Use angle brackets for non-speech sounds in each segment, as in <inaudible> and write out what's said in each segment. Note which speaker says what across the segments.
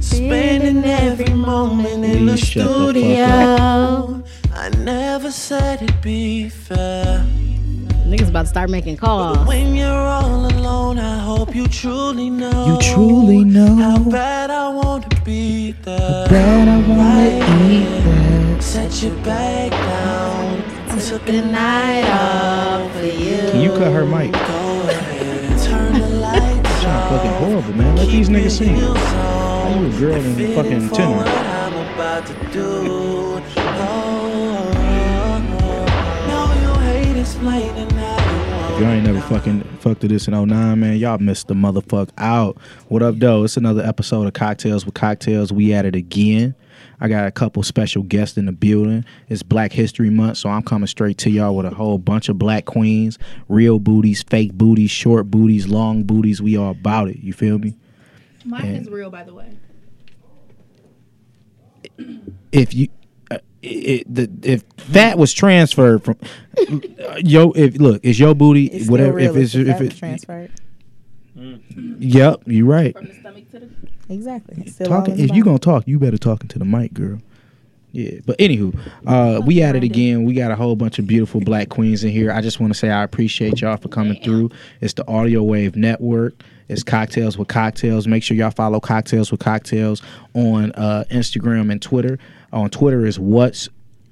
Speaker 1: Spending every moment in the
Speaker 2: Please shut the fuck up.
Speaker 1: studio. I never said it'd be fair.
Speaker 3: Niggas about to start making calls.
Speaker 1: When you're all alone, I hope you truly know.
Speaker 2: You truly know.
Speaker 1: How bad I want to be there.
Speaker 2: That I wanna eat that.
Speaker 1: Set your back down. Took a night off for you.
Speaker 2: Can you cut her mic?
Speaker 1: Go ahead and turn the lights
Speaker 2: Sound
Speaker 1: off.
Speaker 2: fucking horrible, man. Let these niggas sing.
Speaker 1: How
Speaker 2: you a girl and fucking tenor?
Speaker 1: What I'm about to do. Oh, oh, oh. Now you hate explaining how you
Speaker 2: If y'all ain't never fucking fucked to this in 09, man, y'all missed the motherfuck out. What up, though? It's another episode of Cocktails with Cocktails. We at it again. I got a couple special guests in the building. It's Black History Month, so I'm coming straight to y'all with a whole bunch of black queens, real booties, fake booties, short booties, long booties. We all about it. You feel me?
Speaker 4: Mine
Speaker 2: Yeah.
Speaker 4: is real, by the way.
Speaker 2: if you uh, it, the, if that was transferred from uh, yo if look it's your booty
Speaker 5: It's still
Speaker 2: whatever
Speaker 5: real
Speaker 2: if it's if
Speaker 5: that
Speaker 2: it
Speaker 5: was transferred.
Speaker 2: yep you right
Speaker 4: From the stomach to the.
Speaker 5: Exactly. It's still all
Speaker 2: talking
Speaker 5: in the
Speaker 2: if you
Speaker 5: body.
Speaker 2: gonna talk you better talking to the mic girl yeah but anywho uh we at it again we got a whole bunch of beautiful black queens in here i just want to say i appreciate y'all for coming through it's the audio wave network it's cocktails with cocktails make sure y'all follow cocktails with cocktails on uh instagram and twitter on twitter is what's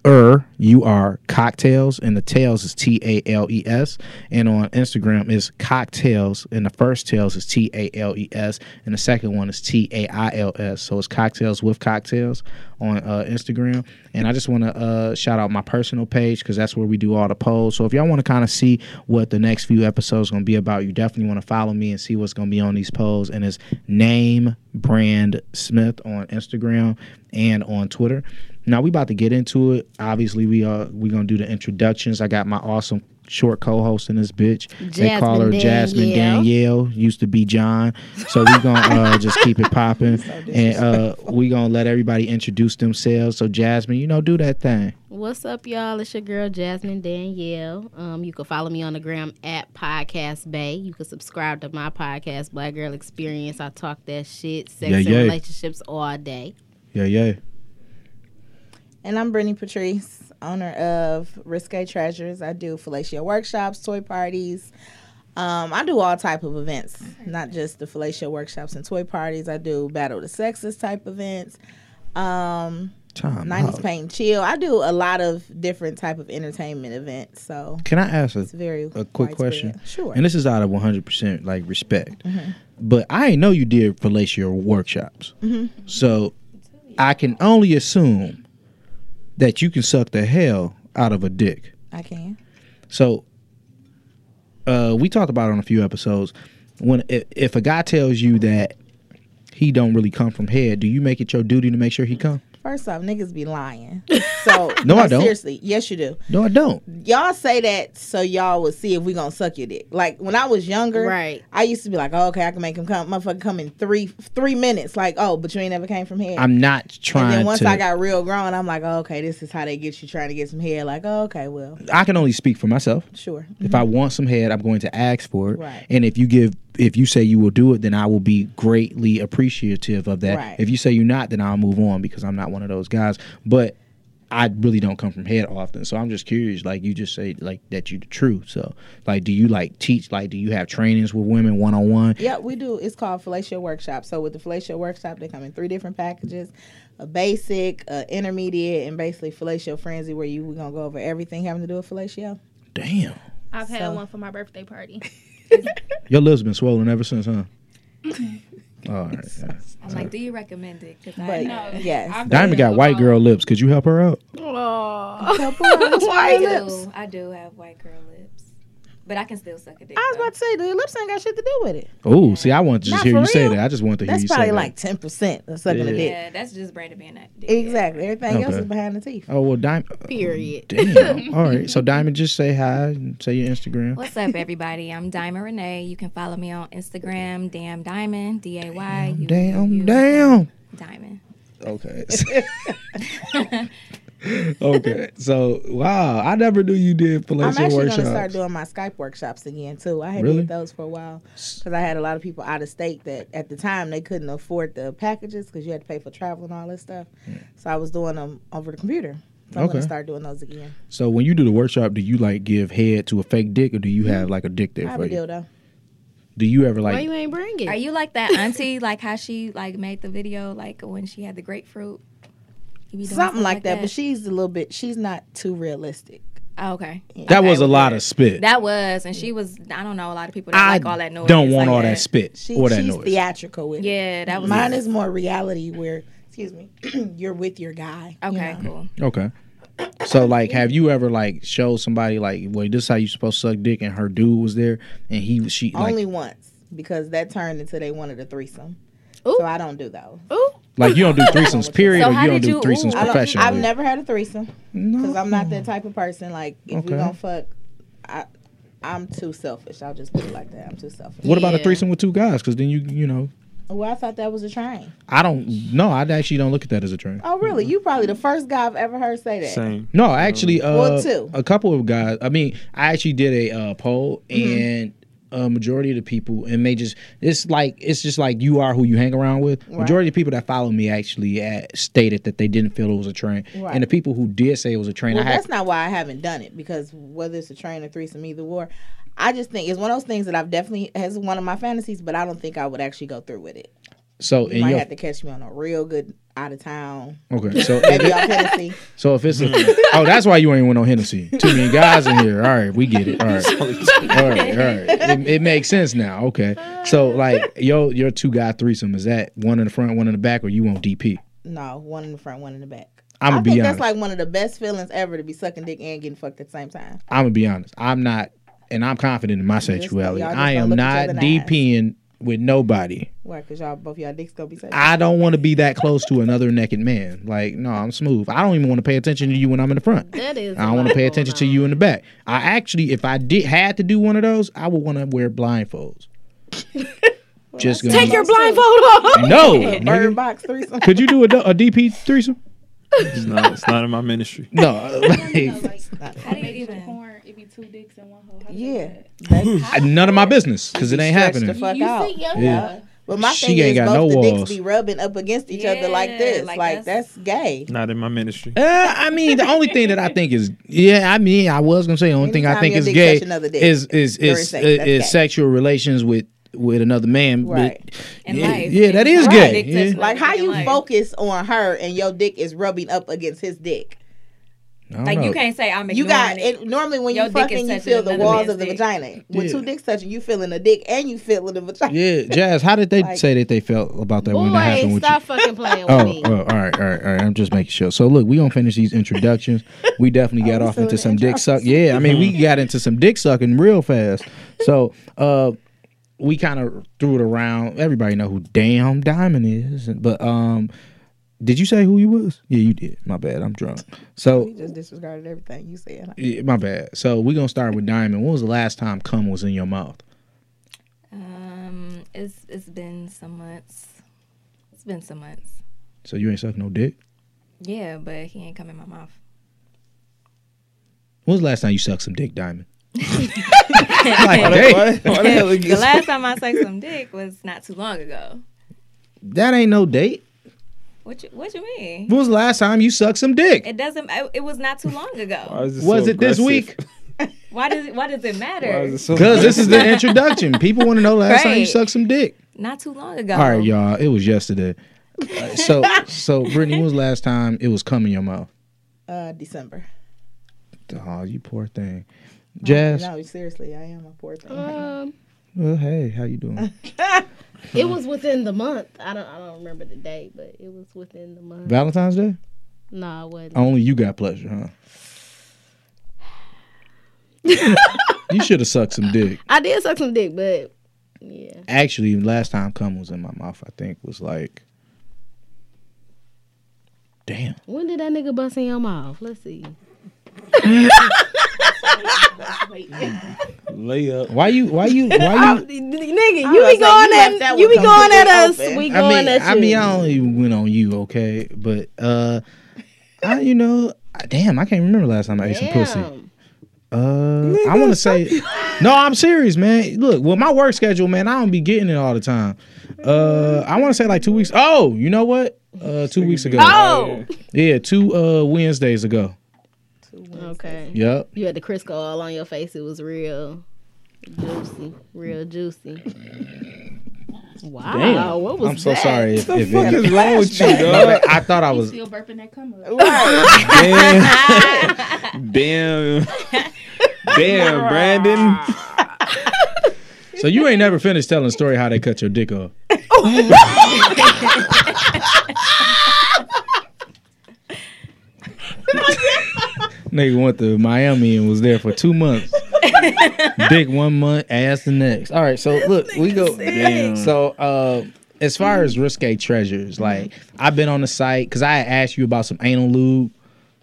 Speaker 2: er you are cocktails and the tails is t-a-l-e-s E and on instagram is cocktails and the first tails is t-a-l-e-s E and the second one is t-a-i-l-s so it's cocktails with cocktails on uh, instagram and i just want to uh, shout out my personal page because that's where we do all the polls so if y'all want to kind of see what the next few episodes going to be about you definitely want to follow me and see what's going to be on these polls and it's name brand smith on instagram and on twitter now we about to get into it. Obviously, we are we gonna do the introductions. I got my awesome short co-host in this bitch. they call her
Speaker 3: Jasmine
Speaker 2: Jasmine
Speaker 3: Danielle.
Speaker 2: Danielle. Used to be John. So we gonna uh, just keep it popping, and uh, we gonna let everybody introduce themselves. So Jasmine, you know, do that thing.
Speaker 3: What's up, y'all? It's your girl Jasmine Danielle. Um, you can follow me on the gram at Podcast Bay. You can subscribe to my podcast, Black Girl Experience. I talk that shit, sex
Speaker 2: Yeah,
Speaker 3: and
Speaker 2: yeah.
Speaker 3: relationships all day.
Speaker 2: Yeah, yeah.
Speaker 5: And I'm Brittany Patrice, owner of Risque Treasures. I do fellatio workshops, toy parties. Um, I do all type of events, not just the fellatio workshops and toy parties. I do battle the sexes type events. Um,
Speaker 2: Time.
Speaker 5: 90s
Speaker 2: out.
Speaker 5: paint and chill. I do a lot of different type of entertainment events. So
Speaker 2: Can I ask a,
Speaker 5: it's very
Speaker 2: a quick
Speaker 5: widespread.
Speaker 2: question?
Speaker 5: Sure.
Speaker 2: And this is out of one hundred percent like respect,
Speaker 5: Mm-hmm.
Speaker 2: but I ain't know you did fellatio workshops,
Speaker 5: Mm-hmm.
Speaker 2: so I can only assume that you can suck the hell out of a dick.
Speaker 5: I can.
Speaker 2: So uh, we talked about it on a few episodes when if, if a guy tells you that he don't really come from head, do you make it your duty to make sure he come?
Speaker 5: First off, niggas
Speaker 2: <laughs>
Speaker 5: be lying. So
Speaker 2: No, I don't.
Speaker 5: Seriously, yes, you do.
Speaker 2: No, I don't.
Speaker 5: y'all say that so y'all would see if we gonna suck your dick. Like when I was younger,
Speaker 3: Right.
Speaker 5: I used to be like, oh, okay, I can make him come, motherfucker, come in three three minutes. Like, oh, but you ain't never came from here.
Speaker 2: I'm not
Speaker 5: and
Speaker 2: trying
Speaker 5: then once
Speaker 2: to.
Speaker 5: I got real grown, I'm like, oh, okay, this is how they get you trying to get some head. Like, oh, okay, well,
Speaker 2: I can only speak for myself.
Speaker 5: sure.
Speaker 2: If I want some head, I'm going to ask for it.
Speaker 5: Right.
Speaker 2: And if you give, if you say you will do it, then I will be greatly appreciative of that.
Speaker 5: Right.
Speaker 2: If you say you're not, then I'll move on because I'm not one of those guys. But I really don't come from head often, so I'm just curious. Like you just say, like that you the truth. So, like, do you like teach? Like, do you have trainings with women one on one?
Speaker 5: Yeah, we do. It's called fellatio workshop. So with the fellatio workshop, they come in three different packages: a basic, a intermediate, and basically fellatio frenzy, where you we gonna go over everything having to do with fellatio.
Speaker 2: Damn,
Speaker 4: I've had
Speaker 5: So-
Speaker 4: one for my birthday
Speaker 5: <laughs>
Speaker 4: party.
Speaker 2: your lips been swollen ever since, huh? All right. yeah.
Speaker 6: I'm like, do you recommend it? Cause I <laughs>
Speaker 5: But
Speaker 6: know.
Speaker 5: yes,
Speaker 2: Diamond got white girl lips. Could you help her out?
Speaker 6: I
Speaker 4: Oh. <laughs>
Speaker 5: <laughs> white
Speaker 6: do. I do have white girl lips, but I can still suck a dick.
Speaker 5: I was
Speaker 6: though.
Speaker 5: about to say, the lips ain't got shit to do with it.
Speaker 2: Oh, see, I want to just
Speaker 5: Not
Speaker 2: hear
Speaker 5: for
Speaker 2: you say
Speaker 5: real.
Speaker 2: that. I just want to hear
Speaker 5: That's
Speaker 2: you say
Speaker 5: probably
Speaker 2: that.
Speaker 5: like ten percent of sucking a dick.
Speaker 6: yeah, that's just Brandon being that. dick.
Speaker 5: Exactly. Everything else
Speaker 2: Okay.
Speaker 5: is behind the teeth.
Speaker 2: Oh well, Diamond.
Speaker 3: Period.
Speaker 5: <laughs>
Speaker 2: Damn. All right. So Diamond, just say hi and say your Instagram.
Speaker 6: What's up, everybody? I'm Diamond Renee. You can follow me on Instagram, Damn Diamond, D A Y. U-
Speaker 2: Damn,
Speaker 6: U-
Speaker 2: damn.
Speaker 5: <laughs>
Speaker 6: Diamond. <laughs>
Speaker 2: Okay. <laughs> okay. So wow, I never knew you did
Speaker 5: I'm
Speaker 2: palatial
Speaker 5: actually
Speaker 2: workshops.
Speaker 5: gonna start doing my Skype workshops again too. I had
Speaker 2: Really?
Speaker 5: did those for a while because I had a lot of people out of state that at the time they couldn't afford the packages because you had to pay for travel and all that stuff. So I was doing them over the computer. So I'm
Speaker 2: Okay.
Speaker 5: gonna start doing those again.
Speaker 2: so when you do the workshop, do you like give head to a fake dick, or do you have like a dick
Speaker 5: Mm-hmm. I
Speaker 2: there
Speaker 5: have
Speaker 2: for
Speaker 5: a
Speaker 2: you?
Speaker 5: dildo.
Speaker 2: Do you ever
Speaker 3: Why
Speaker 2: like?
Speaker 3: you ain't bring it?
Speaker 6: Are you like that auntie? like how she like made the video, like when she had the grapefruit. You be doing
Speaker 5: Something like that, but she's a little bit she's not too realistic.
Speaker 6: Oh, okay.
Speaker 2: that was a
Speaker 6: Okay.
Speaker 2: lot of spit.
Speaker 6: That was, and she was. I don't know a lot of people that
Speaker 2: I
Speaker 6: like all that noise.
Speaker 2: don't want
Speaker 6: like
Speaker 2: all that spit
Speaker 5: She,
Speaker 2: or that
Speaker 5: she's
Speaker 2: noise.
Speaker 5: theatrical with it.
Speaker 6: Yeah, that was
Speaker 5: Mine is more reality where excuse me, <clears throat> you're with your guy. you
Speaker 6: Okay,
Speaker 5: know?
Speaker 6: cool.
Speaker 2: Okay.
Speaker 5: <laughs>
Speaker 2: So like, have you ever like showed somebody like, well, this is how you supposed to suck dick, and her dude was there, and he she like
Speaker 5: Only once because that turned into they wanted a threesome.
Speaker 3: Ooh.
Speaker 5: So I don't do those.
Speaker 3: Ooh,
Speaker 2: like you don't
Speaker 5: <laughs>
Speaker 2: do threesomes period,
Speaker 6: So
Speaker 2: or
Speaker 6: how
Speaker 2: you don't
Speaker 6: did
Speaker 2: do
Speaker 6: you-
Speaker 2: threesomes
Speaker 6: ooh.
Speaker 5: I don't,
Speaker 2: professionally.
Speaker 5: I've never had a threesome because I'm not that type of person. Like if
Speaker 2: Okay.
Speaker 5: we gonna fuck, I I'm too selfish. I'll just put it like that. I'm too selfish.
Speaker 2: What about a
Speaker 3: Yeah.
Speaker 2: threesome with two guys? Because then you you know
Speaker 5: Well, I thought that was a train.
Speaker 2: I don't no I actually don't look at that as a trend.
Speaker 5: Oh really? You probably the first guy I've ever heard say that.
Speaker 1: Same.
Speaker 2: No, actually, uh,
Speaker 5: Oh. Well, two.
Speaker 2: a couple of guys. I mean, I actually did a uh, poll,
Speaker 5: Mm-hmm.
Speaker 2: and a majority of the people, and they just it's like it's just like you are who you hang around with. Majority of people that follow me actually uh stated that they didn't feel it was a train,
Speaker 5: Right.
Speaker 2: and the people who did say it was a train,
Speaker 5: Well,
Speaker 2: I had
Speaker 5: that's not why I haven't done it because whether it's a train or threesome, either or, I just think it's one of those things that I've definitely has one of my fantasies, but I don't think I would actually go through with it.
Speaker 2: so
Speaker 5: You
Speaker 2: in
Speaker 5: might
Speaker 2: your
Speaker 5: have to catch me on a real good out of town. <laughs>
Speaker 2: okay so
Speaker 5: Maybe y'all fantasy.
Speaker 2: so if it's a, oh that's why you ain't with no Hennessy. Too many guys in here. All right, we get it. All right.
Speaker 5: <laughs>
Speaker 2: all right, all right. It, it makes sense now. Okay. So like yo, your two guy threesome is that one in the front, one in the back, or you want DP?
Speaker 5: <laughs> No, one in the front, one in the back.
Speaker 2: I'm
Speaker 5: I
Speaker 2: gonna be
Speaker 5: think
Speaker 2: honest.
Speaker 5: that's like one of the best feelings ever to be sucking dick and getting fucked at the same time.
Speaker 2: I'm gonna be honest. I'm not, and I'm confident in my sexuality.
Speaker 5: y'all just
Speaker 2: I
Speaker 5: don't
Speaker 2: am
Speaker 5: look each
Speaker 2: not
Speaker 5: other in the
Speaker 2: DPing with nobody.
Speaker 5: Why? Cause y'all both y'all dicks gonna be sucking.
Speaker 2: I don't want to be that close to another naked man. Like, no, I'm smooth. I don't even want to pay attention to you when I'm in the front.
Speaker 3: that is.
Speaker 2: I don't want to pay attention to you in the back. I actually, if I did had to do one of those, I would want to wear
Speaker 5: <laughs>
Speaker 2: blindfolds. Just gonna
Speaker 3: Take your blindfold
Speaker 2: <laughs>
Speaker 3: off. <laughs>
Speaker 2: no.
Speaker 5: Bird
Speaker 2: Oh, nigga.
Speaker 5: box threesome.
Speaker 2: Could you do a, a DP threesome?
Speaker 1: It's not, it's not in my ministry.
Speaker 2: <laughs> No, like,
Speaker 6: How do you even?
Speaker 4: Porn, it be two dicks in one hole. How you
Speaker 5: Yeah,
Speaker 4: do
Speaker 2: none of my business because it ain't
Speaker 5: Stretch the
Speaker 2: happening.
Speaker 5: fuck
Speaker 4: that?
Speaker 5: out.
Speaker 4: You see, yeah.
Speaker 2: Yeah.
Speaker 5: But my
Speaker 2: She
Speaker 5: thing
Speaker 2: ain't
Speaker 5: is
Speaker 2: got
Speaker 5: both
Speaker 2: no
Speaker 5: the
Speaker 2: walls.
Speaker 5: dicks be rubbing up against each other like
Speaker 6: Yeah,
Speaker 5: this. Like,
Speaker 6: like
Speaker 5: that's,
Speaker 6: that's-
Speaker 5: gay.
Speaker 1: Not in my ministry.
Speaker 2: Uh, I mean, the only thing that I think is, yeah, I mean, I was gonna say the only thing I
Speaker 5: Anytime
Speaker 2: think
Speaker 5: your
Speaker 2: is
Speaker 5: dick
Speaker 2: gay
Speaker 5: touch another dick
Speaker 2: is is
Speaker 5: during
Speaker 2: is, uh,
Speaker 5: sex,
Speaker 2: is,
Speaker 5: that's gay.
Speaker 2: sexual relations with with another man. but-
Speaker 5: Right.
Speaker 6: In
Speaker 2: yeah,
Speaker 6: life.
Speaker 2: yeah, that is
Speaker 6: Right.
Speaker 2: gay.
Speaker 6: Dick
Speaker 2: yeah.
Speaker 6: touch
Speaker 5: Like how you
Speaker 6: Like-
Speaker 5: focus on her and your dick is rubbing up against his dick.
Speaker 2: I don't
Speaker 6: Like
Speaker 2: know.
Speaker 6: you can't say I'm ignoring
Speaker 5: You got
Speaker 6: it.
Speaker 5: it. Normally when
Speaker 6: Your
Speaker 5: you
Speaker 6: dick is
Speaker 5: fucking, you
Speaker 6: touching
Speaker 5: feel the
Speaker 6: another
Speaker 5: walls
Speaker 6: man's
Speaker 5: of the
Speaker 6: dick.
Speaker 5: vagina. With
Speaker 2: Yeah.
Speaker 5: two dicks touching, you feeling the dick and you feeling the vagina.
Speaker 2: Yeah, Jazz, how did they
Speaker 5: Like-
Speaker 2: say that they felt about that when that happened
Speaker 3: Boy,
Speaker 2: with you?
Speaker 3: stop fucking playing with
Speaker 2: Oh,
Speaker 3: me.
Speaker 2: oh, all right, all right, all right. I'm just making sure. So look, we don't finish these introductions. We
Speaker 3: <laughs>
Speaker 2: definitely got
Speaker 5: we
Speaker 2: off
Speaker 5: still in
Speaker 2: into
Speaker 5: the
Speaker 2: some dick
Speaker 5: intros?
Speaker 2: suck. Yeah, I mean, we got into some dick sucking real fast. So, uh, we kind of threw it around. Everybody know who Damn Diamond is, but um, did you say who he was? Yeah, you did. My bad. I'm drunk. So.
Speaker 5: You just disregarded everything you said. Like,
Speaker 2: yeah, My bad. So we're gonna start with Diamond. When was the last time cum was in your mouth?
Speaker 6: Um, it's it's been some months. It's been some months.
Speaker 2: So you ain't suck no dick?
Speaker 6: Yeah, but he ain't come in my mouth.
Speaker 2: When was the last time you sucked some dick, Diamond? like, dang,
Speaker 6: The
Speaker 2: <laughs>
Speaker 6: last time I sucked some dick was not too long ago.
Speaker 2: that ain't no date.
Speaker 6: What you What you mean?
Speaker 2: When was the last time you sucked some dick?
Speaker 6: It doesn't. It, it was not too long ago.
Speaker 2: Was it this week?
Speaker 6: Why does it Why does it matter?
Speaker 2: Because this is the introduction. People want to know last time you
Speaker 6: Right. Oh.
Speaker 2: sucked some dick.
Speaker 6: Not too long ago.
Speaker 2: All right, y'all. It was yesterday. Uh, so, so Brittany, when was the last time it was coming your mouth?
Speaker 5: uh, December.
Speaker 2: Oh, you poor thing.
Speaker 5: Yes.
Speaker 2: Jazz,
Speaker 5: No, seriously, I am a poor thing.
Speaker 3: Um,
Speaker 2: well, hey, how you doing?
Speaker 3: it was within the month. I don't. I don't remember the date, but it was within the month.
Speaker 2: Valentine's Day?
Speaker 3: No, it wasn't.
Speaker 2: Only you got pleasure, huh? you should have sucked some dick.
Speaker 3: I did suck some dick, but yeah.
Speaker 2: Actually, last time cum was in my mouth, I think was like, damn.
Speaker 3: When did that nigga bust in your mouth? Let's see.
Speaker 1: Layup.
Speaker 2: Why you? Why you?
Speaker 3: <laughs>
Speaker 2: Why you?
Speaker 3: Nigga, you
Speaker 5: was
Speaker 3: be
Speaker 5: like,
Speaker 3: going
Speaker 5: you left
Speaker 3: at
Speaker 5: that
Speaker 3: you
Speaker 5: one
Speaker 3: be going at us.
Speaker 5: completely open.
Speaker 3: We
Speaker 2: I
Speaker 3: going
Speaker 2: mean,
Speaker 3: at you.
Speaker 2: I mean, I only went on you, okay, but uh, I, you know, I- damn, I can't remember last time I ate some pussy.
Speaker 3: Damn.
Speaker 2: Uh, I want to say, <laughs> no, I'm serious, man. Look, well, my work schedule, man, I don't be getting it all the time. Uh, I want to say like two weeks. Oh, you know what? Uh, two weeks ago.
Speaker 3: Oh.
Speaker 2: Yeah, two uh Wednesdays ago.
Speaker 3: Okay.
Speaker 2: Yep.
Speaker 3: You had the Crisco all on your face. It was real juicy, real juicy. Wow. What was
Speaker 2: I'm so
Speaker 3: that?
Speaker 2: sorry if, if it,
Speaker 7: What is wrong with you,
Speaker 2: No,
Speaker 7: dog?
Speaker 2: but I thought I
Speaker 4: <laughs>
Speaker 2: was.
Speaker 4: Still burping that come up.
Speaker 2: <laughs>
Speaker 7: Damn. Damn. Damn, Brandon.
Speaker 2: So you ain't never finished telling the story how they cut your dick off. Nigga went to Miami and was there for two months. dick one month, ass the next. All right, so look, we go.
Speaker 7: Damn.
Speaker 2: So uh, as far as risque treasures, like I've been on the site because I had asked you about some anal lube.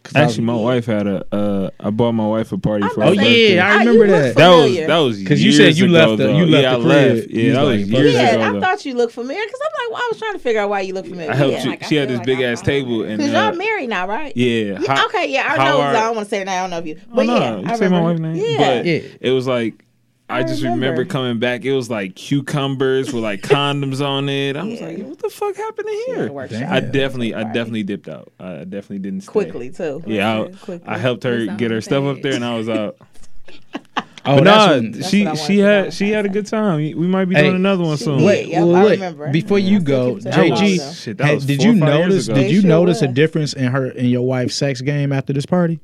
Speaker 2: 'cause I was-
Speaker 7: Actually, my wife had a. Uh, I bought my wife a party for.
Speaker 2: Oh
Speaker 7: her birthday.
Speaker 2: yeah, I
Speaker 5: Ah, you
Speaker 2: remember
Speaker 5: look
Speaker 2: that.
Speaker 7: That was
Speaker 5: familiar.
Speaker 7: that was
Speaker 2: 'Cause you said
Speaker 7: years
Speaker 2: you
Speaker 7: ago,
Speaker 2: left the-
Speaker 7: though.
Speaker 2: you left the
Speaker 7: yeah, I
Speaker 2: crib.
Speaker 7: left.
Speaker 2: You
Speaker 7: Yeah, that
Speaker 2: was
Speaker 7: was
Speaker 2: like,
Speaker 7: years
Speaker 2: "Fuck
Speaker 5: Yeah,
Speaker 2: it."
Speaker 7: ago.
Speaker 5: I
Speaker 7: though.
Speaker 5: thought you looked familiar because I'm like, well, I was trying to figure out why you look familiar.
Speaker 7: I helped
Speaker 5: yeah.
Speaker 7: you.
Speaker 6: like, I
Speaker 7: she had
Speaker 6: feel
Speaker 7: this
Speaker 6: like
Speaker 7: big
Speaker 6: I
Speaker 7: ass
Speaker 6: found
Speaker 7: table
Speaker 6: it.
Speaker 7: and
Speaker 5: Because
Speaker 7: uh,
Speaker 5: y'all married now, right?
Speaker 7: yeah.
Speaker 5: Yeah,
Speaker 7: how-
Speaker 5: okay, yeah, I
Speaker 7: how
Speaker 5: know.
Speaker 7: are-
Speaker 5: I don't want to say it. now, I don't know if you,
Speaker 7: Oh,
Speaker 5: but yeah,
Speaker 7: no,
Speaker 5: I
Speaker 7: you say my wife's
Speaker 5: remember.
Speaker 7: name.
Speaker 5: Yeah.
Speaker 7: but
Speaker 2: Yeah.
Speaker 7: it was like I,
Speaker 5: I
Speaker 7: just remember.
Speaker 5: remember.
Speaker 7: coming back. It was like cucumbers with like condoms on it. I was like, what the fuck happened to
Speaker 5: Yeah,
Speaker 7: here?
Speaker 5: workshop.
Speaker 7: I
Speaker 2: Damn.
Speaker 7: definitely, I definitely dipped out. I definitely didn't stay.
Speaker 5: quickly too.
Speaker 7: Yeah, I,
Speaker 5: Quickly.
Speaker 7: I helped her
Speaker 6: on
Speaker 7: get her
Speaker 6: the
Speaker 7: stuff up
Speaker 6: page.
Speaker 7: there, and I was <laughs> out.
Speaker 2: Oh, that's
Speaker 7: But nah,
Speaker 2: when-
Speaker 5: That's
Speaker 7: she
Speaker 5: what I wanted
Speaker 7: she
Speaker 5: to
Speaker 7: had
Speaker 5: know.
Speaker 7: she had a good time. We might be
Speaker 2: Hey.
Speaker 7: doing another one soon.
Speaker 5: did.
Speaker 2: Wait,
Speaker 5: Yep,
Speaker 2: well,
Speaker 5: I
Speaker 2: wait.
Speaker 5: remember.
Speaker 2: Before you go,
Speaker 5: keep telling
Speaker 2: JG,
Speaker 5: me about
Speaker 7: shit, that
Speaker 2: had-
Speaker 7: was
Speaker 2: did
Speaker 7: four
Speaker 2: you
Speaker 7: or five years
Speaker 2: notice?
Speaker 7: ago.
Speaker 2: Did
Speaker 5: They
Speaker 2: you
Speaker 5: sure
Speaker 2: notice a
Speaker 5: was.
Speaker 2: difference in her in your wife's sex game after this party?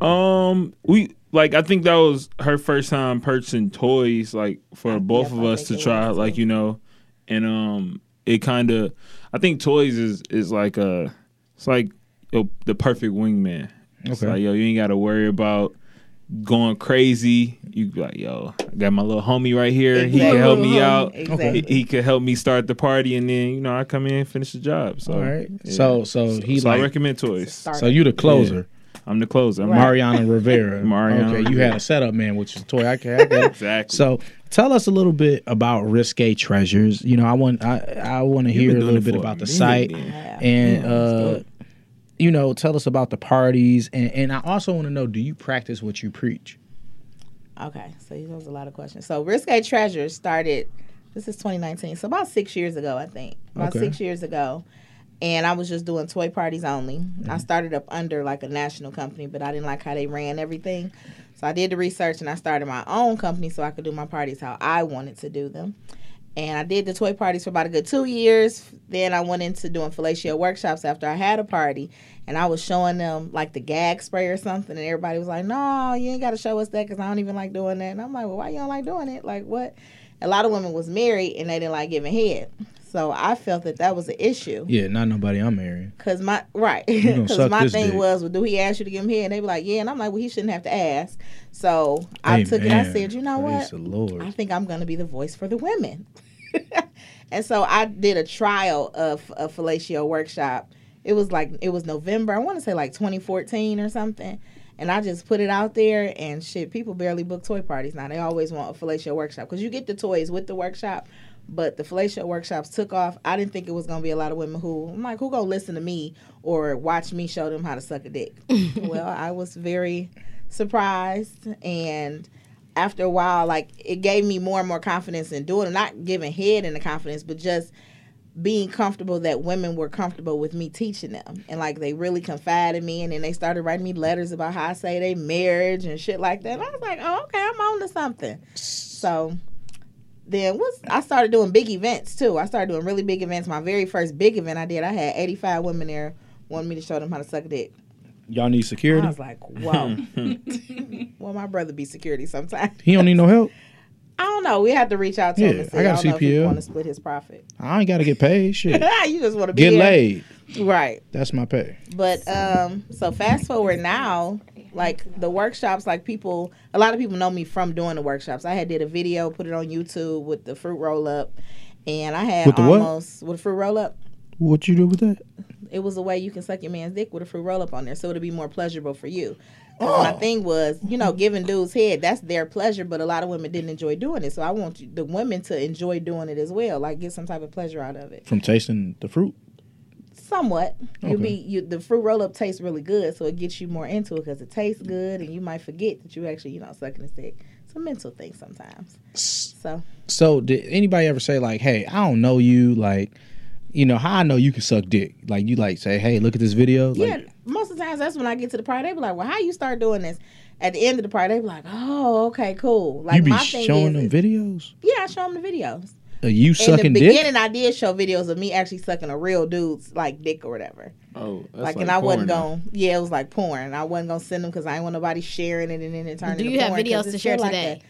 Speaker 7: Um, we like I think that was her first time purchasing toys, like for both of
Speaker 5: I
Speaker 7: us to
Speaker 5: think it
Speaker 7: try,
Speaker 5: was,
Speaker 7: like you know, and um, it kind of, I think toys is is like a, it's like yo, the perfect wingman. It's
Speaker 2: Okay.
Speaker 7: like yo, you ain't got to worry about going crazy. You be like yo, I got my little homie right here. He can
Speaker 5: Exactly.
Speaker 7: help me out.
Speaker 5: Exactly.
Speaker 7: He, he could help me start the party, and then you know I come in and finish the job. So
Speaker 2: All right.
Speaker 7: yeah.
Speaker 2: So so he
Speaker 7: so I
Speaker 2: like
Speaker 7: recommend toys.
Speaker 5: Start
Speaker 2: so you the closer,
Speaker 7: I'm the closer. I'm Mario.
Speaker 2: Mariana Rivera.
Speaker 7: <laughs> Mariana
Speaker 2: Okay, you
Speaker 7: Rivera.
Speaker 2: had a setup man, which is a toy. I can. I
Speaker 7: <laughs>
Speaker 2: get it.
Speaker 7: Exactly.
Speaker 2: So tell us a little bit about risque treasures. You know, I want I I want to
Speaker 7: You've
Speaker 2: hear a
Speaker 7: been doing
Speaker 2: little
Speaker 7: it
Speaker 2: bit
Speaker 7: for a
Speaker 2: about the
Speaker 7: minute
Speaker 2: site
Speaker 7: then. <laughs>
Speaker 2: and uh, you know tell us about the parties and and I also want to know do you practice what you preach?
Speaker 5: Okay, so he knows a lot of questions. So Risque Treasures started. This is 2019, so about six years ago, I think. About
Speaker 2: Okay.
Speaker 5: six years ago, and I was just doing toy parties only. I started up under like a national company, but I didn't like how they ran everything, so I did the research and I started my own company so I could do my parties how I wanted to do them. And I did the toy parties for about a good two years. Then I went into doing fellatio workshops after I had a party. And I was showing them like the gag spray or something. And everybody was like, no, you ain't got to show us that because I don't even like doing that. And I'm like, well, why you don't like doing it? Like, what? A lot of women was married and they didn't like giving head. So I felt that that was an issue.
Speaker 2: Yeah, not nobody I'm marrying.
Speaker 5: Cause my right,
Speaker 2: gonna
Speaker 5: <laughs> cause
Speaker 2: suck
Speaker 5: my
Speaker 2: this
Speaker 5: thing
Speaker 2: dick.
Speaker 5: was, well, do he ask you to give him head? And they be like, yeah, and I'm like, well, he shouldn't have to ask. So I took it. I
Speaker 2: Amen.
Speaker 5: said, you know
Speaker 2: Praise
Speaker 5: what?
Speaker 2: the Lord.
Speaker 5: I think I'm going to be the voice for the women. <laughs> and so I did a trial of a fellatio workshop. It was like it was November. I want to say like 2014 or something. And I just put it out there, and shit, people barely book toy parties now. They always want a fellatio workshop because you get the toys with the workshop. But the fellatio workshops took off. I didn't think it was gonna be a lot of women who I'm like, who gonna listen to me or watch me show them how to suck a dick. <laughs> well, I was very surprised, and after a while, like it gave me more and more confidence in doing it. Not giving head in the confidence, but just being comfortable that women were comfortable with me teaching them. And like they really confided in me and then they started writing me letters about how I say they marriage and shit like that. And I was like, oh, okay, I'm on to something. So then once I started doing big events too. I started doing really big events. My very first big event I did, I had 85 women there wanting me to show them how to suck a dick.
Speaker 2: Y'all need
Speaker 5: I
Speaker 2: security.
Speaker 5: was like, whoa.
Speaker 7: <laughs> Oh,
Speaker 2: <laughs>
Speaker 5: well, my brother be security sometimes.
Speaker 2: He don't need no help.
Speaker 5: I don't know. We had to reach out to him
Speaker 2: Yeah, I
Speaker 5: and see.
Speaker 2: got a
Speaker 5: I, don't know if he
Speaker 2: CPL.
Speaker 5: want to split his profit.
Speaker 2: I ain't got to get paid.
Speaker 5: <laughs>
Speaker 2: Shit,
Speaker 5: you just want to be
Speaker 2: get
Speaker 5: here.
Speaker 2: laid.
Speaker 5: right?
Speaker 2: That's my pay.
Speaker 5: But um, so fast forward now, like the workshops, like people, a lot of people know me from doing the workshops. I had did a video, put it on YouTube with the fruit roll up, and I had
Speaker 2: With the what?
Speaker 5: almost with fruit roll up.
Speaker 2: What you do with that?
Speaker 5: It was a way you can suck your man's dick with a fruit roll up on there, so it'll be more pleasurable for you. 'Cause
Speaker 2: Oh.
Speaker 5: My thing was, you know, giving dudes head, that's their pleasure, but a lot of women didn't enjoy doing it. So I want you- the women to enjoy doing it as well, like get some type of pleasure out of it.
Speaker 2: From tasting the fruit.
Speaker 5: Somewhat. You'll
Speaker 2: Okay.
Speaker 5: be you the fruit roll up tastes really good, so it gets you more into it because it tastes good, and you might forget that you actually you know sucking a stick. It's a mental thing sometimes. So
Speaker 2: So did anybody ever say like, "Hey, I don't know you," like, you know, how I know you can suck dick? Like you like say, "Hey, look at this video." Like,
Speaker 5: yeah, most of the times that's when I get to the party. They be like, "Well, how you start doing this?" At the end of the party, they be like, "Oh, okay, cool." Like
Speaker 2: you be
Speaker 5: my thing
Speaker 2: showing
Speaker 5: is,
Speaker 2: them videos
Speaker 5: yeah, I show them the videos.
Speaker 2: of you
Speaker 5: In
Speaker 2: sucking
Speaker 5: the
Speaker 2: dick.
Speaker 5: beginning, I did show videos of me actually sucking a real dude's like dick or whatever.
Speaker 7: Oh, that's
Speaker 5: like, and I
Speaker 7: porn
Speaker 5: wasn't
Speaker 7: now.
Speaker 5: going. to Yeah, it was like porn. I wasn't gonna send them because I didn't want nobody sharing it, and then it turned.
Speaker 3: Do
Speaker 5: into
Speaker 3: you have
Speaker 5: porn 'cause
Speaker 3: videos
Speaker 5: it's
Speaker 3: to share
Speaker 5: still like
Speaker 3: today?
Speaker 5: a-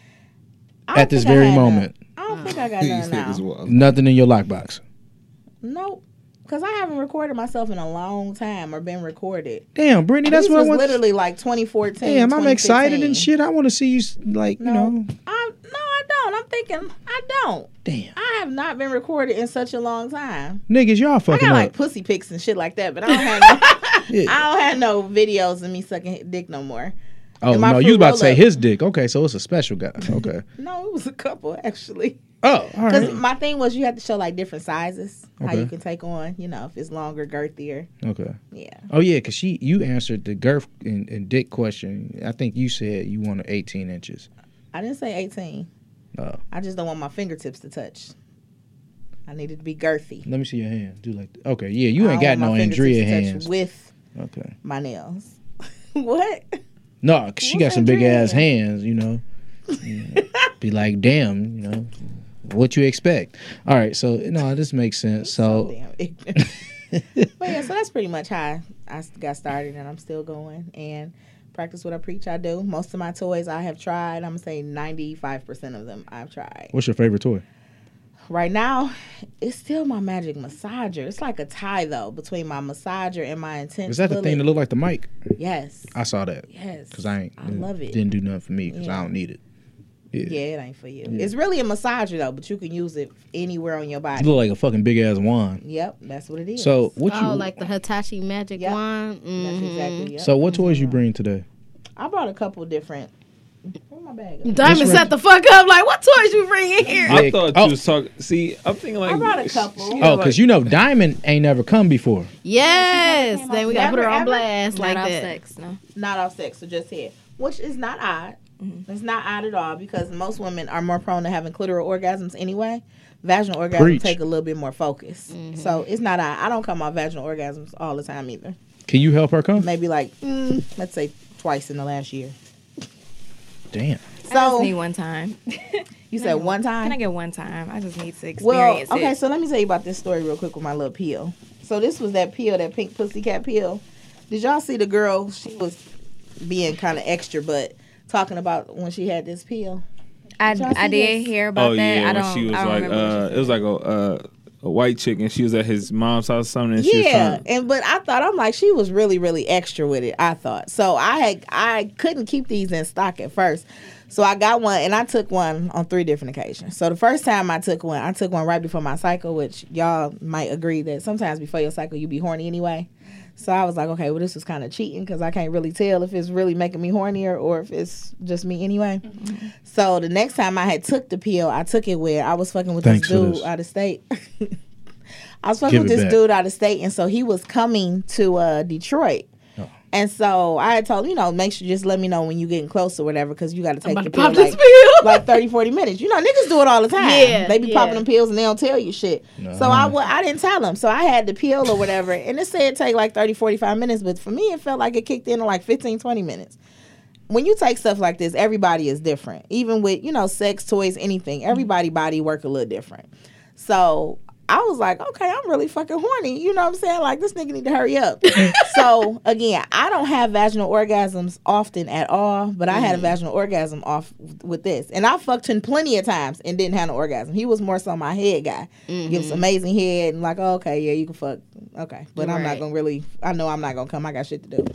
Speaker 5: I don't
Speaker 2: At this
Speaker 5: think I
Speaker 2: very
Speaker 5: had none.
Speaker 2: moment,
Speaker 5: I don't think I got
Speaker 7: These
Speaker 5: none
Speaker 7: niggas
Speaker 5: now.
Speaker 7: wild.
Speaker 2: nothing in your lockbox.
Speaker 5: Nope, because I haven't recorded myself in a long time or been recorded.
Speaker 2: Damn, Brittany, that's
Speaker 5: These
Speaker 2: what I
Speaker 5: was
Speaker 2: want.
Speaker 5: literally like 2014.
Speaker 2: Damn, I'm excited and
Speaker 5: 2015.
Speaker 2: shit. I want to see you s- like you
Speaker 5: No.
Speaker 2: know.
Speaker 5: I'm, no, I don't. I'm thinking I don't.
Speaker 2: Damn,
Speaker 5: I have not been recorded in such a long time.
Speaker 2: niggas, y'all
Speaker 5: I
Speaker 2: fucking
Speaker 5: got
Speaker 2: up.
Speaker 5: like pussy pics and shit like that, but I don't have
Speaker 2: <laughs>
Speaker 5: no,
Speaker 2: Yeah.
Speaker 5: I don't have no videos of me sucking dick no more.
Speaker 2: oh
Speaker 5: in my
Speaker 2: no,
Speaker 5: fruit
Speaker 2: you was about to say
Speaker 5: roll-up.
Speaker 2: his dick. Okay, so it's a special
Speaker 5: <laughs>
Speaker 2: guy. Okay.
Speaker 5: No, it was a couple actually.
Speaker 2: oh, all
Speaker 5: Because
Speaker 2: right.
Speaker 5: my thing was you had to show like different sizes, how
Speaker 2: Okay.
Speaker 5: you can take on, you know, if it's longer, girthier.
Speaker 2: Okay.
Speaker 5: Yeah.
Speaker 2: Oh yeah, cause she you answered the girth and, and dick question. I think you said you wanted 18 inches.
Speaker 5: I didn't say 18.
Speaker 2: Oh.
Speaker 5: I just don't want my fingertips to touch. I needed to be girthy.
Speaker 2: Let me see your hand. Do like okay, yeah. You
Speaker 5: I
Speaker 2: ain't got
Speaker 5: don't want
Speaker 2: no
Speaker 5: my fingertips
Speaker 2: Andrea
Speaker 5: to touch
Speaker 2: hands.
Speaker 5: With
Speaker 2: okay.
Speaker 5: my nails. <laughs> what?
Speaker 2: No, 'cause she
Speaker 5: What's
Speaker 2: got some big
Speaker 5: Andrea
Speaker 2: ass hands. You
Speaker 5: <laughs>
Speaker 2: know, Yeah. be like, damn. You know, what you expect? All right. So no, this makes sense.
Speaker 5: So
Speaker 2: So
Speaker 5: damn ignorant.
Speaker 2: <laughs>
Speaker 5: But yeah, so that's pretty much how I s- got started, and I'm still going and practice what I preach. I do most of my toys I have tried. I'm gonna say 95 percent of them I've tried.
Speaker 2: what's your favorite toy?
Speaker 5: Right now, it's still my magic massager. It's like a tie though between my massager and my intense.
Speaker 2: Is that the thing that
Speaker 5: bullet.
Speaker 2: look like the mic?
Speaker 5: yes,
Speaker 2: I saw that
Speaker 5: yes.
Speaker 2: because I ain't.
Speaker 5: I love it.
Speaker 2: Didn't do nothing for me because I
Speaker 5: Yeah.
Speaker 2: don't need it.
Speaker 5: yeah, it ain't for you. It's really a massager though, but you can use it anywhere on your
Speaker 2: You
Speaker 5: body.
Speaker 2: look like a fucking big ass wand.
Speaker 5: Yep, that's what it is.
Speaker 2: So what you?
Speaker 3: Oh, like the Hitachi magic
Speaker 5: Yep.
Speaker 3: wand. Mm-hmm.
Speaker 5: that's exactly. Yep.
Speaker 2: so what toys you bring today?
Speaker 5: I brought a couple different. Where my bag? at?
Speaker 3: Diamond
Speaker 2: Which
Speaker 3: set the fuck up. Like, what toys you bringing here?
Speaker 7: I
Speaker 2: Dick.
Speaker 7: thought
Speaker 2: Oh.
Speaker 7: you was talking. See, I'm thinking like
Speaker 5: I brought a
Speaker 7: she-
Speaker 5: couple.
Speaker 7: she
Speaker 2: Oh,
Speaker 7: like-
Speaker 2: because you know Diamond ain't never come before.
Speaker 3: Yes. Then we gotta put her
Speaker 5: Never,
Speaker 3: on
Speaker 5: ever.
Speaker 3: blast like
Speaker 6: Not off
Speaker 3: that.
Speaker 6: sex, no.
Speaker 5: not off sex, so just head, which is not odd.
Speaker 6: Mm-hmm.
Speaker 5: It's not odd at all because most women are more prone to having clitoral orgasms anyway. Vaginal orgasms
Speaker 2: Preach.
Speaker 5: take a little bit more focus,
Speaker 6: Mm-hmm.
Speaker 5: so it's not odd. I don't come off vaginal orgasms all the time either.
Speaker 2: Can you help her come?
Speaker 5: Maybe like mm, let's say twice in the last year.
Speaker 2: Damn.
Speaker 6: I just need
Speaker 5: So
Speaker 6: one time.
Speaker 5: you said one time.
Speaker 6: Can I get one time? I just need to experience
Speaker 5: Well,
Speaker 6: it.
Speaker 5: okay, so let me tell you about this story real quick with my little pill. So this was that pill, that pink pussycat pill. Did y'all see the girl? She was being kind of extra, but talking about when she had this pill.
Speaker 6: I,
Speaker 5: y'all
Speaker 6: I
Speaker 5: see
Speaker 6: did
Speaker 5: this?
Speaker 6: hear about
Speaker 7: Oh
Speaker 6: that.
Speaker 7: yeah,
Speaker 6: I
Speaker 7: when
Speaker 6: don't.
Speaker 7: she was
Speaker 6: I don't
Speaker 7: like,
Speaker 6: remember
Speaker 7: uh, it was like a uh, a white chick, and she was at his mom's house or something. And she was
Speaker 5: yeah
Speaker 7: trying-
Speaker 5: and but i thought i'm like she was really really extra with it i thought so i had i couldn't keep these in stock at first so i got one and i took one on three different occasions so the first time i took one i took one right before my cycle which y'all might agree that sometimes before your cycle you be horny anyway so i was like okay well this was kind of cheating because i can't really tell if it's really making me hornier or if it's just me anyway so the next time i had took the pill i took it where i was fucking with
Speaker 2: Thanks for
Speaker 5: this dude
Speaker 2: this.
Speaker 5: out of state <laughs> I was fucking
Speaker 2: Give
Speaker 5: with
Speaker 2: it
Speaker 5: this
Speaker 2: back.
Speaker 5: dude out of state, and so he was coming to uh, Detroit.
Speaker 2: Oh.
Speaker 5: And so I had told him, you know, make sure just let me know when you getting close or whatever, because you got to take
Speaker 3: About
Speaker 5: the
Speaker 3: to
Speaker 5: pill
Speaker 3: pop
Speaker 5: like,
Speaker 3: this pill.
Speaker 5: <laughs> like 30, 40 minutes. You know, niggas do it all the time.
Speaker 3: Yeah,
Speaker 5: they be
Speaker 3: yeah.
Speaker 5: popping them pills and they don't tell you shit. So I,
Speaker 2: Nah.
Speaker 5: wa- I didn't tell him. So I had the pill or whatever, and it said take like 30, 45 minutes, but for me, it felt like it kicked in in like 15, 20 minutes when you take stuff like this, everybody is different. Even with, you know, sex, toys, anything, everybody body work a little different. So I was like, okay, I'm really fucking horny. You know what I'm saying? Like this nigga need to hurry up. so again, I don't have vaginal orgasms often at all, but I had a vaginal orgasm off with this. And I fucked him plenty of times and didn't have an orgasm. He was more so my head guy. Gives amazing head and like, oh, okay, yeah, you can fuck. Okay. But I'm not
Speaker 3: Right.
Speaker 5: gonna really I know I'm not gonna come. I got shit to do.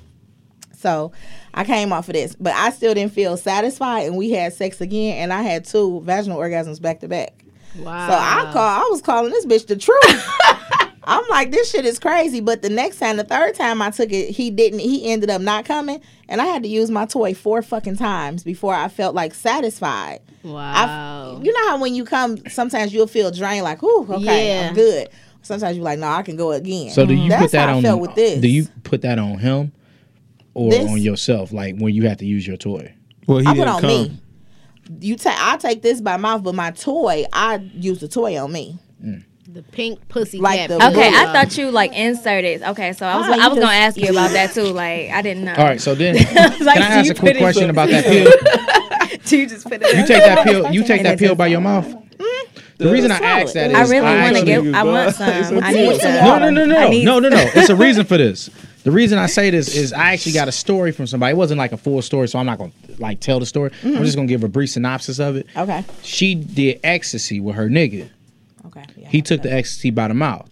Speaker 5: So I came off of this, but I still didn't feel satisfied, and we had sex again, and I had two vaginal orgasms back to back.
Speaker 3: Wow.
Speaker 5: So I call, I was calling this bitch
Speaker 3: <laughs>
Speaker 5: the truth. I'm like, this shit is crazy. But the next time, the third time I took it, he didn't. He ended up not coming, and I had to use my toy four fucking times before I felt like satisfied.
Speaker 3: Wow.
Speaker 5: I've- You know how when you come, sometimes you'll feel drained, like, ooh, okay,
Speaker 3: Yeah.
Speaker 5: I'm good. Sometimes you're like, no, I can go again.
Speaker 2: So do you
Speaker 5: That's
Speaker 2: put that on?
Speaker 5: how I felt with this.
Speaker 2: Do you put that on him or
Speaker 5: This?
Speaker 2: on yourself? Like when you have to use your toy.
Speaker 7: Well, he
Speaker 5: I put
Speaker 7: didn't
Speaker 5: on
Speaker 7: come.
Speaker 5: me. You take I take this by mouth, but my toy, I use the toy on me.
Speaker 3: The pink pussy
Speaker 5: Like
Speaker 3: cat.
Speaker 5: the
Speaker 3: video.
Speaker 5: bully.
Speaker 6: Okay, I thought you like inserted. Okay, so I was
Speaker 5: Nah,
Speaker 6: I was
Speaker 5: you
Speaker 6: gonna
Speaker 5: just-
Speaker 6: ask you <laughs> about that too. Like Uh, I didn't know.
Speaker 2: All right, so then can I
Speaker 6: do
Speaker 2: ask
Speaker 6: you
Speaker 2: a quick
Speaker 6: put it-
Speaker 2: question about that pill?
Speaker 6: <laughs> you just put it.
Speaker 2: You
Speaker 6: in?
Speaker 2: take that pill. You take that pill by your mouth. The reason I
Speaker 5: Swallow
Speaker 2: asked that
Speaker 5: it.
Speaker 2: is
Speaker 6: I really want to
Speaker 2: actually-
Speaker 6: get. I want
Speaker 7: It's
Speaker 6: some. I
Speaker 5: okay.
Speaker 6: need
Speaker 5: It's
Speaker 6: some.
Speaker 5: okay.
Speaker 2: No, no, no, no,
Speaker 6: I need-
Speaker 2: no, no, no. It's a reason for this. The reason I say this is I actually got a story from somebody. It wasn't like a full story, so I'm not gonna like tell the story. I'm just gonna give a brief synopsis of it.
Speaker 5: Okay.
Speaker 2: She did ecstasy with her nigga.
Speaker 5: Okay. Yeah.
Speaker 2: He took the ecstasy by the mouth.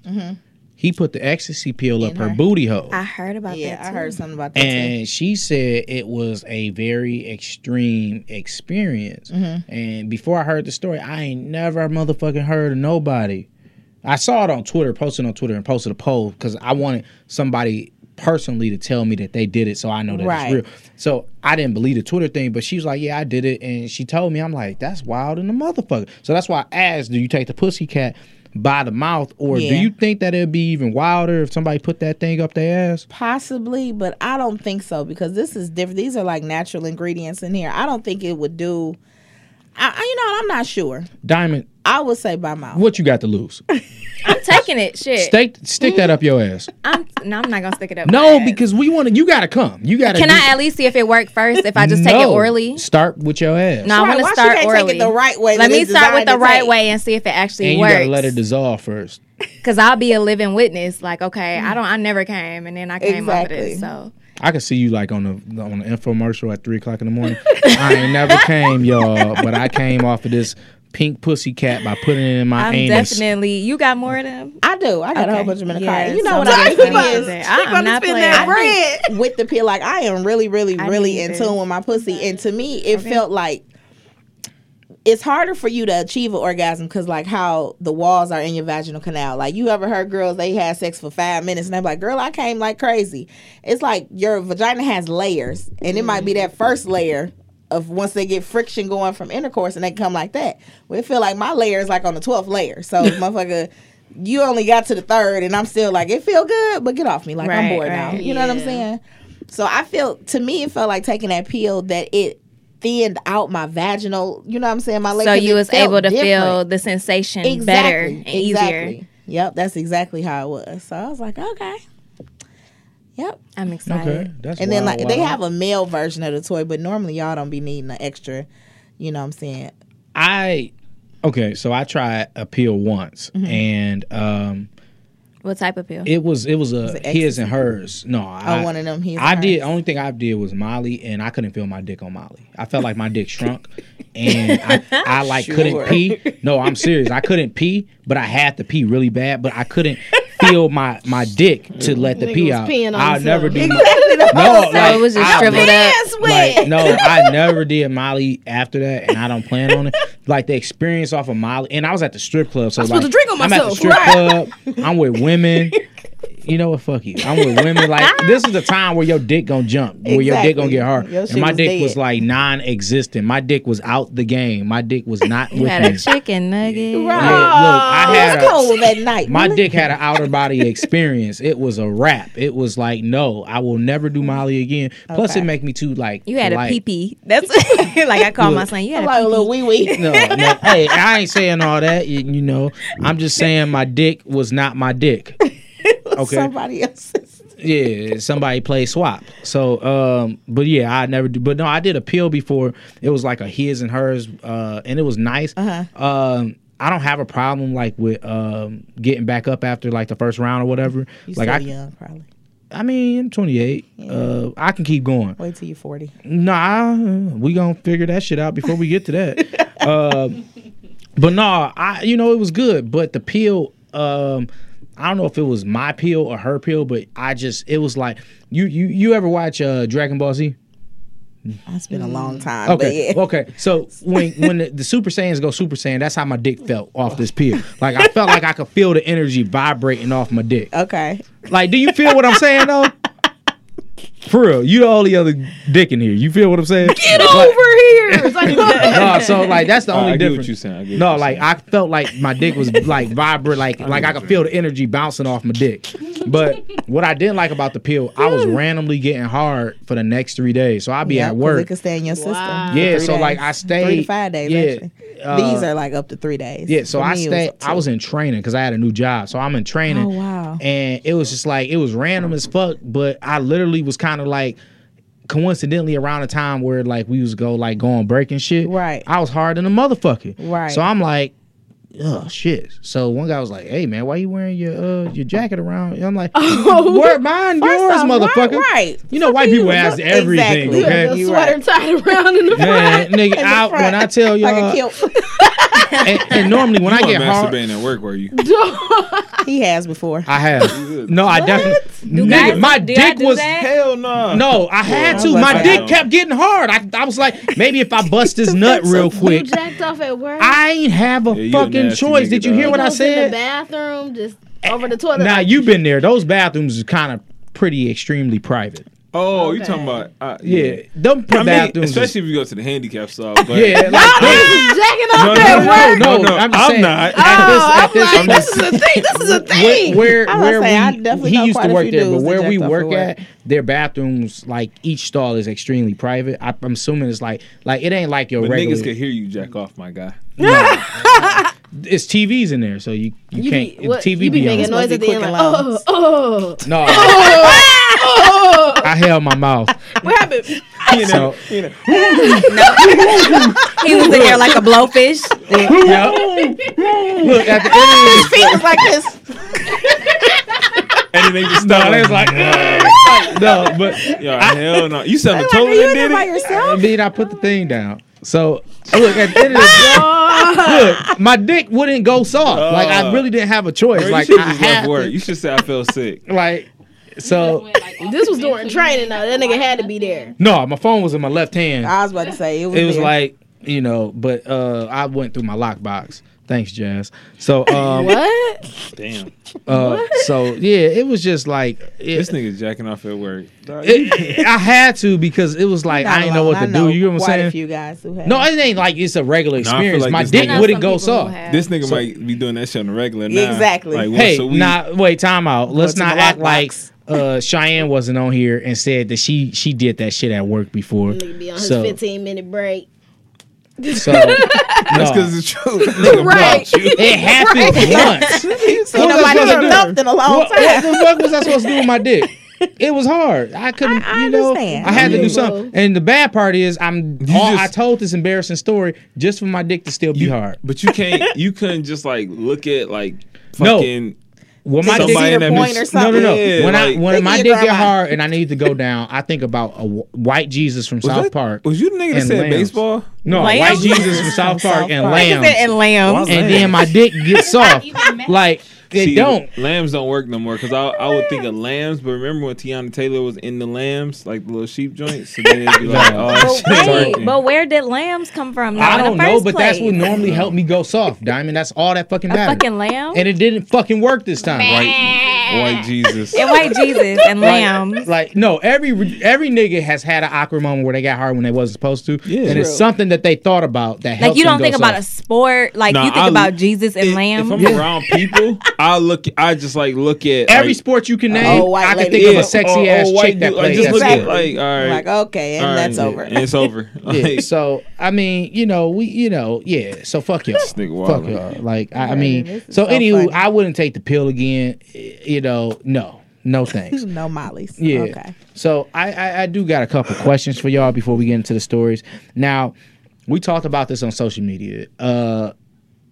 Speaker 2: He put the ecstasy pill up her, booty hole.
Speaker 6: I heard about
Speaker 5: Yeah,
Speaker 6: that.
Speaker 5: I
Speaker 6: Too.
Speaker 5: heard something about that
Speaker 2: and she said it was a very extreme experience.
Speaker 5: Mm-hmm.
Speaker 2: And before I heard the story, I ain't never motherfucking heard of nobody. I saw it on Twitter, posted on Twitter, and posted a poll because I wanted somebody personally to tell me that they did it, so I know that
Speaker 5: Right.
Speaker 2: it's real. So I didn't believe the Twitter thing, but she was like, "Yeah, I did it," and she told me, "I'm like, that's wild in the motherfucker." So that's why I asked, "Do you take the pussy cat by the mouth, or do
Speaker 5: Yeah.
Speaker 2: you think that it'd be even wilder if somebody put that thing up their ass?"
Speaker 5: Possibly, but I don't think so because this is different. These are like natural ingredients in here. I don't think it would do. I, I- you know, I'm not sure.
Speaker 2: Diamond,
Speaker 5: I would say by mouth.
Speaker 2: What you got to
Speaker 6: <laughs>
Speaker 2: lose?
Speaker 6: I'm taking it. Shit.
Speaker 2: Stick stick that up your ass.
Speaker 6: Mm-hmm. I'm. No, I'm not gonna stick it up. my
Speaker 2: No,
Speaker 6: ass.
Speaker 2: because we want to. You gotta come. You gotta.
Speaker 6: Can
Speaker 2: do-
Speaker 6: I at least see if it worked first? If I just take it
Speaker 2: No.
Speaker 6: orally.
Speaker 2: Start with your ass.
Speaker 6: No,
Speaker 5: Right,
Speaker 6: I
Speaker 5: why
Speaker 6: want to
Speaker 5: she
Speaker 6: start
Speaker 5: can't take it
Speaker 6: orally.
Speaker 5: the right way
Speaker 6: Let
Speaker 5: that
Speaker 6: me
Speaker 5: it's
Speaker 6: start with
Speaker 5: designed
Speaker 6: the
Speaker 5: to
Speaker 6: right
Speaker 5: take?
Speaker 6: way and see if it actually
Speaker 2: and you
Speaker 6: works.
Speaker 2: gotta let it dissolve first.
Speaker 6: Cause I'll be a living witness. Like, okay, I don't. I never came, and then I came Mm. exactly.
Speaker 5: Exactly.
Speaker 6: this. So
Speaker 2: I can see you like on the on the infomercial at three o'clock in the
Speaker 6: <laughs>
Speaker 2: morning. I ain't never came, y'all, but I came off of this pink pussy cat by putting it in my
Speaker 6: I'm
Speaker 2: anus.
Speaker 6: definitely. You got more of them.
Speaker 5: I do. I got a whole
Speaker 6: Okay.
Speaker 5: bunch of them in the
Speaker 6: Yeah,
Speaker 5: car. You know
Speaker 6: so
Speaker 5: what
Speaker 6: I'm
Speaker 5: I
Speaker 6: just
Speaker 5: mean?
Speaker 6: gonna use it. I am not playing.
Speaker 5: I think with the pill, like I am really, really,
Speaker 6: I
Speaker 5: really
Speaker 6: need
Speaker 5: in
Speaker 6: this.
Speaker 5: tune with my pussy, and to me, it felt like it's harder for you to achieve an orgasm because, like, how the walls are in your vaginal canal. Like, you ever heard girls they had sex for five minutes and they're like, "Girl, I came like crazy." It's like your vagina has layers, and it might be that first layer. Of once they get friction going from intercourse and they come like that, we feel like my layer is like on the twelfth layer.
Speaker 6: <laughs>
Speaker 5: So, motherfucker, you only got to the third, and I'm still like, it feel good, but get off me, like I'm
Speaker 6: Right,
Speaker 5: bored
Speaker 6: right.
Speaker 5: now. You know what I'm
Speaker 3: Yeah.
Speaker 5: saying? So I feel to me it felt like taking that pill that it thinned out my vaginal, you know what I'm saying? My leg,
Speaker 6: So
Speaker 5: 'cause
Speaker 6: you
Speaker 5: it
Speaker 6: was
Speaker 5: felt
Speaker 6: able to feel
Speaker 5: different.
Speaker 6: the sensation
Speaker 5: exactly,
Speaker 6: better and
Speaker 5: exactly.
Speaker 6: easier.
Speaker 5: Yep, that's exactly how it was. So I was like, okay. Yep.
Speaker 6: I'm excited.
Speaker 2: Okay, that's
Speaker 5: And then
Speaker 2: wild,
Speaker 5: like they
Speaker 2: wild.
Speaker 5: have a male version of the toy, but normally y'all don't be needing an extra, you know what I'm saying?
Speaker 2: I okay, so I tried a pill once,
Speaker 6: Mm-hmm.
Speaker 2: and um,
Speaker 6: What type of pill?
Speaker 2: it was it was a
Speaker 5: it
Speaker 2: his and hers.
Speaker 6: Oh,
Speaker 2: No, I,
Speaker 5: one of them his
Speaker 2: I
Speaker 5: and
Speaker 2: did.
Speaker 5: hers.
Speaker 2: Only thing I did was Molly, and I couldn't feel my dick on Molly. I felt like my dick shrunk, and I,
Speaker 3: <laughs>
Speaker 2: I like couldn't
Speaker 5: Sure.
Speaker 2: pee. No, I'm serious. I couldn't pee, but I had to pee really bad, but I couldn't feel my my dick to let the
Speaker 3: Nigga
Speaker 2: pee
Speaker 3: was
Speaker 2: out.
Speaker 3: peeing on
Speaker 2: I'll
Speaker 3: <laughs>
Speaker 2: never do. No,
Speaker 6: So it was just
Speaker 2: I-
Speaker 6: shriveled up.
Speaker 2: like, no, I never did Molly after that, and I don't plan on it. Like the experience off of Molly, and I was at the strip club, so I'm like,
Speaker 3: supposed to drink on
Speaker 2: I'm at the
Speaker 3: myself,
Speaker 2: strip club. I'm with women. You know what? Fuck you. I'm with women. Like this is the time where your dick gonna jump, where your dick gonna
Speaker 5: Exactly.
Speaker 2: get hard.
Speaker 5: Your
Speaker 2: and
Speaker 5: shit
Speaker 2: my
Speaker 5: was
Speaker 2: dick
Speaker 5: dead.
Speaker 2: was like non-existent. My dick was out the game. My dick was not
Speaker 6: You
Speaker 2: with
Speaker 6: had a
Speaker 2: me.
Speaker 6: chicken
Speaker 2: Yeah,
Speaker 6: nugget.
Speaker 2: look, I had
Speaker 5: It
Speaker 2: a-
Speaker 5: was cold that night.
Speaker 2: my dick had an outer body experience. It was a wrap. It was like, no, I will never do Molly again. Plus,
Speaker 5: Okay.
Speaker 2: it make me too like.
Speaker 6: You had a
Speaker 2: polite.
Speaker 6: pee pee. That's <laughs> like I call my
Speaker 2: Look.
Speaker 6: son. You had
Speaker 5: I'm
Speaker 6: a
Speaker 5: like a little wee wee.
Speaker 2: No, no, hey, I ain't saying all that. You, you know, I'm just saying my dick was not my dick. Okay.
Speaker 5: <laughs> Somebody else's.
Speaker 2: Yeah, somebody played swap. So, um, but yeah, I never do. But no, I did a pill before. It was like a his and hers, uh, and it was nice. Uh-huh. Um, I don't have a problem like with um, getting back up after like the first round or whatever.
Speaker 5: You
Speaker 2: like
Speaker 5: still
Speaker 2: I,
Speaker 5: young, probably.
Speaker 2: I mean, I'm 28. Uh, I can keep going.
Speaker 5: Wait till you're 40.
Speaker 2: Nah, we gonna figure that shit out before we get to that. uh, but nah, I you know it was good, but the pill, um, I don't know if it was my pill or her pill, but I just it was like you you you ever watch uh, Dragon Ball Z?
Speaker 5: It's been a long time.
Speaker 2: Mm. Okay,
Speaker 5: But yeah.
Speaker 2: okay. So when when the, the Super Saiyans go Super Saiyan, that's how my dick felt off this pill. Like I felt like I could feel the energy vibrating off my dick.
Speaker 5: okay.
Speaker 2: Like, do you feel what I'm saying though? For real, you the only other dick in here. You feel what I'm saying?
Speaker 3: Get over
Speaker 5: <laughs>
Speaker 3: here. It's like,
Speaker 2: no, so like that's the
Speaker 7: Oh, I-
Speaker 2: only
Speaker 7: I get
Speaker 2: difference.
Speaker 7: what you saying. I get what
Speaker 2: No,
Speaker 7: you
Speaker 2: like
Speaker 7: saying.
Speaker 2: I felt like my dick was like vibrant, like like I could feel the energy bouncing off my dick. But what I didn't like about the pill, I
Speaker 5: <laughs>
Speaker 2: was randomly getting hard for the next three days. So I'd be
Speaker 5: Yeah,
Speaker 2: at
Speaker 5: 'cause It
Speaker 2: work.
Speaker 5: could stay in your system.
Speaker 3: Wow.
Speaker 5: for
Speaker 2: Yeah,
Speaker 5: three
Speaker 2: so like
Speaker 5: days.
Speaker 2: I stayed
Speaker 5: three to five days.
Speaker 2: Yeah,
Speaker 5: actually.
Speaker 2: uh,
Speaker 5: These are like up to three days.
Speaker 2: yeah. So
Speaker 5: For
Speaker 2: I
Speaker 5: me, it
Speaker 2: stayed.
Speaker 5: up
Speaker 2: I
Speaker 5: to-
Speaker 2: was in training because I had a new job. So I'm in training.
Speaker 5: Oh, wow.
Speaker 2: And it was just like it was random as fuck. But I literally was kind of like coincidentally around the time where like we was go like go on break and shit.
Speaker 5: Right.
Speaker 2: I was hard than a motherfucker.
Speaker 5: Right.
Speaker 2: So I'm like. Oh shit! So one guy was like, "Hey man, why you wearing your uh your jacket around?" And I'm
Speaker 5: <laughs>
Speaker 2: like, "Wear mine,
Speaker 5: Oh, First
Speaker 2: yours,
Speaker 5: off,
Speaker 2: motherfucker."
Speaker 5: Right. right.
Speaker 2: You know, white people ask everything.
Speaker 5: Exactly.
Speaker 2: Okay,
Speaker 3: the
Speaker 5: You
Speaker 3: sweater
Speaker 5: right.
Speaker 3: tied around in the
Speaker 5: <laughs>
Speaker 2: Man, nigga, I, when I tell y'all,
Speaker 5: Like a kilt.
Speaker 2: <laughs> and, and normally when I
Speaker 7: you
Speaker 2: get
Speaker 7: weren't
Speaker 2: hard,
Speaker 7: masturbating at work,
Speaker 2: <laughs>
Speaker 7: were you?
Speaker 5: he has <laughs> before.
Speaker 2: I have. No, I definitely.
Speaker 6: guys-
Speaker 2: Nigga, my
Speaker 6: do y'all
Speaker 2: dick
Speaker 6: do
Speaker 2: was.
Speaker 6: that?
Speaker 7: Hell no.
Speaker 2: No, I had
Speaker 5: I
Speaker 2: to.
Speaker 5: was
Speaker 2: My
Speaker 5: like,
Speaker 2: dick
Speaker 7: wow.
Speaker 2: kept getting hard. I, I was like, maybe if
Speaker 3: <laughs>
Speaker 2: I bust this nut real
Speaker 3: You
Speaker 2: quick,
Speaker 3: jacked off at work.
Speaker 2: I ain't have a
Speaker 7: Yeah, you a
Speaker 2: fucking
Speaker 7: nasty
Speaker 2: choice.
Speaker 7: nigga,
Speaker 2: Did you
Speaker 7: dog.
Speaker 2: hear what I
Speaker 3: goes In the
Speaker 2: said?
Speaker 3: bathroom, just over the toilet.
Speaker 2: Now
Speaker 3: like,
Speaker 2: you've been there. Those bathrooms is kind of pretty extremely private.
Speaker 7: Oh, you
Speaker 3: Okay.
Speaker 7: talking about? Uh,
Speaker 2: Yeah, them
Speaker 7: I mean,
Speaker 2: bathrooms. is-
Speaker 7: especially if you go to the handicap side. But <laughs>
Speaker 2: yeah, like,
Speaker 3: Y'all niggas is jacking off
Speaker 7: No,
Speaker 3: at
Speaker 7: no,
Speaker 3: work.
Speaker 2: no, no,
Speaker 7: No, no,
Speaker 2: I'm,
Speaker 7: I'm
Speaker 2: just saying,
Speaker 7: not.
Speaker 2: At this,
Speaker 3: Oh,
Speaker 2: at this,
Speaker 3: I'm like, this is a thing. This is a
Speaker 2: where
Speaker 3: thing.
Speaker 2: where,
Speaker 5: I was
Speaker 2: where
Speaker 5: saying, I
Speaker 2: we,
Speaker 5: definitely
Speaker 2: he
Speaker 5: know
Speaker 2: used to
Speaker 5: quite a
Speaker 2: work
Speaker 5: few
Speaker 2: there, but
Speaker 5: dudes that
Speaker 2: where we
Speaker 5: jacked off
Speaker 2: work
Speaker 5: for
Speaker 2: at,
Speaker 5: work.
Speaker 2: their bathrooms like each stall is extremely private. I, I'm assuming it's like like it ain't like your
Speaker 7: but niggas
Speaker 2: regular.
Speaker 7: could hear you jack off, my guy.
Speaker 2: It's TVs in there, so you you,
Speaker 3: You
Speaker 2: can't
Speaker 3: be, what,
Speaker 2: TV
Speaker 3: you be,
Speaker 2: be on.
Speaker 3: making noise
Speaker 5: Must
Speaker 3: at
Speaker 5: be
Speaker 3: the end
Speaker 5: quick
Speaker 3: like,
Speaker 5: and
Speaker 3: oh, oh,
Speaker 2: No, I held my
Speaker 3: <laughs>
Speaker 2: mouth.
Speaker 3: what happened?
Speaker 2: So,
Speaker 6: <laughs> He was in there like a blowfish.
Speaker 2: yeah. Look at the end of the
Speaker 5: Feet was like
Speaker 2: <laughs>
Speaker 5: this.
Speaker 7: And then they just
Speaker 2: no,
Speaker 7: start
Speaker 2: they was like no, but
Speaker 7: Yo, hell no. You sound like,
Speaker 5: Like,
Speaker 7: total
Speaker 5: are you in there by
Speaker 7: did it.
Speaker 5: yourself?
Speaker 2: I mean, I put the thing down. So look at the end of
Speaker 5: <laughs>
Speaker 2: the day, look, my dick wouldn't go soft. like I really didn't have a choice.
Speaker 7: Uh, Bro,
Speaker 2: like
Speaker 7: you should
Speaker 2: I
Speaker 7: just left
Speaker 2: had,
Speaker 7: work. You should say I feel
Speaker 2: <laughs>
Speaker 7: sick.
Speaker 2: like so.
Speaker 3: This was during training, though. That nigga had to be there.
Speaker 2: No, my phone was in my left hand.
Speaker 5: I was about to say it was.
Speaker 2: it was
Speaker 5: there.
Speaker 2: like you know, but uh, I went through my lockbox. Thanks, Jazz. So um,
Speaker 3: What?
Speaker 7: Damn.
Speaker 2: uh, so yeah, it was just like it-
Speaker 7: This nigga's jacking off at work. Dog, you-
Speaker 2: it- I had to because it was like
Speaker 5: Not
Speaker 2: I didn't know
Speaker 5: alone.
Speaker 2: what to
Speaker 5: I
Speaker 2: do. You know what
Speaker 5: quite a
Speaker 2: I'm saying?
Speaker 5: few guys who have.
Speaker 2: No, it ain't like it's a regular
Speaker 7: Nah, I feel
Speaker 2: experience.
Speaker 7: like
Speaker 2: my
Speaker 7: this
Speaker 2: dick
Speaker 7: nigga-
Speaker 2: wouldn't go soft.
Speaker 7: This nigga might be doing that shit on the regular now.
Speaker 5: Exactly.
Speaker 7: Like, once
Speaker 2: Hey,
Speaker 7: a week.
Speaker 2: nah, wait, time out. Let's
Speaker 5: to the
Speaker 2: not act like
Speaker 5: lockbox.
Speaker 2: uh, Cheyenne wasn't on here and said that she she did that shit at work before.
Speaker 3: Nigga be on his
Speaker 2: So,
Speaker 3: 15 minute break.
Speaker 2: so
Speaker 7: That's
Speaker 2: no.
Speaker 7: because it's true. <laughs> Nigga
Speaker 3: Right.
Speaker 2: <laughs>
Speaker 7: blocked you.
Speaker 2: it happened once.
Speaker 5: <laughs> Ain't
Speaker 2: What was I
Speaker 5: nobody
Speaker 2: supposed to do?
Speaker 5: stuffed in a long
Speaker 2: what,
Speaker 5: time.
Speaker 2: what the fuck was I supposed to do with my dick? It was hard. I couldn't.
Speaker 5: I- I
Speaker 2: you know,
Speaker 5: understand.
Speaker 2: I had to
Speaker 3: Yeah.
Speaker 2: do something. And the bad part is, I'm. all-
Speaker 7: just-
Speaker 2: I told this embarrassing story just for my dick to still be
Speaker 7: You-
Speaker 2: hard.
Speaker 7: But you can't. You couldn't just like look at like
Speaker 2: No.
Speaker 7: fucking.
Speaker 2: When my
Speaker 7: Somebody
Speaker 2: dick,
Speaker 7: in that
Speaker 5: point
Speaker 7: bitch-
Speaker 5: or something.
Speaker 2: no, no, no.
Speaker 7: Yeah,
Speaker 2: when I
Speaker 7: like-
Speaker 2: when
Speaker 5: Think
Speaker 2: my
Speaker 5: of
Speaker 2: dick
Speaker 5: your
Speaker 2: get
Speaker 5: grandma.
Speaker 2: hard and I need to go down, I think about a w- white Jesus from
Speaker 7: Was
Speaker 2: South
Speaker 7: that-
Speaker 2: Park.
Speaker 7: Was you the nigga that
Speaker 2: and
Speaker 7: said
Speaker 2: lambs.
Speaker 7: baseball?
Speaker 2: No,
Speaker 6: Lamb?
Speaker 2: white Jesus from South Park and
Speaker 5: Park.
Speaker 2: lamb,
Speaker 6: and lamb.
Speaker 2: and then my dick gets
Speaker 6: <laughs>
Speaker 2: soft. like they
Speaker 7: See,
Speaker 2: don't.
Speaker 7: Lambs don't work no more because I, I would think of lambs, but remember when Tiana Taylor was in the lambs, like the little sheep joints? So then it'd be like, oh, that shit's
Speaker 6: But wait,
Speaker 7: working.
Speaker 6: but where did lambs come from? Now,
Speaker 2: I
Speaker 6: in
Speaker 2: don't
Speaker 6: the
Speaker 2: know,
Speaker 6: first
Speaker 2: but
Speaker 6: place?
Speaker 2: that's what normally helped me go soft, Diamond. That's all that fucking
Speaker 6: a
Speaker 2: matters.
Speaker 6: fucking lamb
Speaker 2: and it didn't fucking work this time.
Speaker 7: White, white Jesus.
Speaker 6: and white Jesus and lambs.
Speaker 2: Like no, every every nigga has had an awkward moment where they got hard when they wasn't supposed to,
Speaker 7: Yeah.
Speaker 2: and it's
Speaker 7: True.
Speaker 2: something that they thought about that.
Speaker 6: Like
Speaker 2: helped
Speaker 6: you
Speaker 2: them
Speaker 6: don't
Speaker 2: go
Speaker 6: think about a
Speaker 2: soft.
Speaker 6: sport. Like
Speaker 7: Nah,
Speaker 6: you think
Speaker 7: I-
Speaker 6: about Jesus and
Speaker 7: If-
Speaker 6: lamb.
Speaker 7: If I'm around people, I look. I just like look at
Speaker 2: every
Speaker 7: like,
Speaker 2: sport you can name.
Speaker 5: white
Speaker 2: I can
Speaker 5: lady.
Speaker 2: think of
Speaker 5: Yeah,
Speaker 2: a sexy ass
Speaker 7: white
Speaker 2: chick that
Speaker 7: dude.
Speaker 2: plays.
Speaker 7: Like, just
Speaker 2: that sport.
Speaker 7: look at like all right,
Speaker 5: Like okay, and
Speaker 7: all right,
Speaker 5: that's
Speaker 7: yeah,
Speaker 5: over.
Speaker 7: and
Speaker 2: <laughs>
Speaker 7: it's over.
Speaker 2: Yeah,
Speaker 7: Like,
Speaker 2: so I mean, you know, we, you know, yeah. So fuck y'all,
Speaker 7: This nigga
Speaker 2: fuck
Speaker 7: wildin'.
Speaker 2: y'all. Like I, I
Speaker 5: Man,
Speaker 2: mean,
Speaker 5: this is
Speaker 2: so
Speaker 5: so
Speaker 2: anywho,
Speaker 5: funny.
Speaker 2: I wouldn't take the pill again. eh, You know, no, no thanks.
Speaker 5: <laughs> No mollies.
Speaker 2: Yeah.
Speaker 5: Okay.
Speaker 2: So I, I I do got a couple questions for y'all before we get into the stories. Now, we talked about this on social media. Uh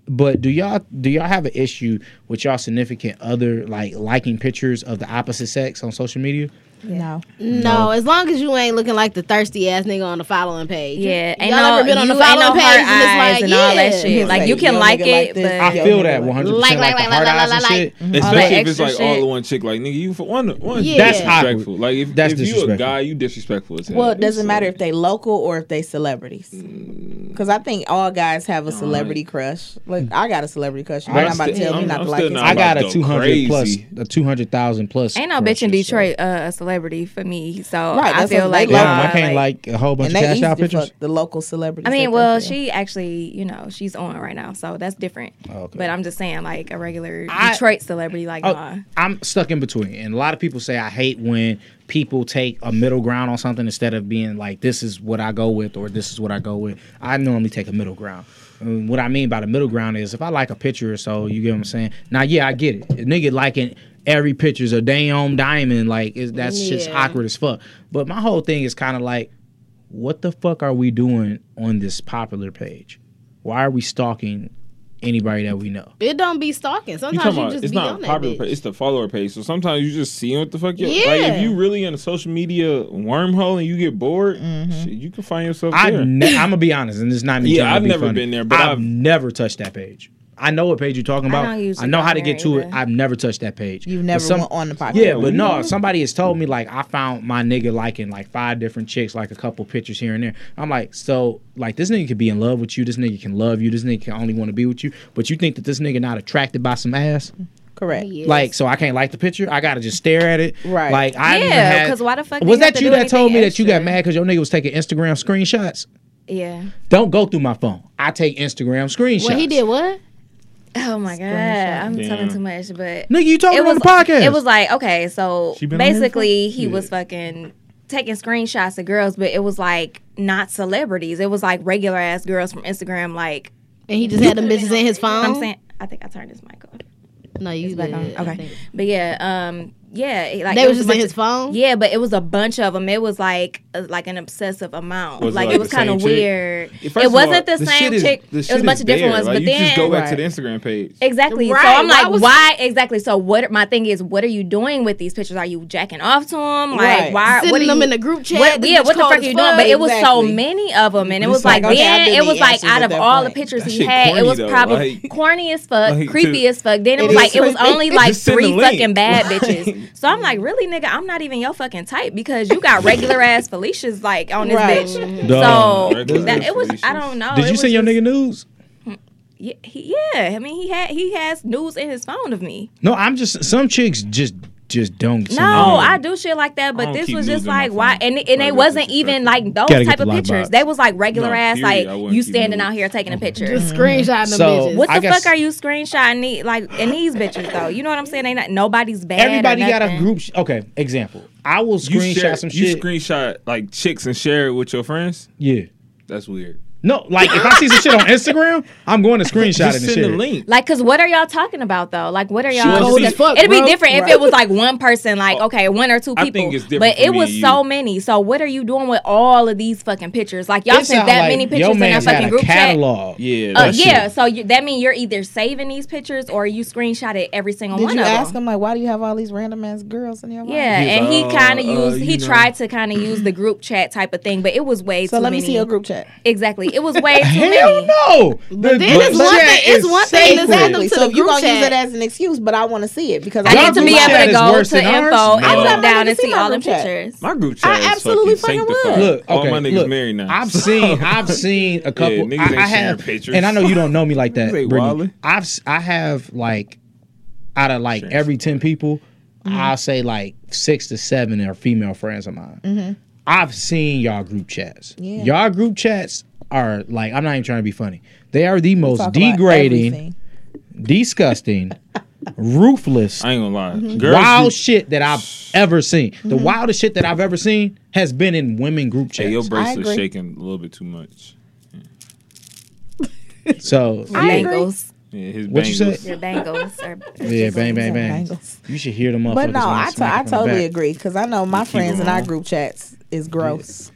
Speaker 2: but do y'all do y'all have an issue with y'all significant other like liking pictures of the opposite sex on social media?
Speaker 5: No.
Speaker 3: No, as long as you ain't looking like the thirsty ass nigga on the following page.
Speaker 6: yeah,
Speaker 3: Y'all
Speaker 6: ain't no,
Speaker 3: ever been on the
Speaker 6: you ain't
Speaker 3: following
Speaker 6: no
Speaker 3: page
Speaker 6: hard
Speaker 3: and it's
Speaker 6: eyes
Speaker 3: like,
Speaker 6: and all that
Speaker 3: yeah.
Speaker 6: shit. Like you
Speaker 5: Like,
Speaker 6: can
Speaker 5: yo,
Speaker 6: like
Speaker 5: nigga
Speaker 6: it,
Speaker 5: like this.
Speaker 6: but
Speaker 2: I
Speaker 5: Yo,
Speaker 2: feel
Speaker 5: nigga,
Speaker 2: that
Speaker 5: like-
Speaker 2: 100%
Speaker 3: Like,
Speaker 2: like,
Speaker 3: like,
Speaker 2: the hard
Speaker 3: like, like,
Speaker 2: eyes
Speaker 3: like,
Speaker 2: and shit.
Speaker 7: Especially
Speaker 6: that
Speaker 7: if it's like
Speaker 6: extra
Speaker 7: all
Speaker 6: shit.
Speaker 7: the one chick, like nigga, you for one, one.
Speaker 3: Yeah.
Speaker 7: you
Speaker 3: That's
Speaker 7: disrespectful. Like if,
Speaker 2: That's
Speaker 7: if you a
Speaker 2: disrespectful. uh,
Speaker 7: guy, you disrespectful as hell.
Speaker 5: Well, it doesn't
Speaker 7: So-
Speaker 5: matter if they local or if they celebrities.
Speaker 7: Mm.
Speaker 5: Because I think all guys have a celebrity crush. Like I got a celebrity crush. You're not about to
Speaker 7: still-
Speaker 5: tell me
Speaker 7: I'm-
Speaker 5: not to
Speaker 7: I'm
Speaker 5: like
Speaker 7: still
Speaker 5: it.
Speaker 7: not
Speaker 2: I got
Speaker 7: about
Speaker 2: a
Speaker 7: to
Speaker 2: two
Speaker 7: go
Speaker 2: hundred plus,
Speaker 7: crazy.
Speaker 2: a two hundred thousand plus.
Speaker 6: Ain't no bitch in
Speaker 2: crushes, so-
Speaker 6: Detroit uh, a celebrity for me. So
Speaker 5: Right,
Speaker 6: I
Speaker 5: that's
Speaker 6: feel
Speaker 5: what
Speaker 6: like
Speaker 5: they love.
Speaker 2: Damn,
Speaker 6: y'all,
Speaker 2: I can't like, a whole bunch
Speaker 5: And
Speaker 2: of
Speaker 5: they
Speaker 2: cash out
Speaker 5: easy to
Speaker 2: pictures.
Speaker 5: fuck the local celebrities.
Speaker 6: I
Speaker 5: that
Speaker 6: mean,
Speaker 5: they
Speaker 6: well,
Speaker 5: feel.
Speaker 6: she actually, you know, she's on right now, so that's different.
Speaker 2: Okay.
Speaker 6: But I'm just saying, like a regular
Speaker 2: I-
Speaker 6: Detroit celebrity, like
Speaker 2: Oh,
Speaker 6: nah.
Speaker 2: I'm stuck in between, and a lot of people say I hate when people take a middle ground on something instead of being like, "This is what I go with" or "This is what I go with." I normally take a middle ground. And what I mean by the middle ground is if I like a picture or so, you get what I'm saying. Now, yeah, I get it. A nigga liking every picture's a damn diamond, like is that's just
Speaker 3: Yeah.
Speaker 2: awkward as fuck. But my whole thing is kind of like, what the fuck are we doing on this popular page? Why are we stalking anybody that we know?
Speaker 3: <laughs> It don't be stalking.
Speaker 7: You
Speaker 3: Sometimes
Speaker 7: talking
Speaker 3: you,
Speaker 7: about
Speaker 3: just
Speaker 7: it's
Speaker 3: be
Speaker 7: not
Speaker 3: on
Speaker 7: a
Speaker 3: that
Speaker 7: popular
Speaker 3: bitch.
Speaker 7: page, it's the follower page. So sometimes you just see what the fuck you like
Speaker 3: Yeah.
Speaker 7: if you really in a social media wormhole and you get bored,
Speaker 6: Mm-hmm.
Speaker 7: shit, you can find yourself
Speaker 2: I
Speaker 7: there.
Speaker 2: ne- I'm gonna be honest, and it's not me.
Speaker 7: Yeah,
Speaker 2: trying to
Speaker 7: I've
Speaker 2: be
Speaker 7: never
Speaker 2: funny.
Speaker 7: been there, but
Speaker 2: I've,
Speaker 7: I've-
Speaker 2: never touched that page. I know what page you're talking about. I,
Speaker 6: don't usually
Speaker 2: know
Speaker 6: go
Speaker 2: how to
Speaker 6: there
Speaker 2: get to it.
Speaker 6: either.
Speaker 2: I've never touched that page.
Speaker 5: You've
Speaker 2: But
Speaker 5: never
Speaker 2: some-
Speaker 5: went on the podcast.
Speaker 2: Yeah, but no, if somebody has told me like I found my nigga liking like five different chicks, like a couple pictures here and there. I'm like, so like this nigga could be in love with you. This nigga can love you. This nigga can only want to be with you. But you think that this nigga not attracted by some ass?
Speaker 5: Correct.
Speaker 3: Yes.
Speaker 2: Like, so I can't like the picture. I gotta just stare at it.
Speaker 5: Right.
Speaker 2: Like, I even
Speaker 6: Yeah,
Speaker 2: had-
Speaker 6: 'cause why the fuck they
Speaker 2: was
Speaker 6: have
Speaker 2: that
Speaker 6: to
Speaker 2: you
Speaker 6: do
Speaker 2: that told me
Speaker 6: anything
Speaker 2: that you got
Speaker 6: extra?
Speaker 2: mad because your nigga was taking Instagram screenshots?
Speaker 6: yeah.
Speaker 2: Don't go through my phone. I take Instagram screenshots.
Speaker 3: What he did? What?
Speaker 6: Oh my god, I'm telling
Speaker 7: Damn.
Speaker 6: too much, but
Speaker 2: Nigga, you
Speaker 3: Oh,
Speaker 2: told me on the podcast.
Speaker 6: It was like okay, so
Speaker 7: She been on here
Speaker 6: basically
Speaker 7: before?
Speaker 6: he was fucking taking screenshots of girls, but it was like not celebrities. It was like regular ass girls from Instagram. Like
Speaker 3: And he just had them bitches in his phone.
Speaker 6: <laughs> I'm saying, I think I turned his mic off.
Speaker 3: no, you
Speaker 6: Back
Speaker 3: good.
Speaker 6: on.
Speaker 3: I
Speaker 6: Okay,
Speaker 3: think.
Speaker 6: but yeah, um, yeah, it- like
Speaker 3: They
Speaker 6: it
Speaker 3: was
Speaker 6: a
Speaker 3: just in
Speaker 6: bunch
Speaker 3: his
Speaker 6: of-
Speaker 3: phone.
Speaker 6: Yeah, but it was a bunch of them. It was like uh, like an obsessive amount.
Speaker 7: Was it
Speaker 6: like,
Speaker 7: like
Speaker 6: it was
Speaker 7: the
Speaker 6: kind
Speaker 7: same
Speaker 6: of
Speaker 7: chick?
Speaker 6: weird.
Speaker 7: First
Speaker 6: It
Speaker 7: of all,
Speaker 6: wasn't the,
Speaker 7: shit
Speaker 6: same
Speaker 7: is-
Speaker 6: chick.
Speaker 7: the
Speaker 6: It was
Speaker 7: shit
Speaker 6: a
Speaker 7: is
Speaker 6: bunch of different
Speaker 7: there.
Speaker 6: ones.
Speaker 7: Like,
Speaker 6: but
Speaker 7: you
Speaker 6: then
Speaker 7: just go back to the Instagram page.
Speaker 6: Exactly.
Speaker 3: Right,
Speaker 6: So I'm
Speaker 3: why
Speaker 6: like,
Speaker 3: was-
Speaker 6: why exactly? So what? My thing is, what are you doing with these pictures? Are you jacking off to them? Like,
Speaker 5: Right.
Speaker 6: why?
Speaker 3: Sending
Speaker 6: what are
Speaker 3: them
Speaker 6: you,
Speaker 3: in the group chat,
Speaker 6: What,
Speaker 3: this
Speaker 6: yeah,
Speaker 3: bitch
Speaker 6: what the
Speaker 3: cold
Speaker 6: fuck are
Speaker 3: as
Speaker 6: you
Speaker 3: fuck.
Speaker 6: doing? But it was so
Speaker 5: Exactly.
Speaker 6: many of them, and it
Speaker 5: It's
Speaker 6: was like,
Speaker 5: like, okay, I
Speaker 6: then
Speaker 5: did
Speaker 6: it was
Speaker 5: the
Speaker 6: like
Speaker 5: answers
Speaker 6: out
Speaker 5: at
Speaker 6: of
Speaker 5: that
Speaker 6: all
Speaker 5: point.
Speaker 6: the pictures
Speaker 7: That
Speaker 6: he
Speaker 7: shit
Speaker 6: had, it
Speaker 7: corny
Speaker 6: was
Speaker 7: though,
Speaker 6: probably
Speaker 7: like-
Speaker 6: corny as fuck,
Speaker 7: Like,
Speaker 6: creepy
Speaker 7: dude.
Speaker 6: as fuck. Then it,
Speaker 5: It
Speaker 6: was like
Speaker 5: is
Speaker 6: it was
Speaker 5: creepy.
Speaker 6: only like
Speaker 7: Just send
Speaker 6: three
Speaker 7: the link.
Speaker 6: fucking bad
Speaker 7: <laughs> Like-
Speaker 6: bitches. So I'm like, really, nigga, I'm not even your fucking type because you got regular ass Felicia's like on this
Speaker 5: Right. Mm-hmm.
Speaker 6: bitch.
Speaker 2: Duh.
Speaker 6: So
Speaker 7: Regular
Speaker 6: that,
Speaker 7: ass
Speaker 6: it was, I
Speaker 7: Felicias.
Speaker 6: don't know.
Speaker 2: did
Speaker 6: oh, It
Speaker 2: you
Speaker 6: was
Speaker 2: send your
Speaker 6: just-
Speaker 2: nigga news?
Speaker 6: yeah, he, yeah, I mean, he had he has news in his phone of me.
Speaker 2: No, I'm just some chicks just just don't.
Speaker 6: No,
Speaker 2: send me.
Speaker 6: I do shit like that,
Speaker 7: I
Speaker 6: but
Speaker 7: don't
Speaker 6: this
Speaker 7: keep
Speaker 6: was
Speaker 7: news
Speaker 6: just
Speaker 7: in my
Speaker 6: like why,
Speaker 7: phone.
Speaker 6: and it- and it
Speaker 7: Like, that's
Speaker 6: wasn't even
Speaker 7: disrespectful.
Speaker 6: like those
Speaker 2: Gotta get
Speaker 6: type
Speaker 2: the
Speaker 6: of
Speaker 2: light
Speaker 6: pictures.
Speaker 2: box.
Speaker 6: They was like regular
Speaker 7: No,
Speaker 6: ass,
Speaker 7: period. I
Speaker 6: like
Speaker 7: wouldn't
Speaker 6: you
Speaker 7: keep
Speaker 6: standing
Speaker 7: news.
Speaker 6: out here taking a picture.
Speaker 3: Just screenshotting them
Speaker 2: So,
Speaker 3: bitches.
Speaker 6: What
Speaker 2: I
Speaker 6: the
Speaker 2: guess-
Speaker 6: fuck are you screenshotting the, like in these bitches though? You know what I'm saying? They not nobody's bad. or
Speaker 2: Everybody got a
Speaker 6: nothing.
Speaker 2: group. Sh- okay, example. I will
Speaker 7: You
Speaker 2: screenshot
Speaker 7: share,
Speaker 2: some
Speaker 7: you
Speaker 2: shit.
Speaker 7: screenshot like chicks and share it with your friends.
Speaker 2: yeah.
Speaker 7: That's weird.
Speaker 2: No, like if I see some shit on Instagram, I'm going to screenshot it
Speaker 7: Just
Speaker 2: and
Speaker 7: send
Speaker 2: shit.
Speaker 7: the link.
Speaker 6: Like, cause what are y'all talking about though? Like, what are y'all?
Speaker 7: cold
Speaker 6: Because
Speaker 7: as fuck,
Speaker 6: It'd be
Speaker 3: bro.
Speaker 6: different if it was like one person, like okay, one or two
Speaker 7: I
Speaker 6: people.
Speaker 7: think it's different
Speaker 6: but it
Speaker 7: for me
Speaker 6: was
Speaker 7: and
Speaker 6: so
Speaker 7: you.
Speaker 6: many. So what are you doing with all of these fucking pictures? Like y'all
Speaker 2: It
Speaker 6: sent
Speaker 2: sound
Speaker 6: that
Speaker 2: like
Speaker 6: many
Speaker 2: your
Speaker 6: pictures in that
Speaker 2: man's
Speaker 6: fucking
Speaker 2: got
Speaker 6: group
Speaker 2: a catalog.
Speaker 7: chat. Yeah,
Speaker 6: chat. Uh,
Speaker 7: that shit.
Speaker 6: yeah. So you, that mean you're either saving these pictures or you screenshotted every single
Speaker 5: Did
Speaker 6: one
Speaker 5: you
Speaker 6: of
Speaker 5: ask
Speaker 6: them.
Speaker 5: him like, why do you have all these random ass girls in your life?
Speaker 6: Yeah,
Speaker 7: He was
Speaker 6: and he
Speaker 7: like,
Speaker 6: kind of
Speaker 7: uh, uh,
Speaker 6: used. he
Speaker 7: you know.
Speaker 6: tried to kind of use the group chat type of thing, but it was way
Speaker 5: So
Speaker 6: too
Speaker 5: let
Speaker 6: many.
Speaker 5: me see your group chat.
Speaker 6: Exactly,
Speaker 5: <laughs>
Speaker 6: it was way too
Speaker 2: Hell
Speaker 6: many.
Speaker 2: no. The
Speaker 3: then it's
Speaker 2: group
Speaker 3: one
Speaker 2: chat
Speaker 3: thing- it's
Speaker 2: is
Speaker 3: one thing to
Speaker 2: sacred.
Speaker 3: send them to
Speaker 5: So
Speaker 3: the
Speaker 5: if you
Speaker 3: group
Speaker 5: gonna use
Speaker 3: chat.
Speaker 5: it as an excuse, but I want to see it because
Speaker 6: I
Speaker 2: Y'all
Speaker 6: need to
Speaker 2: group
Speaker 6: be
Speaker 2: chat
Speaker 6: able to
Speaker 2: is
Speaker 6: go
Speaker 2: worse
Speaker 6: to
Speaker 2: than ours?
Speaker 6: info and
Speaker 7: No.
Speaker 6: go down
Speaker 5: Nobody
Speaker 6: and see
Speaker 5: see my
Speaker 6: all the
Speaker 5: group chat.
Speaker 6: pictures.
Speaker 7: My group chat
Speaker 5: I
Speaker 7: is
Speaker 5: absolutely
Speaker 7: fucking
Speaker 5: fucking
Speaker 7: sanctified.
Speaker 5: would.
Speaker 2: Look,
Speaker 7: all
Speaker 2: okay,
Speaker 7: my niggas
Speaker 2: look,
Speaker 7: married now.
Speaker 2: I've seen, I've seen a couple.
Speaker 7: niggas
Speaker 2: I,
Speaker 7: ain't
Speaker 2: I
Speaker 7: sharing
Speaker 2: have,
Speaker 7: pictures.
Speaker 2: and I know you don't know me
Speaker 7: <laughs>
Speaker 2: like that,
Speaker 7: Niggas ain't
Speaker 2: Brittany.
Speaker 7: wildin'.
Speaker 2: I've, s- I have like, out of like
Speaker 7: Sharing
Speaker 2: every ten people,
Speaker 5: Mm-hmm.
Speaker 2: I'll say like six to seven are female friends of mine. I've seen y'all group chats.
Speaker 5: Mm-hmm. Yeah.
Speaker 2: Y'all group chats are like, I'm not even trying to be funny. They are the
Speaker 5: Talk
Speaker 2: most
Speaker 5: about
Speaker 2: degrading,
Speaker 5: everything. <laughs>
Speaker 2: disgusting, ruthless,
Speaker 7: <laughs> I ain't gonna lie.
Speaker 6: Mm-hmm.
Speaker 7: Girls
Speaker 2: wild
Speaker 7: group-
Speaker 2: shit that I've ever seen. The
Speaker 5: Mm-hmm.
Speaker 2: wildest shit that I've ever seen has been in women group chats.
Speaker 7: Hey, your
Speaker 5: agree.
Speaker 7: bracelet's shaking a little bit too much.
Speaker 2: so
Speaker 5: I agree.
Speaker 6: bangles.
Speaker 7: Yeah, his
Speaker 2: What you
Speaker 7: bangles.
Speaker 2: said?
Speaker 6: Your bangles are
Speaker 2: Yeah, bang, bang, bang.
Speaker 5: Bangles.
Speaker 2: You should hear them motherfuckers.
Speaker 5: But no,
Speaker 2: when
Speaker 5: I to-
Speaker 2: smack
Speaker 5: I
Speaker 2: them in the
Speaker 5: totally
Speaker 2: back.
Speaker 5: agree because I know my
Speaker 7: keep
Speaker 5: friends
Speaker 7: them
Speaker 5: in our
Speaker 7: on.
Speaker 5: group chats is gross.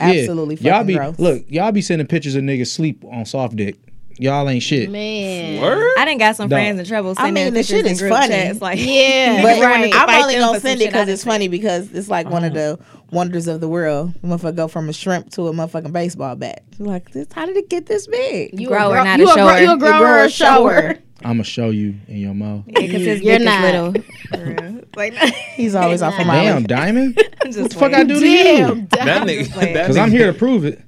Speaker 2: Yeah.
Speaker 5: Absolutely fucking
Speaker 2: y'all be,
Speaker 5: gross.
Speaker 2: Look, y'all be sending pictures of niggas sleep on soft dick. Y'all ain't shit.
Speaker 3: Man.
Speaker 7: Word?
Speaker 6: I didn't got some
Speaker 2: Don't.
Speaker 6: friends in trouble.
Speaker 5: I
Speaker 6: sending
Speaker 5: mean, the
Speaker 6: pictures
Speaker 5: shit
Speaker 6: in
Speaker 5: is
Speaker 6: group
Speaker 5: funny.
Speaker 6: chats, Like,
Speaker 3: Yeah.
Speaker 5: But
Speaker 6: Right.
Speaker 5: I'm
Speaker 6: Fight
Speaker 5: only
Speaker 6: them
Speaker 5: gonna
Speaker 6: for some
Speaker 5: send it
Speaker 6: shit I
Speaker 5: because
Speaker 6: didn't
Speaker 5: it's funny because it's like one of the
Speaker 2: Uh-huh.
Speaker 5: wonders of the world. Motherfucker go from a shrimp to a motherfucking baseball bat. Like this, how did it get this big?
Speaker 3: You
Speaker 6: Grower,
Speaker 3: a
Speaker 6: not a
Speaker 3: you
Speaker 6: shower.
Speaker 3: A, you a
Speaker 6: The
Speaker 3: grower,
Speaker 5: grower
Speaker 3: or a
Speaker 5: shower.
Speaker 3: shower.
Speaker 2: I'ma show you in your mouth.
Speaker 6: <laughs> because his
Speaker 3: You're
Speaker 6: dick
Speaker 3: not.
Speaker 6: is little. For real. Like,
Speaker 5: <laughs> He's always off of my <laughs>
Speaker 2: Damn,
Speaker 5: Damn.
Speaker 2: diamond.
Speaker 6: <laughs> I'm just
Speaker 2: Fuck I
Speaker 6: playing.
Speaker 2: do to you?
Speaker 3: Damn.
Speaker 7: <laughs> That nigga.
Speaker 6: playing.
Speaker 7: that
Speaker 2: Cause I'm
Speaker 7: nigga-
Speaker 2: here to prove it.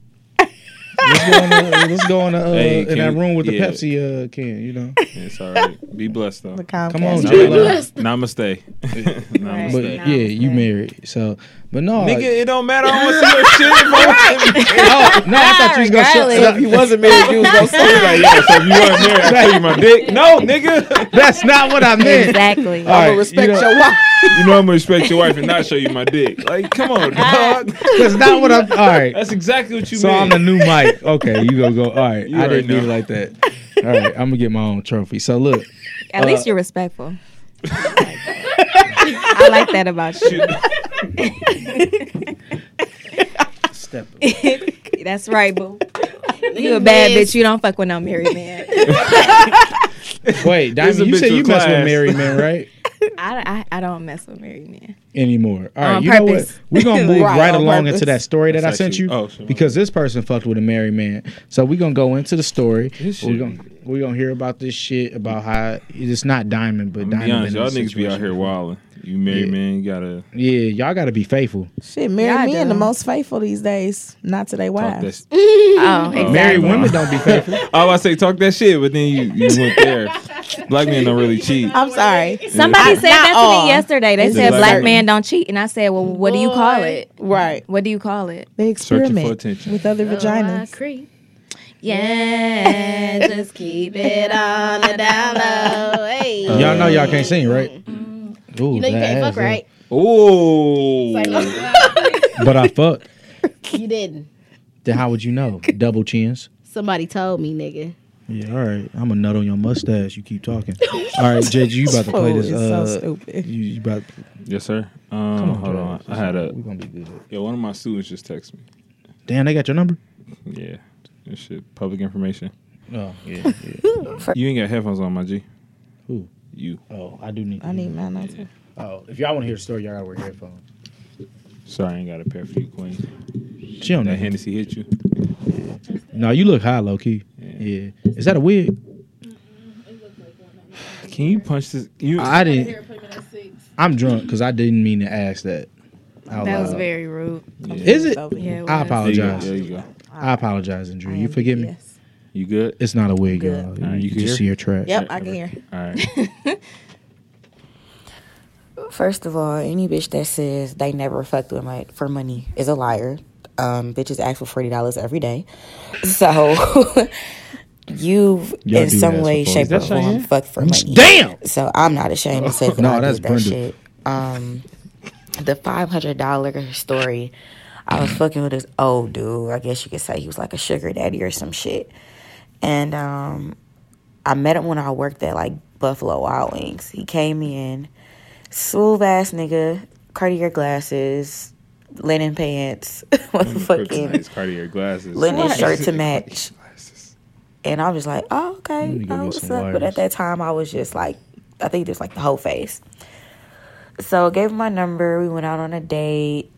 Speaker 2: Let's go in, the,
Speaker 5: <laughs>
Speaker 2: let's go in, the, uh,
Speaker 7: Hey,
Speaker 2: in that
Speaker 7: can-
Speaker 2: room with
Speaker 7: yeah.
Speaker 2: the Pepsi uh, can, you know.
Speaker 7: It's all right. Be blessed though.
Speaker 5: The Comcast.
Speaker 2: Come on,
Speaker 5: bill.
Speaker 2: Jay.
Speaker 7: Namaste.
Speaker 2: <laughs>
Speaker 7: Namaste.
Speaker 2: But yeah, you married. So, but no,
Speaker 7: Nigga, it don't matter. I want
Speaker 2: <laughs>
Speaker 7: to see your shit. bro.
Speaker 2: no, no, I thought you was gonna
Speaker 5: <laughs>
Speaker 2: shut.
Speaker 6: Regardless.
Speaker 2: So
Speaker 6: So
Speaker 2: if you wasn't married, you was gonna
Speaker 7: He's like, yeah, so if you weren't married, I tell you my dick. No,
Speaker 2: <laughs>
Speaker 7: nigga.
Speaker 2: That's not what I meant.
Speaker 6: Exactly.
Speaker 2: All right,
Speaker 5: Respect
Speaker 2: you know,
Speaker 5: your wife.
Speaker 7: You know I'm gonna respect your wife and not show you my dick. Like, come on, dog.
Speaker 2: That's not what I'm. All right.
Speaker 7: That's exactly what you
Speaker 2: So I'm
Speaker 7: mean.
Speaker 2: the new Mike. Okay, you gonna go. All right,
Speaker 7: You
Speaker 2: I
Speaker 7: already
Speaker 2: didn't do it
Speaker 7: know.
Speaker 2: like that. All right, I'm gonna get my own trophy. So look,
Speaker 6: At
Speaker 2: uh,
Speaker 6: least
Speaker 2: <laughs>
Speaker 6: you're respectful. I like that about you.
Speaker 2: step.
Speaker 6: <laughs> That's right, boo. You a bad bitch. You don't fuck with no married man.
Speaker 2: Wait,
Speaker 7: This is a
Speaker 2: Diamond, you
Speaker 7: bitch
Speaker 2: said
Speaker 7: with
Speaker 2: you mess with
Speaker 7: class.
Speaker 2: married men, right?
Speaker 6: I, I, I don't mess with married men.
Speaker 2: Anymore. All right,
Speaker 6: On
Speaker 2: you know
Speaker 6: purpose.
Speaker 2: what? We're gonna move right,
Speaker 5: Right, on
Speaker 2: along
Speaker 5: purpose.
Speaker 2: into that story that
Speaker 7: That's
Speaker 2: I sent
Speaker 7: actually-
Speaker 2: you
Speaker 7: oh, sure.
Speaker 2: because this person fucked with a married man. So we're gonna go into the story.
Speaker 7: This
Speaker 2: We're
Speaker 7: shit-
Speaker 2: gonna we're gonna hear about this shit about how it's not Diamond, but
Speaker 7: I'm gonna
Speaker 2: Diamond.
Speaker 7: be honest,
Speaker 2: been in
Speaker 7: y'all
Speaker 2: this
Speaker 7: niggas be out
Speaker 2: situation.
Speaker 7: here wilding. You married
Speaker 2: Yeah.
Speaker 7: man, you gotta
Speaker 2: Yeah, y'all gotta be faithful.
Speaker 5: Shit, married
Speaker 6: I
Speaker 5: men the
Speaker 6: do.
Speaker 5: most faithful these days. Not today,
Speaker 7: talk
Speaker 5: wives.
Speaker 7: that. Shit.
Speaker 6: Oh,
Speaker 2: Married <laughs>
Speaker 6: exactly.
Speaker 2: women don't be faithful.
Speaker 7: Oh, I say talk that shit, but then you, you went there. Black men don't really cheat.
Speaker 5: I'm sorry.
Speaker 6: Somebody said that to
Speaker 5: all.
Speaker 6: me yesterday. They
Speaker 5: It's
Speaker 6: said
Speaker 7: just
Speaker 6: black
Speaker 7: certain.
Speaker 6: man don't cheat, and I said, well, what do you call
Speaker 3: Boy.
Speaker 6: it?
Speaker 5: Right.
Speaker 6: What do you call it?
Speaker 5: They
Speaker 7: Searching
Speaker 5: experiment
Speaker 7: for attention.
Speaker 5: with
Speaker 3: <laughs>
Speaker 5: other
Speaker 3: Vagina.
Speaker 5: vaginas.
Speaker 3: creep.
Speaker 6: <laughs> Yeah,
Speaker 3: Just keep it on the down low. Hey.
Speaker 2: Y'all know y'all can't sing, right? Ooh,
Speaker 3: you know you
Speaker 2: that
Speaker 3: can't
Speaker 2: ass,
Speaker 3: fuck,
Speaker 2: yeah.
Speaker 3: right?
Speaker 7: Oh,
Speaker 3: Like,
Speaker 2: But I fuck.
Speaker 3: you didn't.
Speaker 2: Then how would you know? Double chins.
Speaker 3: Somebody told me, nigga.
Speaker 2: Yeah, all right. I'm a nut on your mustache. You keep talking. All right, JG, you about to play
Speaker 5: Fool
Speaker 2: this?
Speaker 5: is
Speaker 2: Uh,
Speaker 5: Oh, so stupid.
Speaker 2: You, you about?
Speaker 7: yes, sir. Um,
Speaker 2: Come on,
Speaker 7: hold
Speaker 2: Jordan.
Speaker 7: on. I had a
Speaker 2: We gonna be good.
Speaker 7: yeah. One of my students just texted me.
Speaker 2: Damn, they got your number.
Speaker 7: Yeah, this shit public information.
Speaker 2: Oh yeah.
Speaker 7: You ain't got headphones on, my G.
Speaker 2: Who?
Speaker 7: You.
Speaker 2: oh, I do need.
Speaker 5: I need mine. on too.
Speaker 2: Oh, if y'all want to hear the story, y'all gotta wear headphones.
Speaker 7: Sorry, I ain't got a pair for you, Queen.
Speaker 2: She don't
Speaker 7: That
Speaker 2: know.
Speaker 7: Hennessy hit you.
Speaker 2: No, you look high, low key. Yeah. Is that a wig?
Speaker 7: Can you punch this? You.
Speaker 2: I
Speaker 4: Hair
Speaker 2: didn't.
Speaker 4: appointment at six.
Speaker 2: I'm drunk because I didn't mean to ask that. out
Speaker 6: that was
Speaker 2: loud.
Speaker 6: very rude.
Speaker 2: Is it?
Speaker 5: Over here.
Speaker 6: Yeah, it
Speaker 2: I
Speaker 6: was.
Speaker 7: there you, go.
Speaker 2: apologize.
Speaker 7: there you go.
Speaker 2: I apologize, Andrew.
Speaker 5: I
Speaker 2: You
Speaker 5: am
Speaker 2: forgive me.
Speaker 5: BS.
Speaker 7: You good?
Speaker 2: It's not a wig,
Speaker 5: Good.
Speaker 2: y'all.
Speaker 7: Alright,
Speaker 2: you
Speaker 7: you
Speaker 2: can just
Speaker 7: here?
Speaker 2: see her trash.
Speaker 5: Yep, I can hear.
Speaker 7: All
Speaker 8: <laughs>
Speaker 7: right.
Speaker 8: First of all, any bitch that says they never fucked with my for money is a liar. Um, bitches ask for forty dollars every day, <laughs> so <laughs> you've
Speaker 2: Y'all
Speaker 8: in
Speaker 2: do ask
Speaker 8: some
Speaker 2: for
Speaker 8: way,
Speaker 2: 40.
Speaker 8: shape,
Speaker 2: Is
Speaker 8: or
Speaker 7: that
Speaker 8: form
Speaker 7: Cheyenne?
Speaker 8: fucked for money.
Speaker 2: Damn.
Speaker 8: So I'm not ashamed to say
Speaker 2: <laughs>
Speaker 8: that
Speaker 2: No,
Speaker 8: I
Speaker 2: that's
Speaker 8: did that
Speaker 2: Brenda.
Speaker 8: shit. Um, the five hundred dollar story. I was fucking with this old dude. I guess you could say he was like a sugar daddy or some shit. And um, I met him when I worked at like Buffalo Wild Wings. He came in, smooth ass nigga, Cartier glasses, linen <laughs> pants, <laughs> fucking
Speaker 7: Kryptonite's Cartier glasses.
Speaker 8: linen shirt to match.
Speaker 7: <laughs> Glasses.
Speaker 8: And I was like, oh, okay.
Speaker 2: me go
Speaker 8: Oh,
Speaker 2: get
Speaker 8: what's
Speaker 2: some
Speaker 8: up? But
Speaker 2: wires.
Speaker 8: at that time, I was just like, I think just like the whole face. So I gave him my number. We went out on a date.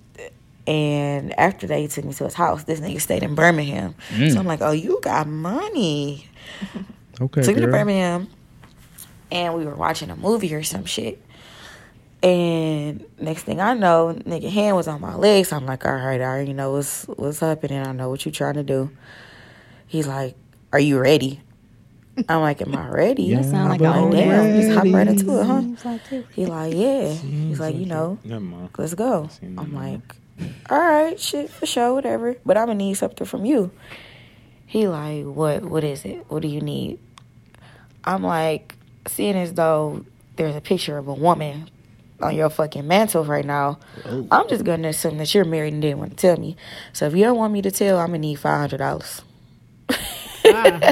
Speaker 8: And after that, he took me to his house. This nigga stayed in Birmingham.
Speaker 2: Mm.
Speaker 8: So I'm like, oh, you got money.
Speaker 2: Okay.
Speaker 8: Took me to
Speaker 2: girl.
Speaker 8: Birmingham. And we were watching a movie or some shit. And next thing I know, nigga hand was on my legs. I'm like, all right, I already know what's what's happening. I know what you trying to do. He's like, Are you ready? I'm like, Am I ready?
Speaker 2: Yeah,
Speaker 6: sound like
Speaker 2: but
Speaker 6: an
Speaker 8: I'm
Speaker 6: old
Speaker 8: like,
Speaker 2: I'm
Speaker 8: damn, just hop right
Speaker 2: ready.
Speaker 8: into it, huh? He like, yeah. He's like, you know,
Speaker 7: Never mind.
Speaker 8: let's go.
Speaker 7: seen that
Speaker 8: I'm
Speaker 7: movie.
Speaker 8: like, all right, shit, for sure, whatever. But I'm gonna need something from you. He like, what? What is it? What do you need? I'm like, seeing as though there's a picture of a woman on your fucking mantle right now, I'm just gonna assume that you're married and didn't want to tell me. So if you don't want me to tell, I'm gonna need five hundred dollars. <laughs>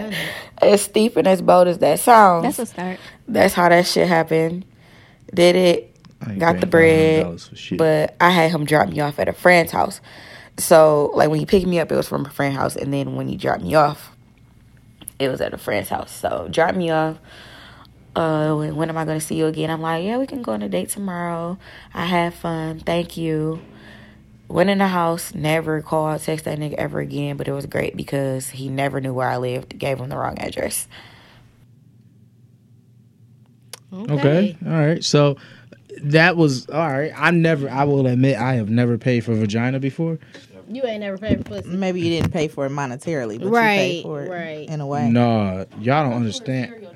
Speaker 8: as steep and as bold as that sounds,
Speaker 6: That's a start.
Speaker 8: that's how that shit happened. Did it,
Speaker 2: I ain't
Speaker 8: got the
Speaker 2: paying
Speaker 8: bread,
Speaker 2: $500 for shit.
Speaker 8: but I had him drop me off at a friend's house. So like when he picked me up, it was from a friend's house, and then when he dropped me off, it was at a friend's house. So dropped me off. Uh, when, when am I gonna see you again? I'm like, yeah, we can go on a date tomorrow. I had fun. Thank you. Went in the house, never called, text that nigga ever again, but it was great because he never knew where I lived, gave him the wrong address.
Speaker 2: Okay. All right. So that was all right. I never. I will admit, I have never paid for vagina before.
Speaker 3: You ain't never paid for pussy.
Speaker 5: Maybe you didn't pay for it monetarily, but you
Speaker 3: Right,
Speaker 5: paid for it
Speaker 3: right.
Speaker 5: in a way.
Speaker 2: Nah, y'all don't understand.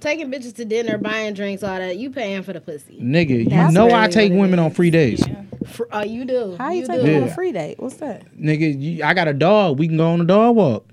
Speaker 3: Taking bitches to dinner, buying drinks, all that. You paying for the pussy.
Speaker 2: Nigga, you
Speaker 6: That's
Speaker 2: know I
Speaker 6: really
Speaker 2: take
Speaker 6: what it
Speaker 2: women on free days.
Speaker 3: For, oh, you do.
Speaker 5: How you,
Speaker 3: do.
Speaker 5: taking on
Speaker 2: Yeah.
Speaker 5: a free date? What's that?
Speaker 2: Nigga, you, I got a dog. We can go on a dog
Speaker 8: <laughs>
Speaker 2: walk.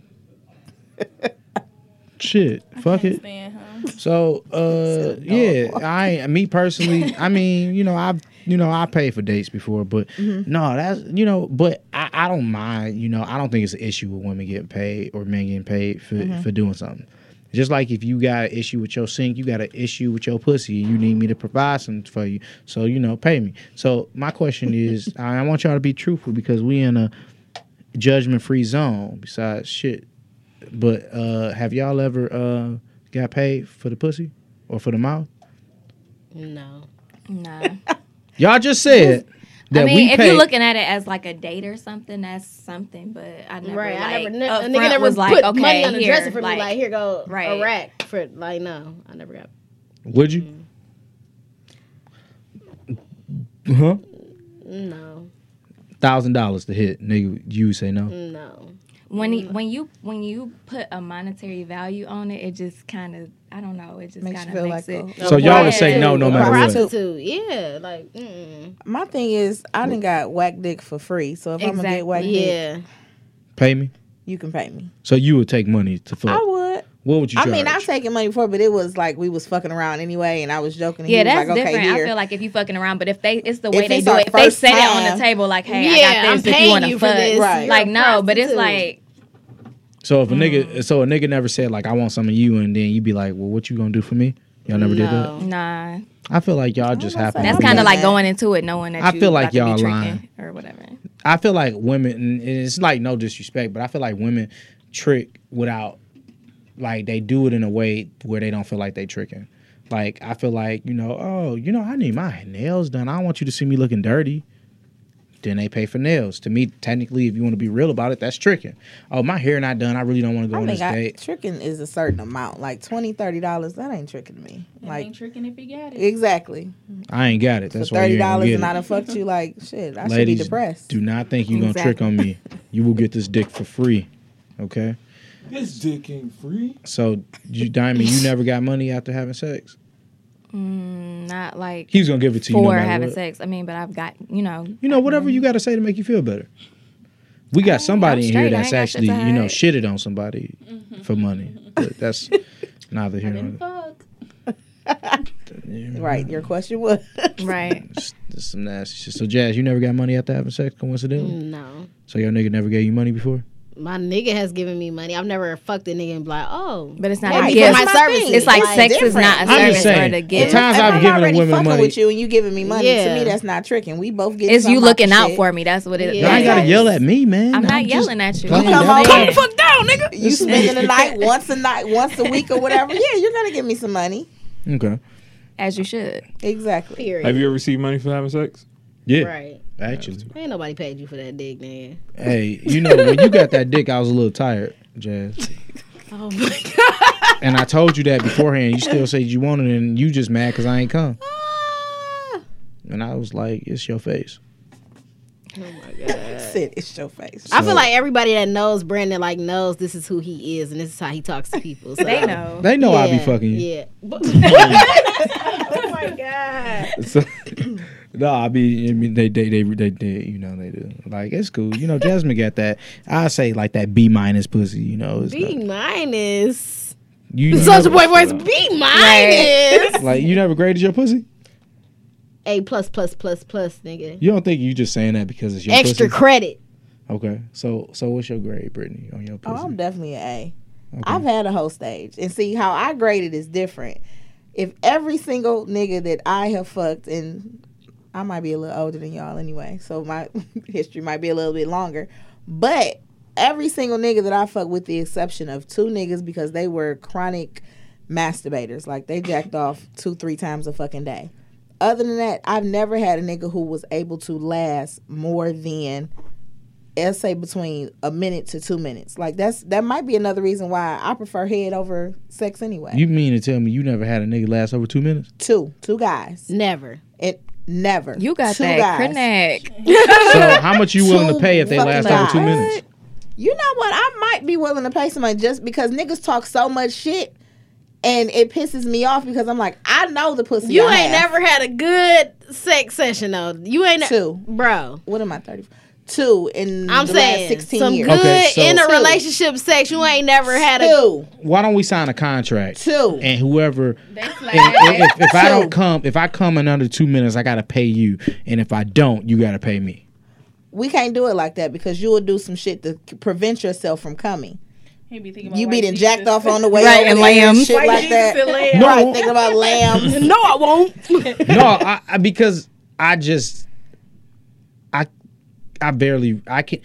Speaker 2: Shit, fuck it.
Speaker 4: Stand, huh?
Speaker 2: So, uh, yeah, I me personally, I mean, you know, I you know I paid for dates before, but no, that's you know, but I, I don't mind. You know, I don't think it's an issue with women getting paid or men getting paid for for doing something. Just like if you got an issue with your sink, you got an issue with your pussy, and you need me to provide something for you. So you know, pay me. So my question is, I I want y'all to be truthful because we in a judgment free zone. Besides shit, but uh, have y'all ever uh, got paid for the pussy or for the mouth?
Speaker 3: No.
Speaker 6: Nah.
Speaker 2: Y'all just said that
Speaker 6: I mean,
Speaker 2: we
Speaker 6: if
Speaker 2: paid.
Speaker 6: you're looking at it as like a date or something, that's something. But I never,
Speaker 3: Right.
Speaker 6: like,
Speaker 3: I never. Ne-
Speaker 6: up
Speaker 3: a nigga
Speaker 6: front
Speaker 3: never
Speaker 6: was like,
Speaker 3: put
Speaker 6: okay,
Speaker 3: money on the
Speaker 6: here,
Speaker 3: dresser for me. Like, here go
Speaker 6: Right.
Speaker 3: a rack for like. No, I never got.
Speaker 2: would you? Huh?
Speaker 3: No.
Speaker 2: Thousand dollars to hit, nigga. You say no.
Speaker 3: Mm, No.
Speaker 6: when
Speaker 3: Mm.
Speaker 6: you- when you when you put a monetary value on it, it just kind of I don't know. It just
Speaker 5: Makes you
Speaker 6: kind
Speaker 5: feel
Speaker 6: of
Speaker 5: like
Speaker 6: makes it.
Speaker 5: a-
Speaker 2: So y'all would say no, no
Speaker 5: Yeah.
Speaker 2: matter what.
Speaker 3: Prostitute. Yeah. Like. Mm.
Speaker 5: My thing is, I didn't got whack dick for free, so if I'm gonna
Speaker 6: Exactly.
Speaker 5: get whack dick,
Speaker 3: Yeah.
Speaker 2: Pay me.
Speaker 5: you can pay me.
Speaker 2: So you would take money to fuck.
Speaker 5: I would.
Speaker 2: what would you?
Speaker 5: I
Speaker 2: Charge?
Speaker 5: mean, I've taken money before, but it was like we was fucking around anyway, and I was joking. and
Speaker 6: Yeah,
Speaker 5: he was
Speaker 6: that's
Speaker 5: like, okay,
Speaker 6: different.
Speaker 5: Here.
Speaker 6: I feel like if you fucking around, but if they, it's the way
Speaker 5: If
Speaker 6: they
Speaker 5: it's
Speaker 6: do
Speaker 5: our
Speaker 6: it. If they
Speaker 5: first
Speaker 6: set it on
Speaker 5: time-
Speaker 6: the table, like, hey,
Speaker 3: yeah.
Speaker 6: I got
Speaker 3: I'm
Speaker 6: this. if
Speaker 3: paying
Speaker 6: you
Speaker 3: you,
Speaker 6: want to
Speaker 3: for this.
Speaker 6: fuck,
Speaker 5: Right.
Speaker 6: like,
Speaker 3: You're a
Speaker 6: no. But it's
Speaker 3: prostitute.
Speaker 6: like,
Speaker 2: so if a nigga, so a nigga never said like I want some of you, and then you be like, well, what you gonna do for me? Y'all never did that.
Speaker 3: No.
Speaker 6: nah,
Speaker 2: I feel like y'all just
Speaker 5: gonna
Speaker 2: happen.
Speaker 5: say
Speaker 2: to
Speaker 6: that's
Speaker 2: be
Speaker 5: I'm
Speaker 6: kind of
Speaker 5: not-
Speaker 6: like going into it knowing that
Speaker 2: I
Speaker 6: you
Speaker 2: feel
Speaker 6: about
Speaker 2: like
Speaker 6: to be
Speaker 2: y'all
Speaker 6: tricking
Speaker 2: lying.
Speaker 6: or whatever.
Speaker 2: I feel like women, and it's like no disrespect, but I feel like women trick without, like they do it in a way where they don't feel like they tricking. Like I feel like you know, oh, you know, I need my nails done. I don't want you to see me looking dirty. Then they pay for nails. To me, technically, if you want to be real about it, that's tricking. Oh, my hair not done. I really don't want to go
Speaker 5: I
Speaker 2: on this
Speaker 5: think I,
Speaker 2: date.
Speaker 5: tricking is a certain amount, like 20 dollars. That ain't tricking me.
Speaker 4: It
Speaker 5: Like
Speaker 4: ain't tricking if you got it.
Speaker 5: exactly
Speaker 2: I ain't got it. That's
Speaker 5: for
Speaker 2: why
Speaker 5: thirty
Speaker 2: you ain't
Speaker 5: dollars,
Speaker 2: get
Speaker 5: and I
Speaker 2: it.
Speaker 5: done fucked you. Like shit, I should be
Speaker 2: Ladies,
Speaker 5: depressed.
Speaker 2: do not think you gonna trick
Speaker 6: Exactly.
Speaker 2: on me. You will get this dick for free. Okay.
Speaker 7: This dick ain't free.
Speaker 2: So, you, Diamond,
Speaker 5: <laughs>
Speaker 2: you never got money after having sex.
Speaker 6: Mm, Not like
Speaker 2: He was gonna give it to you. no
Speaker 6: for
Speaker 2: matter
Speaker 6: having
Speaker 2: what.
Speaker 6: sex. I mean, but I've got you know.
Speaker 2: You know, whatever you got to say to make you feel better. We got somebody
Speaker 6: Oh, I'm
Speaker 2: in here
Speaker 6: straight. I
Speaker 2: that's
Speaker 6: ain't got
Speaker 2: actually,
Speaker 6: shit to Mm-hmm.
Speaker 2: you know,
Speaker 6: hide.
Speaker 2: shitted on somebody for money. But
Speaker 6: <laughs>
Speaker 2: that's neither here nor
Speaker 4: Then
Speaker 2: there.
Speaker 4: fuck.
Speaker 2: Yeah.
Speaker 5: Right, your question was.
Speaker 6: Right.
Speaker 2: Just- That's some nasty shit. So, Jazz, you never got money after having sex,
Speaker 6: Mm.
Speaker 2: coincidentally?
Speaker 3: Mm, No.
Speaker 2: So, your nigga never gave you money before?
Speaker 3: My nigga has given me money. I've never fucked a nigga and be like, oh.
Speaker 6: But it's not
Speaker 5: Right,
Speaker 6: a
Speaker 5: that's
Speaker 6: gift.
Speaker 5: my
Speaker 3: services.
Speaker 6: It's like
Speaker 3: Like,
Speaker 6: sex is
Speaker 5: different.
Speaker 6: not a
Speaker 2: I'm
Speaker 6: service
Speaker 2: just saying,
Speaker 6: or a
Speaker 2: the
Speaker 6: gift.
Speaker 2: time- Times
Speaker 5: If
Speaker 2: I've
Speaker 5: I'm
Speaker 2: given
Speaker 5: already
Speaker 2: women
Speaker 5: fucking
Speaker 2: money-
Speaker 5: with you, and you giving me money. To
Speaker 3: Yeah.
Speaker 5: me, that's not tricking. We both get.
Speaker 6: it's you looking out for me. That's what it is.
Speaker 3: Yeah.
Speaker 2: Y'all ain't gotta
Speaker 5: Yes.
Speaker 2: yell at me, man.
Speaker 6: I'm not
Speaker 2: just
Speaker 6: yelling at you.
Speaker 2: calm
Speaker 5: You come
Speaker 2: down.
Speaker 5: over
Speaker 6: Come
Speaker 5: here.
Speaker 6: the fuck down,
Speaker 5: <laughs>
Speaker 6: nigga.
Speaker 5: You spending the
Speaker 6: <laughs>
Speaker 5: night once a night, once a week, or whatever. Yeah, you're gonna give me some money.
Speaker 2: Okay.
Speaker 6: As you should.
Speaker 5: Exactly.
Speaker 3: Period.
Speaker 7: Have you ever received money for having sex?
Speaker 2: Yeah.
Speaker 3: Right.
Speaker 2: Actually.
Speaker 3: Ain't nobody paid you for that dick, nigga.
Speaker 2: Hey, you know, when you got that dick, I was a little tired, Jazz.
Speaker 3: <laughs> Oh my
Speaker 2: <laughs> And I told you that beforehand. You still said you wanted it, and you just mad because I ain't come.
Speaker 3: Ah.
Speaker 2: And I was like, it's your face.
Speaker 5: Sit. It's your face.
Speaker 3: I feel like everybody that knows Brandon like knows this is who he is and this is how he talks to people. <laughs> So.
Speaker 6: They know.
Speaker 2: They know I be
Speaker 3: Yeah,
Speaker 2: fucking you.
Speaker 3: Yeah. But-
Speaker 2: So, <laughs> no, I be. I mean, they, they, they, they, they, you know, they do. Like it's cool. You know, Jasmine got that. I say like that B minus pussy. You know, it's
Speaker 3: B
Speaker 2: not-
Speaker 3: minus. <laughs>
Speaker 2: you
Speaker 3: Such
Speaker 2: never,
Speaker 3: a boy voice. B <laughs>
Speaker 2: <laughs>
Speaker 3: minus.
Speaker 2: like you never graded your pussy.
Speaker 3: A plus plus plus plus, nigga.
Speaker 2: You don't think you just saying that because it's your
Speaker 3: Extra
Speaker 2: pussy?
Speaker 3: credit.
Speaker 2: okay, so so what's your grade, Brittany, on your
Speaker 5: Oh,
Speaker 2: pussy?
Speaker 5: I'm definitely an A.
Speaker 2: Okay.
Speaker 5: have had a whole stage, and see how I graded is different. If every single nigga that I have fucked, and I might be a little older than y'all anyway, so my <laughs> history might be a little bit longer, but every single nigga that I fucked, with the exception of two niggas, because they were chronic masturbators, like they jacked off two, three times a fucking day. Other than that, I've never had a nigga who was able to last more than let's say between a minute to two minutes. Like that's that might be another reason why I prefer head over sex anyway. <laughs>
Speaker 2: you mean to tell me you never had a nigga last over two minutes?
Speaker 5: two, two guys,
Speaker 3: Never.
Speaker 5: and Never.
Speaker 6: You got
Speaker 5: Two
Speaker 6: that
Speaker 5: guys.
Speaker 6: connect.
Speaker 5: <laughs>
Speaker 2: So how much you willing to
Speaker 5: Two
Speaker 2: pay if they
Speaker 5: fucking
Speaker 2: last over two
Speaker 5: guys.
Speaker 2: minutes?
Speaker 5: You know what? I might be willing to pay somebody just because niggas talk so much shit, and it pisses me off because I'm like, I know the pussy.
Speaker 3: You
Speaker 5: I
Speaker 3: ain't
Speaker 5: have.
Speaker 3: never had a good sex session though. You ain't
Speaker 5: Two.
Speaker 3: bro.
Speaker 5: What am I thirty? Two in
Speaker 3: I'm
Speaker 5: the
Speaker 3: saying
Speaker 5: last sixteen
Speaker 3: some
Speaker 5: years.
Speaker 3: good
Speaker 2: Okay, so-
Speaker 3: in a
Speaker 5: Two.
Speaker 3: relationship sex. You ain't never had a
Speaker 5: two,
Speaker 2: Why don't we sign a contract?
Speaker 5: two.
Speaker 2: And whoever,
Speaker 4: They flag.
Speaker 2: and- and if, if I
Speaker 5: Two.
Speaker 2: don't come, if I come in under two minutes, I gotta pay you, and if I don't, you gotta pay me.
Speaker 5: we can't do it like that because you will do some shit to c- prevent yourself from coming.
Speaker 4: He be thinking about
Speaker 5: You
Speaker 4: white
Speaker 5: be done
Speaker 4: Jesus.
Speaker 5: jacked off
Speaker 3: <laughs>
Speaker 4: <laughs>
Speaker 5: on the way
Speaker 6: Right,
Speaker 5: over
Speaker 6: and
Speaker 5: there
Speaker 6: lambs.
Speaker 5: shit
Speaker 4: White
Speaker 5: like
Speaker 4: Jesus
Speaker 5: that.
Speaker 4: and lamb.
Speaker 2: No.
Speaker 5: Right, thinking about lambs.
Speaker 3: no. I won't.
Speaker 5: <laughs>
Speaker 2: no, I, I because I just I I barely I can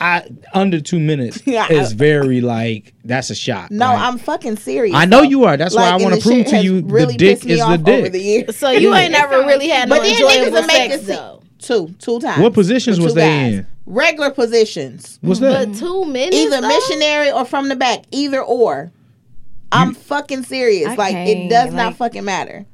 Speaker 2: I under two minutes
Speaker 5: <laughs> Yeah,
Speaker 2: is
Speaker 5: I-
Speaker 2: very like that's a shot.
Speaker 5: No,
Speaker 2: Like,
Speaker 5: I'm fucking serious.
Speaker 2: I know
Speaker 5: though.
Speaker 2: you are. That's why I
Speaker 5: and
Speaker 2: wanna
Speaker 5: the
Speaker 2: prove
Speaker 5: shit
Speaker 2: to
Speaker 5: has
Speaker 2: you the
Speaker 5: really
Speaker 2: dick
Speaker 5: pissed me
Speaker 2: is the
Speaker 5: off Over
Speaker 2: dick.
Speaker 5: the years.
Speaker 3: So you ain't never
Speaker 4: sound
Speaker 3: really
Speaker 4: like-
Speaker 3: had
Speaker 5: But
Speaker 3: no
Speaker 5: then
Speaker 3: enjoyable
Speaker 5: niggas will make
Speaker 3: sex
Speaker 5: this-
Speaker 3: though.
Speaker 5: Two, two times.
Speaker 2: What positions
Speaker 5: With
Speaker 2: was
Speaker 5: two
Speaker 2: they
Speaker 5: guys.
Speaker 2: in?
Speaker 5: Regular positions,
Speaker 2: What's that?
Speaker 3: But two minutes.
Speaker 5: either
Speaker 3: though?
Speaker 5: missionary or from the back, either or. I'm fucking serious.
Speaker 6: I
Speaker 5: like it
Speaker 6: can't,
Speaker 5: does not
Speaker 6: like-
Speaker 5: fucking matter.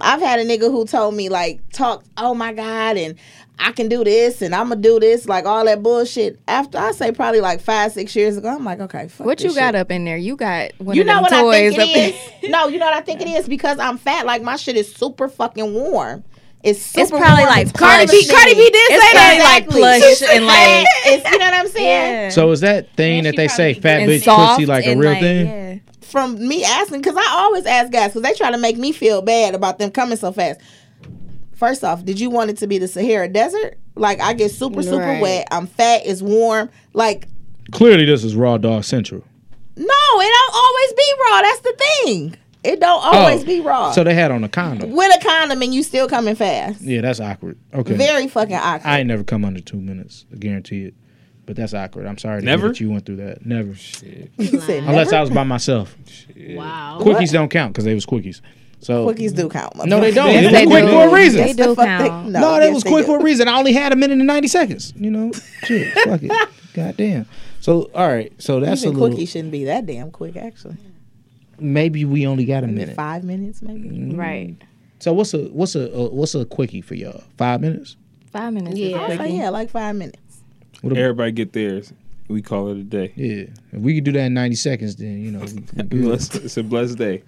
Speaker 5: I've had a nigga who told me like talk, oh my god, and I can do this, and I'm gonna do this, like all that bullshit. After I say probably like five, six years ago, I'm like, okay, fuck
Speaker 6: What
Speaker 5: this
Speaker 6: you got
Speaker 5: shit.
Speaker 6: up in there? You got one
Speaker 5: You
Speaker 6: of
Speaker 5: know
Speaker 6: them
Speaker 5: what I
Speaker 6: toys
Speaker 5: think
Speaker 6: up in-
Speaker 5: it is? <laughs> no, you know what I think it is because I'm fat. Like my shit is super fucking warm. It's super.
Speaker 6: <laughs> It's probably
Speaker 5: warm.
Speaker 6: like
Speaker 5: It's
Speaker 6: plush.
Speaker 5: conditioning.
Speaker 3: Cardi B did
Speaker 6: It's
Speaker 3: say
Speaker 6: probably
Speaker 3: that.
Speaker 6: like
Speaker 5: Exactly.
Speaker 6: plush and like
Speaker 5: It's, you
Speaker 3: <laughs>
Speaker 5: know what I'm saying?
Speaker 6: yeah.
Speaker 2: So is that thing
Speaker 4: And
Speaker 2: that
Speaker 4: she
Speaker 2: they say
Speaker 4: probably
Speaker 2: fat
Speaker 6: and
Speaker 2: bitch
Speaker 6: soft
Speaker 2: pussy like a
Speaker 6: and,
Speaker 2: real thing?
Speaker 6: yeah.
Speaker 5: From me asking, because I always ask guys, because they try to make me feel bad about them coming so fast. First off, did you want it to be the Sahara Desert? Like I get super super
Speaker 6: Right.
Speaker 5: wet. I'm fat. It's warm. Like
Speaker 2: Clearly, this is raw dog central.
Speaker 5: no, it don't always be raw. That's the thing. It don't always
Speaker 2: Oh,
Speaker 5: be raw.
Speaker 2: So they had on a condom.
Speaker 5: with a condom and you still coming fast.
Speaker 2: Yeah, that's awkward. Okay,
Speaker 5: Very fucking awkward.
Speaker 2: I ain't never come under two minutes. I guarantee it. But that's awkward. I'm sorry to hear
Speaker 7: Never?
Speaker 2: that you went through that. Never.
Speaker 5: You said
Speaker 2: Unless
Speaker 5: never?
Speaker 2: I was by myself.
Speaker 3: Wow.
Speaker 2: Quickies don't count because they was quickies. So
Speaker 5: Quickies do count.
Speaker 2: No, they don't.
Speaker 5: motherfucker.
Speaker 2: It was
Speaker 6: They
Speaker 2: quick
Speaker 6: do.
Speaker 2: for a reason.
Speaker 6: They
Speaker 5: The
Speaker 6: do
Speaker 5: fuck
Speaker 6: count.
Speaker 5: they-
Speaker 2: No, that
Speaker 5: yes,
Speaker 2: was
Speaker 5: they
Speaker 2: quick
Speaker 5: do.
Speaker 2: for a reason. I only had a minute and ninety seconds. You know, shit, fuck it, goddamn. So all right, so that's
Speaker 5: Even
Speaker 2: a little.
Speaker 5: quickie shouldn't be that damn quick, actually.
Speaker 2: Maybe we only got a minute.
Speaker 5: Five minutes, maybe.
Speaker 6: Right.
Speaker 2: So what's a what's a uh, what's a quickie for y'all? Five minutes.
Speaker 6: Five minutes. is
Speaker 3: Yeah.
Speaker 6: quick.
Speaker 5: Oh, yeah, like five minutes.
Speaker 7: Everybody get theirs. We call it a day.
Speaker 2: Yeah, if we could do that in ninety seconds, then you know. we- we good.
Speaker 7: Blessed- <laughs> It's a blessed day.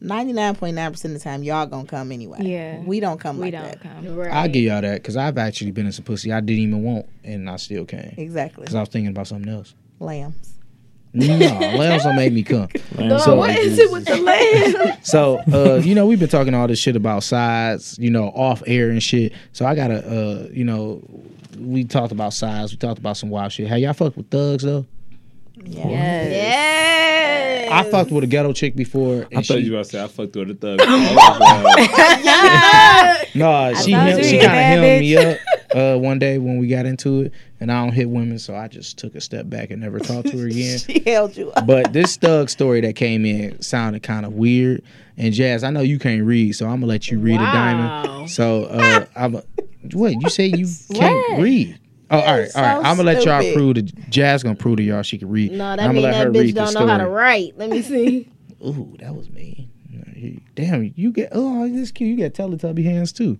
Speaker 5: Ninety nine point nine percent of the time, y'all gonna come anyway.
Speaker 6: Yeah.
Speaker 5: we don't come
Speaker 6: We
Speaker 5: like
Speaker 6: don't
Speaker 5: that.
Speaker 6: come.
Speaker 3: Right.
Speaker 2: I'll give y'all that because I've actually been in some pussy I didn't even want and I still came
Speaker 5: Exactly,
Speaker 2: because I was thinking about something else.
Speaker 5: <laughs> lambs.
Speaker 2: No,
Speaker 7: <laughs>
Speaker 2: lambs don't make me come.
Speaker 7: Lambs
Speaker 2: so,
Speaker 3: What is it with the land?
Speaker 2: So, uh, you know, we've been talking all this shit about size, you know, off air and shit. So I gotta, uh, you know, we talked about size. We talked about some wild shit. How y'all fuck with thugs though?
Speaker 5: Yeah,
Speaker 6: Yes.
Speaker 3: yes.
Speaker 2: I fucked with a ghetto chick before. and
Speaker 7: I thought
Speaker 2: she-
Speaker 7: you were about to say I fucked with a thug.
Speaker 2: <laughs>
Speaker 7: I
Speaker 2: Nah, she
Speaker 6: thought
Speaker 2: him,
Speaker 6: you
Speaker 2: she
Speaker 6: was a
Speaker 2: kind of
Speaker 6: bad
Speaker 2: hemmed me up
Speaker 6: <laughs>
Speaker 2: uh, one day when we got into it, and I don't hit women, so I just took a step back and never talked to her
Speaker 6: <laughs>
Speaker 2: again.
Speaker 5: she held you up.
Speaker 2: But this thug story that came in sounded kind of weird. And Jazz, I know you can't read, so I'm gonna let you read a
Speaker 3: Wow.
Speaker 2: diamond. So
Speaker 3: <laughs>
Speaker 2: uh, I'm a, what you say you can't
Speaker 6: What?
Speaker 2: read. Oh, all right, all right.
Speaker 5: so
Speaker 2: I'm gonna let y'all
Speaker 5: stupid.
Speaker 2: prove to Jazz gonna prove to y'all she can read.
Speaker 3: No,
Speaker 2: And
Speaker 3: that
Speaker 2: I'ma
Speaker 3: means
Speaker 2: let
Speaker 3: that
Speaker 2: her
Speaker 3: bitch
Speaker 2: read the
Speaker 3: don't know how to
Speaker 2: story.
Speaker 3: write. Let me see.
Speaker 2: Ooh, that was me. Damn, you get oh this cute. You got Teletubby hands too.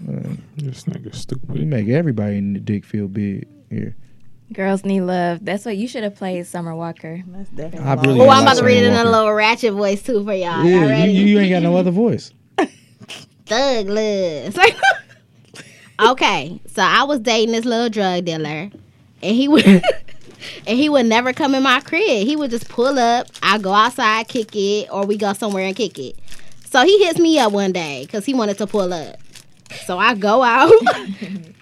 Speaker 7: this nigga
Speaker 2: You
Speaker 7: stupid.
Speaker 2: make everybody in the dick feel big. Here,
Speaker 6: Girls need love. That's what you should have played Summer Walker.
Speaker 5: That's definitely
Speaker 2: I
Speaker 5: long.
Speaker 2: really-
Speaker 3: Oh,
Speaker 2: Yeah,
Speaker 3: <laughs> I'm about
Speaker 2: my
Speaker 3: to read it in a
Speaker 2: son
Speaker 3: little ratchet voice too for y'all. Y'all
Speaker 2: yeah,
Speaker 3: ready?
Speaker 2: you, you ain't got no other voice.
Speaker 3: Douglas. okay, so I was dating this little drug dealer, and he would <laughs> and he would never come in my crib. He would just pull up. I go outside, kick it, or we go somewhere and kick it. So he hits me up one day because he wanted to pull up. So I go out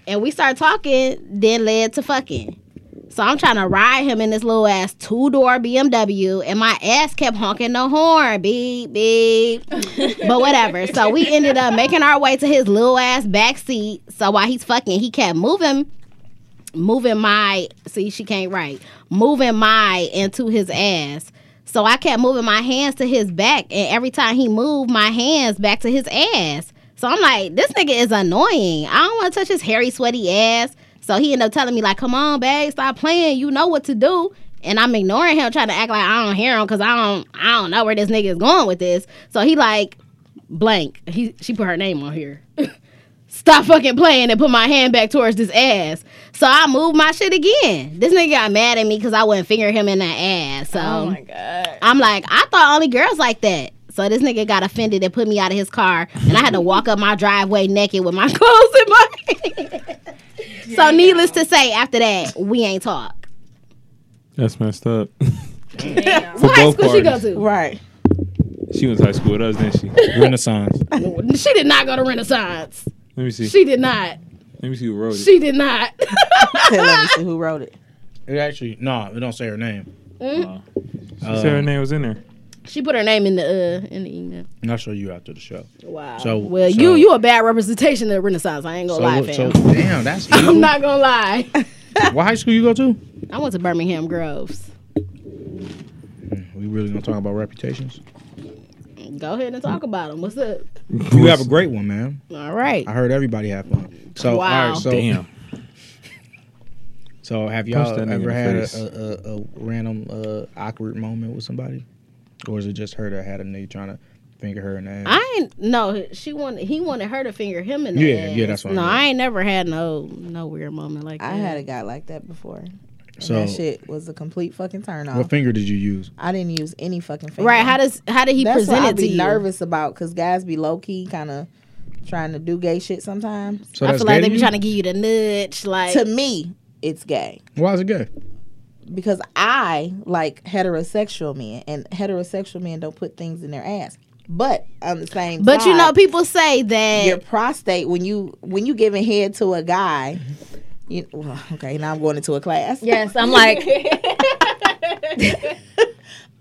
Speaker 3: and we start talking, then led to fucking. So I'm trying to ride him in this little ass two door BMW, and my ass kept honking the horn, beep beep <laughs> but whatever. So we ended up making our way to his little ass back seat. So while he's fucking, he kept moving, moving my see she can't write, moving my into his ass. So I kept moving my hands to his back, and every time he moved my hands back to his ass. So I'm like, this nigga is annoying. I don't want to touch his hairy, sweaty ass. So he ended up telling me like, come on, babe, stop playing. You know what to do and I'm ignoring him, trying to act like I don't hear him because I don't I don't know where this nigga is going with this. So he like blank. He, she put her name on here. <laughs> Stop fucking playing and put my hand back towards this ass. So I moved my shit again. This nigga got mad at me because I wouldn't finger him in the ass. So
Speaker 5: Oh my god.
Speaker 3: I'm like, I thought only girls like that. So this nigga got offended and put me out of his car, and I had to walk up my driveway naked with my <laughs> clothes in my. so needless to say, after that, we ain't talk.
Speaker 7: That's messed up. <laughs>
Speaker 3: <laughs>
Speaker 7: For
Speaker 3: What high
Speaker 7: both
Speaker 3: school she go
Speaker 7: parties.
Speaker 3: to?
Speaker 5: Right. <laughs>
Speaker 7: She went to high school with us, didn't
Speaker 3: <laughs>
Speaker 7: she?
Speaker 2: Renaissance.
Speaker 3: She did not go to Renaissance.
Speaker 7: Let me see.
Speaker 3: She did not.
Speaker 7: Let me see who wrote it.
Speaker 3: She did not. <laughs>
Speaker 5: Tell let me see who wrote it.
Speaker 2: It actually no, it don't say her name.
Speaker 3: Mm.
Speaker 2: Uh,
Speaker 7: She said her name was
Speaker 2: <laughs>
Speaker 7: in there.
Speaker 3: she put her name in the uh in the email.
Speaker 2: And I'll show you after the show.
Speaker 3: Wow.
Speaker 2: So-
Speaker 3: well,
Speaker 2: so-
Speaker 3: you you a bad representation of Renaissance. I ain't gonna lie,
Speaker 2: So,
Speaker 3: fam.
Speaker 2: so damn, that's evil.
Speaker 3: <laughs> <coughs> I'm not gonna lie.
Speaker 2: What high school you go to?
Speaker 3: I went to Birmingham Groves.
Speaker 2: We really gonna talk about reputations?
Speaker 3: Go ahead and talk about them. What's up?
Speaker 2: You have a great one, man.
Speaker 3: All right.
Speaker 2: I heard everybody have fun. So
Speaker 3: Wow.
Speaker 2: all right, so
Speaker 7: Damn.
Speaker 2: so have
Speaker 7: Punch
Speaker 2: y'all
Speaker 7: that nigga in
Speaker 2: ever
Speaker 7: the
Speaker 2: had
Speaker 7: face.
Speaker 2: a, a, a, a random uh, awkward moment with somebody, or is it just her that had a nigga trying to finger her in the ass?
Speaker 3: I ain't no. She wanted. He wanted her to finger him in the
Speaker 2: Yeah,
Speaker 3: ass.
Speaker 2: yeah, that's what I
Speaker 3: No,
Speaker 2: meant.
Speaker 3: I ain't never had no no weird moment like that.
Speaker 5: I had a guy like that before. And
Speaker 2: So-
Speaker 5: that shit was a complete fucking turn off.
Speaker 2: what finger did you use?
Speaker 5: I didn't use any fucking finger.
Speaker 3: right. How does how did he
Speaker 5: That's
Speaker 3: present
Speaker 5: what I
Speaker 3: it to
Speaker 5: be
Speaker 3: you?
Speaker 5: nervous about because guys be low key kind of trying to do gay shit sometimes.
Speaker 2: So
Speaker 3: I
Speaker 2: that's
Speaker 3: feel like
Speaker 2: gay
Speaker 3: they
Speaker 2: to
Speaker 3: be
Speaker 2: you?
Speaker 3: trying to give you the nudge, like
Speaker 5: To me, it's gay
Speaker 2: Why is it gay?
Speaker 5: because I like heterosexual men, and heterosexual men don't put things in their ass. But on the same,
Speaker 3: But you
Speaker 5: side,
Speaker 3: know, people say
Speaker 5: your
Speaker 3: that.
Speaker 5: prostate when you when you giving head to a guy. You, well, okay, now I'm going into a class.
Speaker 6: Yes,
Speaker 5: <laughs>
Speaker 6: I'm like,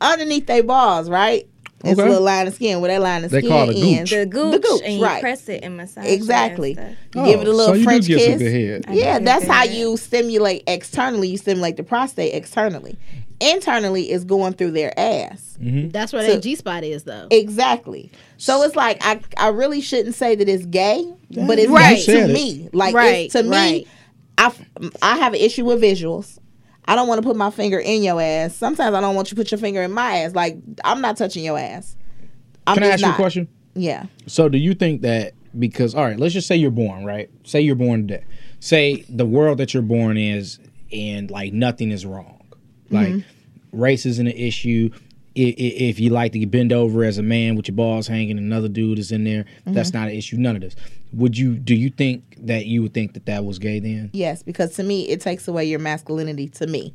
Speaker 5: underneath their balls, right? It's a
Speaker 2: Okay.
Speaker 5: little line of skin where that line of
Speaker 2: They
Speaker 5: skin
Speaker 2: call it a gooch.
Speaker 5: ends.
Speaker 6: the gooch,
Speaker 5: gooch,
Speaker 6: and you
Speaker 5: right.
Speaker 6: press it and massage it and
Speaker 5: Exactly.
Speaker 6: stuff.
Speaker 5: You give it a
Speaker 2: Oh,
Speaker 5: little
Speaker 2: so you
Speaker 5: French
Speaker 2: do give
Speaker 5: kiss.
Speaker 2: some good head.
Speaker 5: Yeah,
Speaker 6: did
Speaker 5: that's
Speaker 6: do
Speaker 5: how
Speaker 6: that.
Speaker 5: you stimulate externally. You stimulate the prostate externally. Internally is going through their ass.
Speaker 3: That's where
Speaker 5: to-
Speaker 3: that G spot is, though.
Speaker 5: Exactly. So it's like I I really shouldn't say that it's gay, but it's
Speaker 3: Right.
Speaker 5: gay
Speaker 2: You
Speaker 5: to
Speaker 2: said it.
Speaker 5: me. Like
Speaker 3: Right,
Speaker 5: it's, to me,
Speaker 3: right.
Speaker 5: I f- I have an issue with visuals. I don't want to put my finger in your ass. Sometimes I don't want you to put your finger in my ass. Like I'm not touching your ass. I'm
Speaker 2: Can I
Speaker 5: just
Speaker 2: ask
Speaker 5: not.
Speaker 2: you a question?
Speaker 5: Yeah.
Speaker 2: So do you think that because all right, let's just say you're born, right? Say you're born today. Say the world that you're born is and like nothing is wrong. Like
Speaker 5: Mm-hmm.
Speaker 2: race isn't an issue. I- i- If you like to bend over as a man with your balls hanging, another dude is in there.
Speaker 5: Mm-hmm.
Speaker 2: That's not an issue. None of this. Would you? Do you think that you would think that that was gay then?
Speaker 5: Yes, because to me, it takes away your masculinity. To me,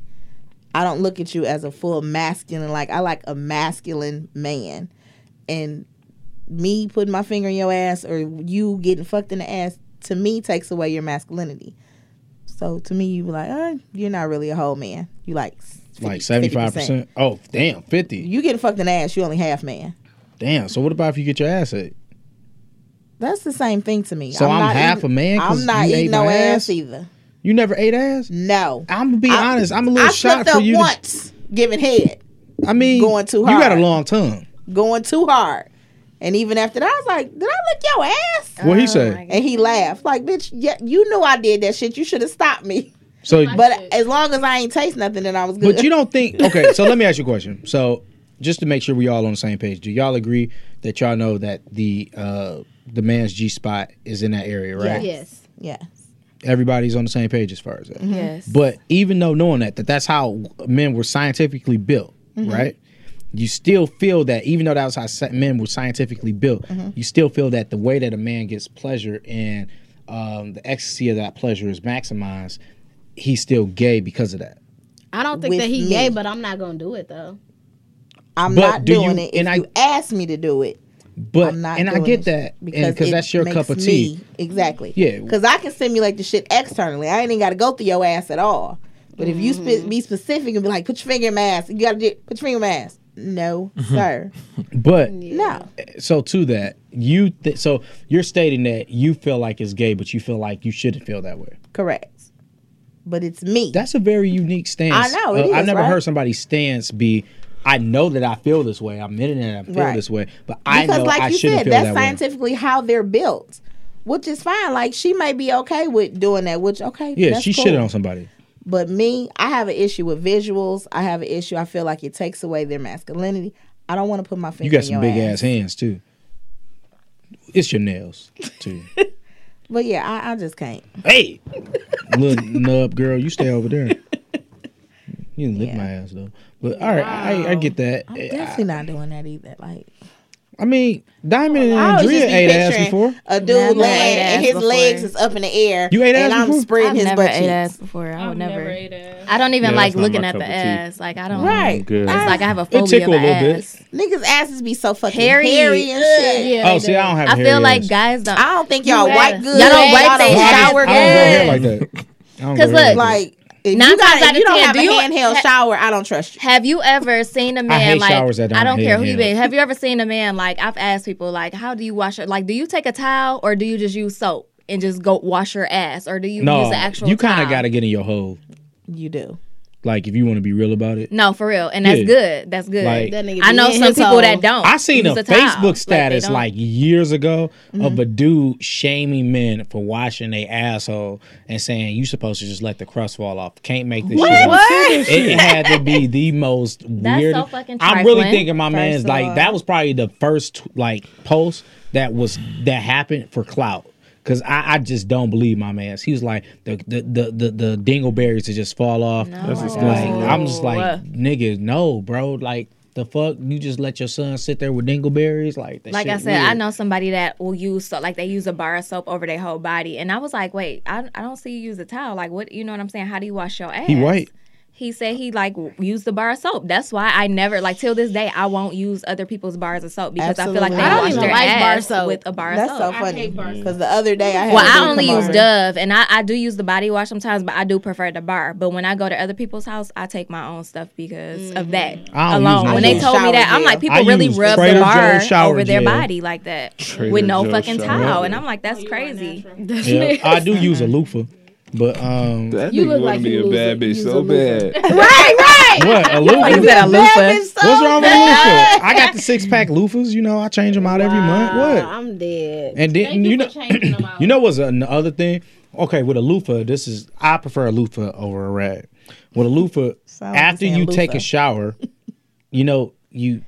Speaker 5: I don't look at you as a full masculine. Like I like a masculine man, and me putting my finger in your ass or you getting fucked in the ass to me takes away your masculinity. So to me, you be like, uh, you're not really a whole man. You like s- 50,
Speaker 2: Like seventy five
Speaker 5: 50%.
Speaker 2: percent. Oh damn, fifty.
Speaker 5: You getting fucked in the ass, you only half man.
Speaker 2: Damn. So what about if you get your ass ate?
Speaker 5: That's the same thing to me.
Speaker 2: So I'm
Speaker 5: not
Speaker 2: half
Speaker 5: eating-
Speaker 2: a man 'cause
Speaker 5: I'm not
Speaker 2: you
Speaker 5: eating
Speaker 2: ate
Speaker 5: no
Speaker 2: my
Speaker 5: ass?
Speaker 2: ass?
Speaker 5: either.
Speaker 2: You never ate ass.
Speaker 5: No,
Speaker 2: I'm gonna be
Speaker 5: I-
Speaker 2: honest. I'm a little
Speaker 5: I
Speaker 2: shocked
Speaker 5: slipped
Speaker 2: for
Speaker 5: up
Speaker 2: you. to-
Speaker 5: once giving head.
Speaker 2: I mean,
Speaker 5: going too
Speaker 2: You got a
Speaker 5: hard.
Speaker 2: long tongue.
Speaker 5: going too hard. And even after that, I was like, "Did I lick your ass?"
Speaker 2: What he
Speaker 6: my
Speaker 2: say?
Speaker 5: And he laughed, like, "Bitch, yeah, you knew I did that shit. You should have stopped me."
Speaker 2: So, but
Speaker 5: But as long as I ain't taste nothing, then I was good.
Speaker 2: but
Speaker 5: <laughs>
Speaker 2: you don't think? Okay, so let me ask you a question. So, just to make sure we all on the same page, do y'all agree that y'all know that the uh the man's G spot is in that area, right?
Speaker 3: yes.
Speaker 5: yeah,
Speaker 2: Everybody's on the same page as far as
Speaker 5: Mm-hmm.
Speaker 2: that.
Speaker 6: Yes.
Speaker 2: But even though knowing that that that's how men were scientifically built,
Speaker 5: Mm-hmm.
Speaker 2: right? You still feel that even though that was how sci- men were scientifically built,
Speaker 5: Mm-hmm.
Speaker 2: you still feel that the way that a man gets pleasure and um, the ecstasy of that pleasure is maximized. He's still gay because of that.
Speaker 3: I don't think
Speaker 5: With
Speaker 3: that he
Speaker 5: me.
Speaker 3: gay, but I'm not gonna do it though.
Speaker 5: I'm
Speaker 2: But
Speaker 5: not
Speaker 2: do
Speaker 5: doing
Speaker 2: you-
Speaker 5: it. If
Speaker 2: and I-
Speaker 5: you ask me to do it,
Speaker 2: But
Speaker 5: I'm not.
Speaker 2: and I
Speaker 5: doing
Speaker 2: get
Speaker 5: it
Speaker 2: that because
Speaker 5: it
Speaker 2: that's your
Speaker 5: makes
Speaker 2: cup of
Speaker 5: me-
Speaker 2: tea.
Speaker 5: exactly.
Speaker 2: Yeah.
Speaker 5: because I can simulate the shit externally. I ain't even got to go through your ass at all. But if you spe- be specific and be like, "Put your finger in my ass," you got to do. Put your finger in my ass. No,
Speaker 2: Mm-hmm.
Speaker 5: sir.
Speaker 2: But
Speaker 5: No.
Speaker 2: so to that, you th- so you're stating that you feel like it's gay, but you feel like you shouldn't feel that way.
Speaker 5: Correct. But it's me.
Speaker 2: That's a very unique stance.
Speaker 5: I know, it
Speaker 2: I
Speaker 5: is,
Speaker 2: never
Speaker 5: right?
Speaker 2: heard somebody's stance be. I know that I feel this way. I'm in it and I feel
Speaker 5: Right.
Speaker 2: this way, but I
Speaker 5: because
Speaker 2: know
Speaker 5: like
Speaker 2: I
Speaker 5: you
Speaker 2: shouldn't
Speaker 5: said
Speaker 2: feel
Speaker 5: that's
Speaker 2: that way.
Speaker 5: scientifically how they're built which is fine like she may be okay with doing that which okay
Speaker 2: Yeah,
Speaker 5: that's
Speaker 2: she
Speaker 5: cool.
Speaker 2: shitted on somebody.
Speaker 5: but me i have an issue with visuals i have an issue i feel like it takes away their masculinity i don't want to put my finger
Speaker 2: You got
Speaker 5: in
Speaker 2: some
Speaker 5: your
Speaker 2: big ass hands too. it's your nails
Speaker 5: <laughs>
Speaker 2: too.
Speaker 5: But yeah, I, I just can't.
Speaker 2: hey, little nub girl, you stay over there. You didn't lick my ass though. But all right, I, I get that.
Speaker 5: I'm
Speaker 2: I-
Speaker 5: definitely not doing that either. Like
Speaker 2: I mean, Diamond and
Speaker 5: Oh, I
Speaker 2: Andrea
Speaker 5: always just be
Speaker 2: ate ass
Speaker 5: picturing
Speaker 2: before.
Speaker 5: a dude
Speaker 6: Never
Speaker 5: laying
Speaker 6: ate
Speaker 5: and
Speaker 6: ass
Speaker 5: his
Speaker 6: before.
Speaker 5: legs is up in the air.
Speaker 2: You ate ass
Speaker 5: and I'm
Speaker 2: before?
Speaker 5: spreading
Speaker 6: I've
Speaker 5: his
Speaker 6: never
Speaker 5: butt
Speaker 6: ate
Speaker 5: cheeks.
Speaker 6: ass before. I
Speaker 4: I've
Speaker 5: Oh,
Speaker 6: would never.
Speaker 4: never ate ass.
Speaker 6: I don't even
Speaker 7: Yeah,
Speaker 6: like
Speaker 7: that's not
Speaker 6: looking
Speaker 7: my
Speaker 6: at
Speaker 7: cup
Speaker 6: the
Speaker 7: of tea.
Speaker 6: ass. Like I don't.
Speaker 2: Oh,
Speaker 5: Right.
Speaker 7: Good.
Speaker 3: <laughs>
Speaker 6: It's like I have a phobia
Speaker 2: tickle
Speaker 6: of
Speaker 2: a little bit.
Speaker 6: ass.
Speaker 5: Niggas' asses be so fucking hairy,
Speaker 6: Hairy.
Speaker 5: and shit.
Speaker 4: Yeah.
Speaker 2: Oh, see, I don't have.
Speaker 6: I
Speaker 2: hairy
Speaker 6: feel like
Speaker 2: ass.
Speaker 6: guys don't.
Speaker 5: I don't think y'all
Speaker 4: You
Speaker 5: wipe
Speaker 4: ass.
Speaker 5: good.
Speaker 6: Y'all don't wipe
Speaker 5: Y'all
Speaker 6: they
Speaker 2: Well, I don't-
Speaker 6: shower
Speaker 2: I don't grow hair
Speaker 6: good.
Speaker 2: like
Speaker 5: <laughs>
Speaker 2: that. I don't
Speaker 6: 'Cause
Speaker 2: grow hair
Speaker 6: look,
Speaker 5: Like if
Speaker 6: Nine
Speaker 5: you,
Speaker 6: times
Speaker 5: got,
Speaker 6: out of
Speaker 5: you don't
Speaker 6: ten,
Speaker 5: have
Speaker 6: do
Speaker 5: a
Speaker 6: you-
Speaker 5: handheld
Speaker 6: ha-
Speaker 5: shower, I don't trust you.
Speaker 6: have you ever seen a man
Speaker 2: hate
Speaker 6: like
Speaker 2: showers that don't
Speaker 6: I don't
Speaker 2: hate
Speaker 6: care who
Speaker 2: him.
Speaker 6: you been. Have you ever seen a man like I've asked people like how do you wash it? Like do you take a towel or do you just use soap and just go wash your ass or do you use the
Speaker 2: that.
Speaker 6: actual?
Speaker 2: No, you kind of
Speaker 6: towel?
Speaker 2: got to get in your hole.
Speaker 5: You do.
Speaker 2: Like if you want to be real about it.
Speaker 6: No, for real, and that's
Speaker 2: Yeah.
Speaker 6: good. That's good.
Speaker 2: Like-
Speaker 3: That nigga
Speaker 6: I
Speaker 3: be
Speaker 6: know
Speaker 3: in
Speaker 6: some
Speaker 3: his
Speaker 6: people
Speaker 3: hole.
Speaker 6: that don't.
Speaker 2: I seen a
Speaker 6: use towel. Like,
Speaker 2: Facebook
Speaker 6: they
Speaker 2: status
Speaker 6: don't. Mm-hmm.
Speaker 2: like, years ago of a dude shaming men for washing their asshole and saying you supposed to just let the crust fall off. Can't make this shit up. It, it had to be the most
Speaker 6: so
Speaker 2: weird.
Speaker 6: fucking
Speaker 2: I'm really
Speaker 6: trifling,
Speaker 2: thinking my man's
Speaker 5: first of all.
Speaker 2: like that was probably the first t- like post that was that happened for clout. Cause I, I just don't believe my man's. He was like the the the the, the dingleberries to just fall off.
Speaker 7: That's
Speaker 2: Like
Speaker 7: disgusting.
Speaker 2: I'm just like nigga, no, bro. Like the fuck, you just let your son sit there with dingleberries, like that
Speaker 6: Like
Speaker 2: shit
Speaker 6: I said, I
Speaker 2: weird.
Speaker 6: know somebody that will use so like they use a bar of soap over their whole body, and I was like, wait, I, I don't see you use a towel. Like what? You know what I'm saying? How do you wash your ass?
Speaker 2: He white.
Speaker 6: He said he like w- used the bar of soap. That's why I never like till this day I won't use other people's bars of soap because I feel like
Speaker 5: Absolutely.
Speaker 6: they
Speaker 5: I don't
Speaker 6: wash
Speaker 5: even
Speaker 6: their
Speaker 3: like bar
Speaker 6: ass
Speaker 3: soap.
Speaker 6: with a bar of
Speaker 5: That's so
Speaker 6: soap.
Speaker 5: funny.
Speaker 4: hate bar soap.
Speaker 5: Because the other day I had a
Speaker 6: well,
Speaker 5: dude
Speaker 6: I only
Speaker 5: come
Speaker 6: use
Speaker 5: over. <laughs>
Speaker 6: Dove, and I, I do use the body wash sometimes, but I do prefer the bar. But when I go to other people's house, I take my own stuff because of
Speaker 2: I
Speaker 6: that
Speaker 2: don't use
Speaker 6: alone.
Speaker 2: no
Speaker 6: When they
Speaker 2: Dove.
Speaker 6: told me
Speaker 5: Mm-hmm. Shower
Speaker 6: that, I'm
Speaker 5: gel.
Speaker 6: like, people
Speaker 2: I
Speaker 6: really
Speaker 2: use
Speaker 6: rub
Speaker 2: Trader
Speaker 6: the bar
Speaker 2: Joe's shower
Speaker 6: over their
Speaker 2: gel.
Speaker 6: body like that
Speaker 7: Trader
Speaker 6: with no
Speaker 7: Joe's
Speaker 6: fucking
Speaker 7: shower
Speaker 6: towel,
Speaker 7: gel.
Speaker 6: and I'm like, that's crazy.
Speaker 2: Yeah, I do use a loofah, but
Speaker 6: <laughs>
Speaker 2: um,
Speaker 7: That
Speaker 3: You
Speaker 7: nigga
Speaker 3: look
Speaker 7: wanna
Speaker 3: like
Speaker 7: be
Speaker 3: you
Speaker 7: a
Speaker 3: lose
Speaker 7: bad
Speaker 3: it.
Speaker 7: bitch
Speaker 3: Use a
Speaker 7: so
Speaker 3: loser. <laughs>
Speaker 7: bad.
Speaker 5: Right, right.
Speaker 2: what a loofah? What's wrong with a loofah? I got the six pack loofahs. You know, I change them out every month. What?
Speaker 3: I'm dead.
Speaker 2: And then
Speaker 4: Thank
Speaker 2: you
Speaker 4: you
Speaker 2: know,
Speaker 4: for
Speaker 2: <clears throat>
Speaker 4: changing them out.
Speaker 2: you know what's another thing? Okay, with a loofah, this is I prefer a loofah over a rag. With a loofah,
Speaker 5: Sounds
Speaker 2: after
Speaker 5: like
Speaker 2: you take
Speaker 5: loofah.
Speaker 2: a shower, you know you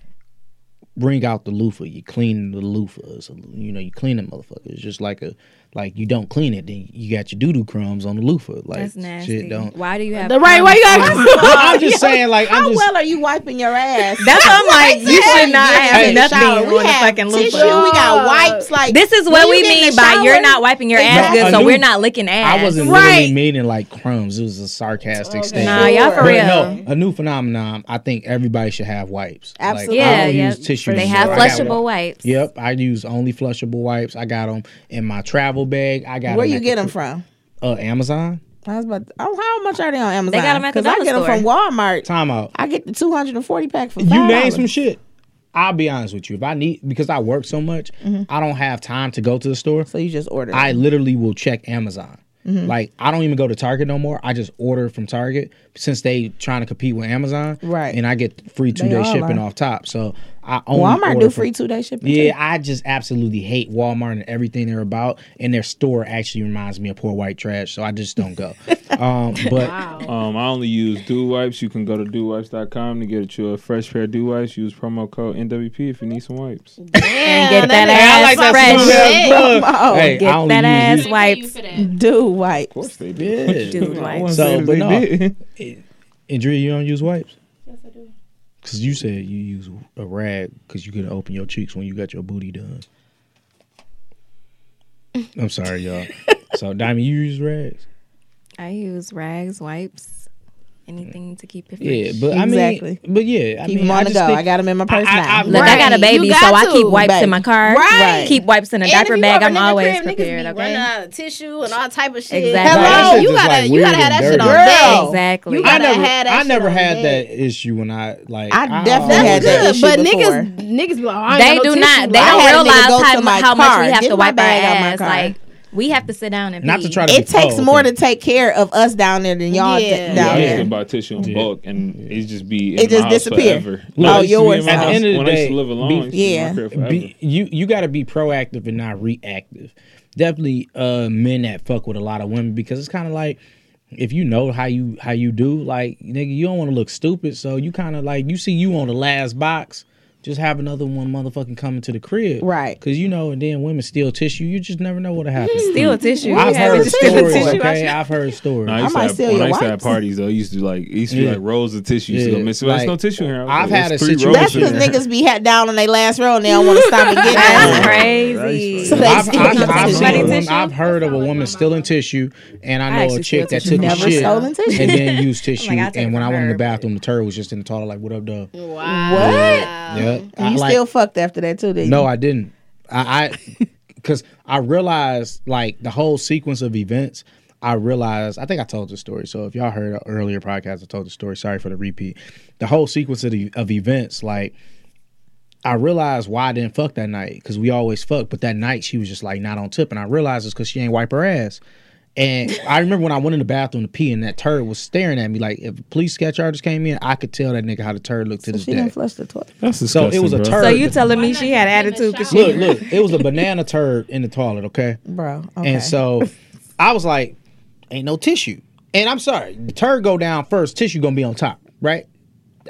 Speaker 2: bring out the loofah. You clean the loofah. So, you know you clean the motherfucker. It's just like a like you don't clean it, then you got your doo doo crumbs on the loofah. Like
Speaker 6: That's nasty.
Speaker 2: shit don't.
Speaker 6: Why do you have
Speaker 3: The right way you got
Speaker 2: Well, I'm just saying, like I'm
Speaker 5: How
Speaker 2: just.
Speaker 5: well are you wiping your ass?
Speaker 6: That's what <laughs> I'm like. You
Speaker 5: Hey,
Speaker 6: should not
Speaker 5: you
Speaker 6: have
Speaker 5: in the
Speaker 6: nothing
Speaker 5: shower. We
Speaker 6: on the
Speaker 5: have
Speaker 6: fucking
Speaker 5: tissue,
Speaker 6: loofah.
Speaker 5: We got wipes. Like
Speaker 6: This is
Speaker 5: when
Speaker 6: what we
Speaker 5: you get in
Speaker 6: mean
Speaker 5: the
Speaker 6: by you're
Speaker 5: shower,
Speaker 6: not wiping your ass
Speaker 2: Exactly.
Speaker 6: good,
Speaker 2: I
Speaker 6: so
Speaker 2: knew-
Speaker 6: we're not licking ass.
Speaker 2: I wasn't
Speaker 5: Right.
Speaker 2: really meaning like crumbs. It was a sarcastic statement.
Speaker 6: Nah, y'all for
Speaker 2: But
Speaker 6: real.
Speaker 2: no, a new phenomenon. I think everybody should have wipes. Like,
Speaker 5: Absolutely.
Speaker 6: Yeah,
Speaker 2: I don't
Speaker 6: yeah.
Speaker 2: use tissues.
Speaker 6: They have
Speaker 2: I got
Speaker 6: flushable
Speaker 2: one.
Speaker 6: wipes.
Speaker 2: Yep, I use only flushable wipes. I got them in my travel bag. I got
Speaker 5: Where
Speaker 2: 'em
Speaker 5: you
Speaker 2: at
Speaker 5: get
Speaker 2: the-
Speaker 5: them from?
Speaker 2: Uh, Amazon.
Speaker 5: I was about. To, oh, how much are they on Amazon?
Speaker 6: They got 'em at the
Speaker 5: 'Cause I
Speaker 6: dollar
Speaker 5: get them
Speaker 6: store.
Speaker 5: from Walmart.
Speaker 2: Time out.
Speaker 5: I get the two hundred and forty pack for
Speaker 2: You name
Speaker 5: $5.
Speaker 2: some shit. I'll be honest with you. If I need because I work so much,
Speaker 6: Mm-hmm.
Speaker 2: I don't have time to go to the store.
Speaker 5: So you just order.
Speaker 2: I literally will check Amazon.
Speaker 5: Mm-hmm.
Speaker 2: Like I don't even go to Target no more. I just order from Target since they trying to compete with Amazon.
Speaker 5: Right.
Speaker 2: And I get free two
Speaker 5: all
Speaker 2: day shipping
Speaker 5: are.
Speaker 2: off top. So I only
Speaker 5: Walmart
Speaker 2: order
Speaker 5: do
Speaker 2: from-
Speaker 5: free two day shipping.
Speaker 2: Yeah,
Speaker 5: too.
Speaker 2: I just absolutely hate Walmart and everything they're about, and their store actually reminds me of poor white trash. So I just don't
Speaker 5: <laughs>
Speaker 2: go. um, but
Speaker 7: Um, I only use Dew Wipes. You can go to dewipes.com to get you a fresh pair of Dew Wipes. Use promo code NWP if you need some wipes.
Speaker 6: and get that ass fresh.
Speaker 5: <laughs> Oh,
Speaker 2: Hey, I
Speaker 6: Get
Speaker 2: only
Speaker 6: that
Speaker 2: use these-
Speaker 4: Thank
Speaker 6: ass
Speaker 4: you
Speaker 6: wipes.
Speaker 4: for that.
Speaker 5: do wipes.
Speaker 7: Of course they do.
Speaker 2: Yeah.
Speaker 6: Dude, wipes.
Speaker 2: So, but no.
Speaker 7: did.
Speaker 2: Andrea, you don't use wipes
Speaker 4: Yes, I do.
Speaker 2: because you said you use a rag because you couldn't open your cheeks when you got your booty
Speaker 5: <laughs>
Speaker 2: done. I'm sorry, y'all. so, Diamond, you use rags.
Speaker 6: I use rags, wipes, anything to keep it fresh.
Speaker 2: Yeah, but
Speaker 5: Exactly.
Speaker 2: I mean, but yeah, I
Speaker 5: Keep
Speaker 2: mean,
Speaker 5: them on
Speaker 2: I
Speaker 5: the
Speaker 2: just
Speaker 5: go.
Speaker 2: think-
Speaker 5: I got them in my
Speaker 2: I-
Speaker 5: purse
Speaker 2: I-
Speaker 5: now.
Speaker 2: I-
Speaker 6: Look, I got a
Speaker 3: Right.
Speaker 6: baby,
Speaker 3: You
Speaker 6: so
Speaker 3: got
Speaker 6: I keep
Speaker 3: to,
Speaker 6: wipes
Speaker 5: baby.
Speaker 6: in my car.
Speaker 5: Right.
Speaker 6: Keep wipes in a diaper bag. I'm always prepared.
Speaker 3: Niggas be running
Speaker 6: Okay.
Speaker 3: out of tissue and all type of shit.
Speaker 6: Exactly. Right, that
Speaker 3: Hello,
Speaker 2: shit
Speaker 3: you
Speaker 2: just
Speaker 3: gotta
Speaker 2: like
Speaker 3: you
Speaker 2: weird
Speaker 3: gotta have that
Speaker 2: and
Speaker 3: shit on
Speaker 5: dirty.
Speaker 3: deck.
Speaker 5: Girl.
Speaker 6: Exactly.
Speaker 3: You
Speaker 2: I
Speaker 3: gotta
Speaker 2: never,
Speaker 3: have that
Speaker 2: I
Speaker 3: shit
Speaker 2: never
Speaker 3: on
Speaker 2: had
Speaker 3: deck.
Speaker 2: that issue when I like.
Speaker 5: I definitely
Speaker 2: always-
Speaker 3: That's
Speaker 5: had that
Speaker 3: good,
Speaker 5: issue
Speaker 3: but
Speaker 5: before.
Speaker 3: niggas niggas be like, "Oh, I ain't
Speaker 6: They
Speaker 3: got no
Speaker 6: do not.
Speaker 3: tissue.
Speaker 6: They
Speaker 5: I
Speaker 6: don't
Speaker 5: had a nigga
Speaker 6: realize
Speaker 5: go to my
Speaker 6: how, mu- how
Speaker 5: car,
Speaker 6: much we have
Speaker 5: get
Speaker 6: to
Speaker 5: my
Speaker 6: wipe our
Speaker 5: bag out my
Speaker 6: ass.
Speaker 5: car.
Speaker 6: Like we have to sit down and
Speaker 2: Not
Speaker 6: pee.
Speaker 2: to try to.
Speaker 5: It
Speaker 2: be- oh,
Speaker 5: takes more
Speaker 2: okay.
Speaker 5: to take care of us down there than y'all
Speaker 3: Yeah.
Speaker 5: d-
Speaker 7: Yeah,
Speaker 5: down
Speaker 7: I used
Speaker 5: there.
Speaker 7: to buy tissue in bulk, and it just be in
Speaker 5: It
Speaker 7: my
Speaker 5: just
Speaker 7: house
Speaker 5: disappear.
Speaker 7: Forever.
Speaker 5: Look,
Speaker 7: I
Speaker 5: Oh,
Speaker 7: used to be in
Speaker 5: yours
Speaker 7: my
Speaker 5: at the
Speaker 7: house
Speaker 2: end of the
Speaker 7: when I used
Speaker 2: day,
Speaker 7: to live alone.
Speaker 2: be-
Speaker 7: I used to be in my
Speaker 5: Yeah.
Speaker 7: crib forever.
Speaker 2: Be, you you got to be proactive and not reactive. Definitely, uh, men that fuck with a lot of women because it's kind of like if you know how you how you do, like nigga, you don't want to look stupid, so you kind of like you see you on the last box. just have another one motherfucking coming to the crib.
Speaker 5: Right.
Speaker 2: Because you know, and then women steal tissue. You just never know what'll
Speaker 5: <laughs>
Speaker 2: happen.
Speaker 6: Steal tissue.
Speaker 2: I've
Speaker 6: Yeah,
Speaker 2: heard
Speaker 6: just steal
Speaker 2: stories,
Speaker 6: tissue.
Speaker 2: okay? I've heard stories.
Speaker 7: Nah, I used
Speaker 5: might
Speaker 7: to have,
Speaker 5: steal
Speaker 7: when
Speaker 5: your
Speaker 7: I used to have
Speaker 5: wipes.
Speaker 7: parties though, I used to like it used to be
Speaker 2: Yeah.
Speaker 7: like rolls of tissue. Yeah.
Speaker 2: Yeah,
Speaker 7: So missing. There's no
Speaker 2: like,
Speaker 7: tissue here. I was
Speaker 2: I've
Speaker 7: like,
Speaker 2: had
Speaker 7: "There's
Speaker 2: a
Speaker 7: three
Speaker 2: situation-
Speaker 7: rolls
Speaker 5: That's
Speaker 7: in
Speaker 5: because
Speaker 7: there."
Speaker 5: niggas be had down on their last row and they don't want
Speaker 2: <laughs>
Speaker 5: to stop and get that.
Speaker 7: That's
Speaker 6: crazy.
Speaker 7: crazy.
Speaker 5: They
Speaker 2: I've,
Speaker 5: steal
Speaker 2: I've,
Speaker 5: your
Speaker 2: I've
Speaker 5: tissue.
Speaker 2: seen a
Speaker 5: <laughs> Somebody
Speaker 2: woman-
Speaker 6: tissue?
Speaker 2: I've heard of a woman stealing tissue, and I know a
Speaker 6: actually
Speaker 2: chick
Speaker 6: steal
Speaker 2: that
Speaker 6: tissue.
Speaker 2: took a
Speaker 5: Never
Speaker 2: shit
Speaker 5: stolen tissue.
Speaker 2: and then
Speaker 6: <laughs>
Speaker 2: used tissue.
Speaker 6: Oh I take
Speaker 2: and when
Speaker 6: it
Speaker 2: I
Speaker 6: from
Speaker 2: went in the
Speaker 6: her,
Speaker 2: bathroom, the turd was just in the toilet, like, what up, dog?
Speaker 3: Wow.
Speaker 2: Yeah. <laughs> I
Speaker 5: You
Speaker 2: like-
Speaker 5: still fucked after that too, did
Speaker 2: No,
Speaker 5: you?
Speaker 2: I didn't. I,
Speaker 5: <laughs>
Speaker 2: I cause I realized like the whole sequence of events. I realized I think I told the story. So if y'all heard an earlier podcast, I told the story. Sorry for the repeat. The whole sequence of the, of events, like I realized why I didn't fuck that night because we always fuck. But that night she was just like not on tip, and I realized it's because she ain't wipe her ass. And I remember when I went in the bathroom to pee, and that turd was staring at me like if a police sketch artist came in, I could tell that nigga how the turd looked to this
Speaker 5: She
Speaker 2: day.
Speaker 5: didn't flush the toilet.
Speaker 7: That's
Speaker 2: So
Speaker 7: disgusting.
Speaker 2: it was a
Speaker 7: bro.
Speaker 2: turd.
Speaker 6: So you telling me she had attitude because she
Speaker 2: Look, look, it was a banana turd in the toilet, okay?
Speaker 5: Bro. Okay.
Speaker 2: And so I was like, ain't no tissue. And I'm sorry, the turd go down first, tissue gonna be on top, right?